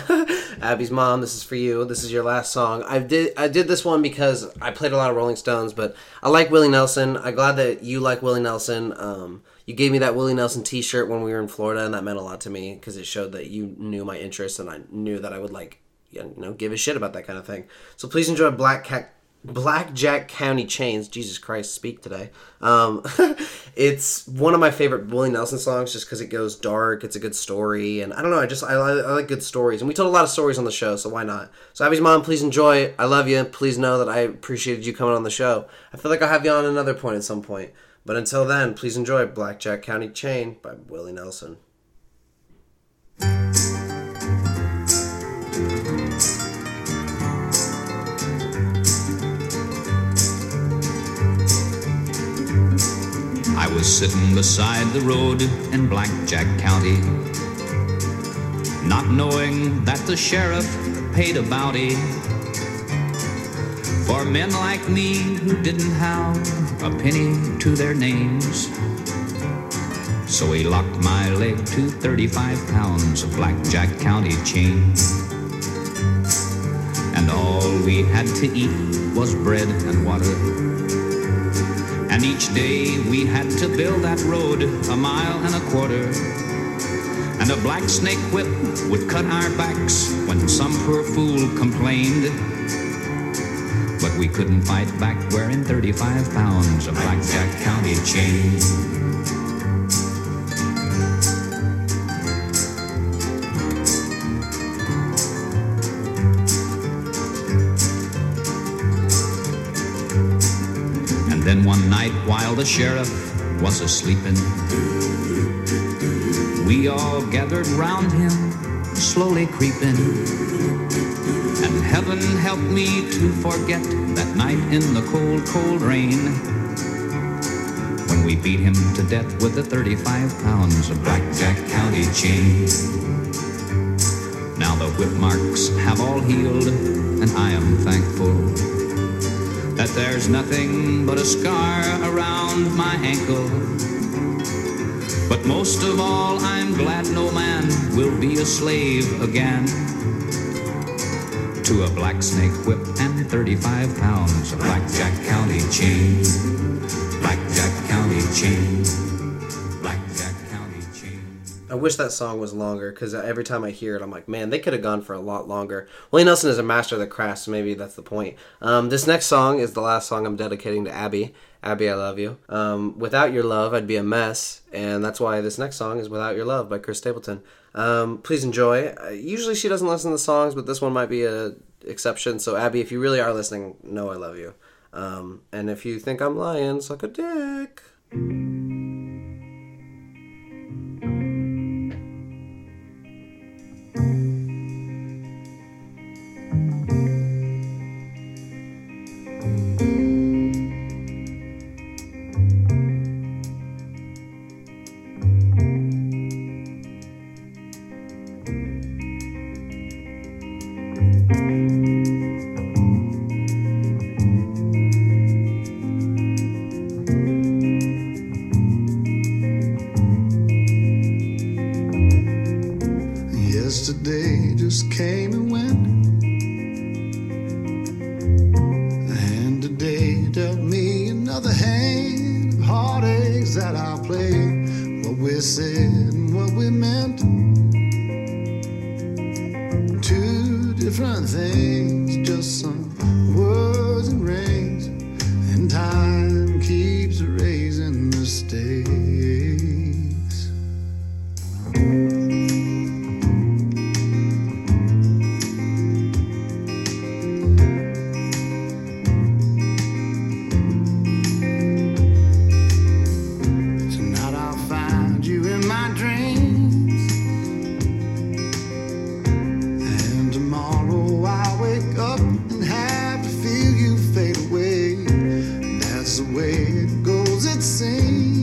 Abby's mom, this is for you. This is your last song. I did I did this one because I played a lot of Rolling Stones, but I like Willie Nelson. I'm glad that you like Willie Nelson. Um, you gave me that Willie Nelson T-shirt when we were in Florida, and that meant a lot to me because it showed that you knew my interests and I knew that I would like you know give a shit about that kind of thing. So please enjoy Black Cat. Blackjack County Chains, Jesus Christ, speak today. Um, it's one of my favorite Willie Nelson songs, just because it goes dark. It's a good story, and I don't know. I just I, li- I like good stories, and we told a lot of stories on the show, so why not? So Abby's mom, please enjoy. it. I love you. Please know that I appreciated you coming on the show. I feel like I'll have you on another point at some point, but until then, please enjoy Blackjack County Chain by Willie Nelson.
I was sitting beside the road in Blackjack County, not knowing that the sheriff paid a bounty for men like me who didn't have a penny to their names. So he locked my leg to 35 pounds of Blackjack County chain. And all we had to eat was bread and water. And each day we had to build that road a mile and a quarter. And a black snake whip would cut our backs when some poor fool complained. But we couldn't fight back wearing 35 pounds of Blackjack County chain. And then one night while the sheriff was asleeping, we all gathered round him, slowly creeping. And heaven help me to forget that night in the cold, cold rain. When we beat him to death with the 35 pounds of Blackjack County chain. Now the whip marks have all healed, and I am thankful that there's nothing but a scar around my ankle. But most of all, I'm glad no man will be a slave again to a black snake whip and 35 pounds of Blackjack County chain. Blackjack County chain. Blackjack County chain.
I wish that song was longer because every time I hear it, I'm like, man, they could have gone for a lot longer. Willie Nelson is a master of the craft, so maybe that's the point. Um, this next song is the last song I'm dedicating to Abby. Abby, I love you. Um, without your love, I'd be a mess, and that's why this next song is "Without Your Love" by Chris Stapleton. Um, please enjoy. Uh, usually she doesn't listen to songs, but this one might be a exception. So Abby, if you really are listening, know I love you. Um, and if you think I'm lying, suck a dick.
Yesterday just came and went. The hand today dealt me another hand of heartaches that I played. What we said and what we meant. Two different things, just some words and rings. And time keeps raising the stakes. Tonight I'll find you in my dreams. And tomorrow I'll wake up and have to feel you fade away. That's the way it goes, it seems.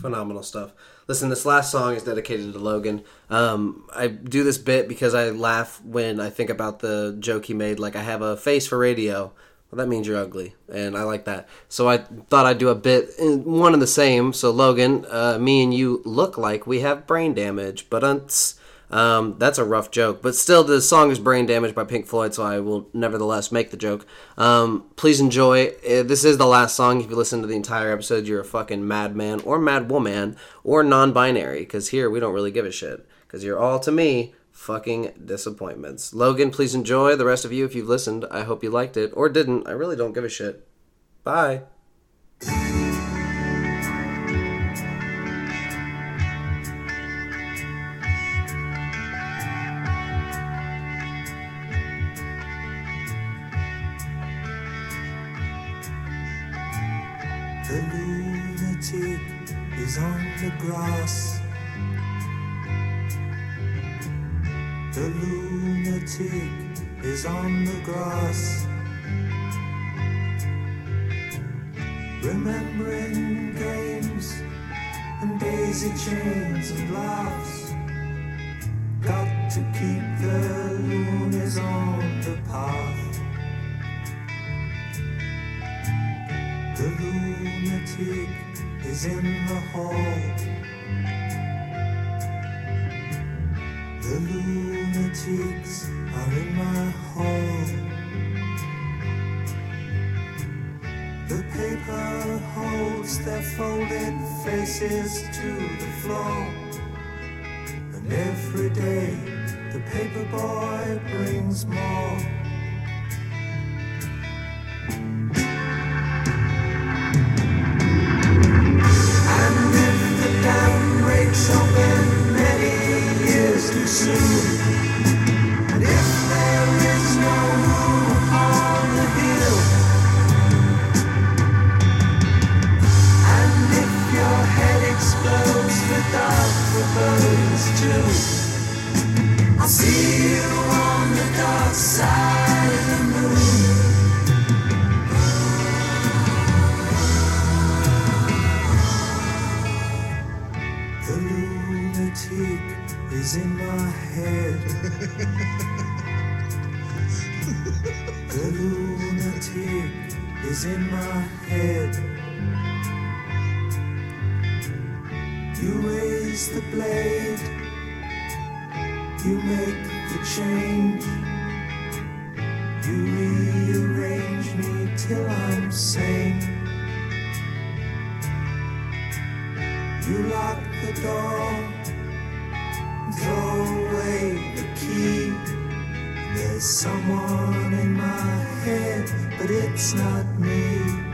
personal stuff. Listen, this last song is dedicated to Logan. Um, I do this bit because I laugh when I think about the joke he made. Like, I have a face for radio. Well, that means you're ugly, and I like that. So I thought I'd do a bit, in one and the same. So Logan, uh, me and you look like we have brain damage, but unts. Um, that's a rough joke, but still, the song is brain damaged by Pink Floyd, so I will nevertheless make the joke. Um, please enjoy. Uh, This is the last song. If you listen to the entire episode, you're a fucking madman or madwoman or non binary, because here we don't really give a shit, because you're all to me fucking disappointments. Logan, please enjoy. The rest of you, if you've listened, I hope you liked it or didn't. I really don't give a shit. Bye.
The lunatic is on the grass. The lunatic is on the grass. Remembering games and daisy chains and laughs. Got to keep the loonies on the path. The lunatic is in the hall. The lunatics are in my hall. The paper holds their folded faces to the floor. And every day the paper boy brings more. The dam breaks open many years too soon. And if there is no room on the hill, and if your head explodes, the dark proposes too. I'll see you on the dark side of the moon. The lunatic is in my head. the lunatic is in my head. You raise the blade, you make the change, you rearrange me till I'm sane. You lock the door, throw away the key. There's someone in my head, but it's not me.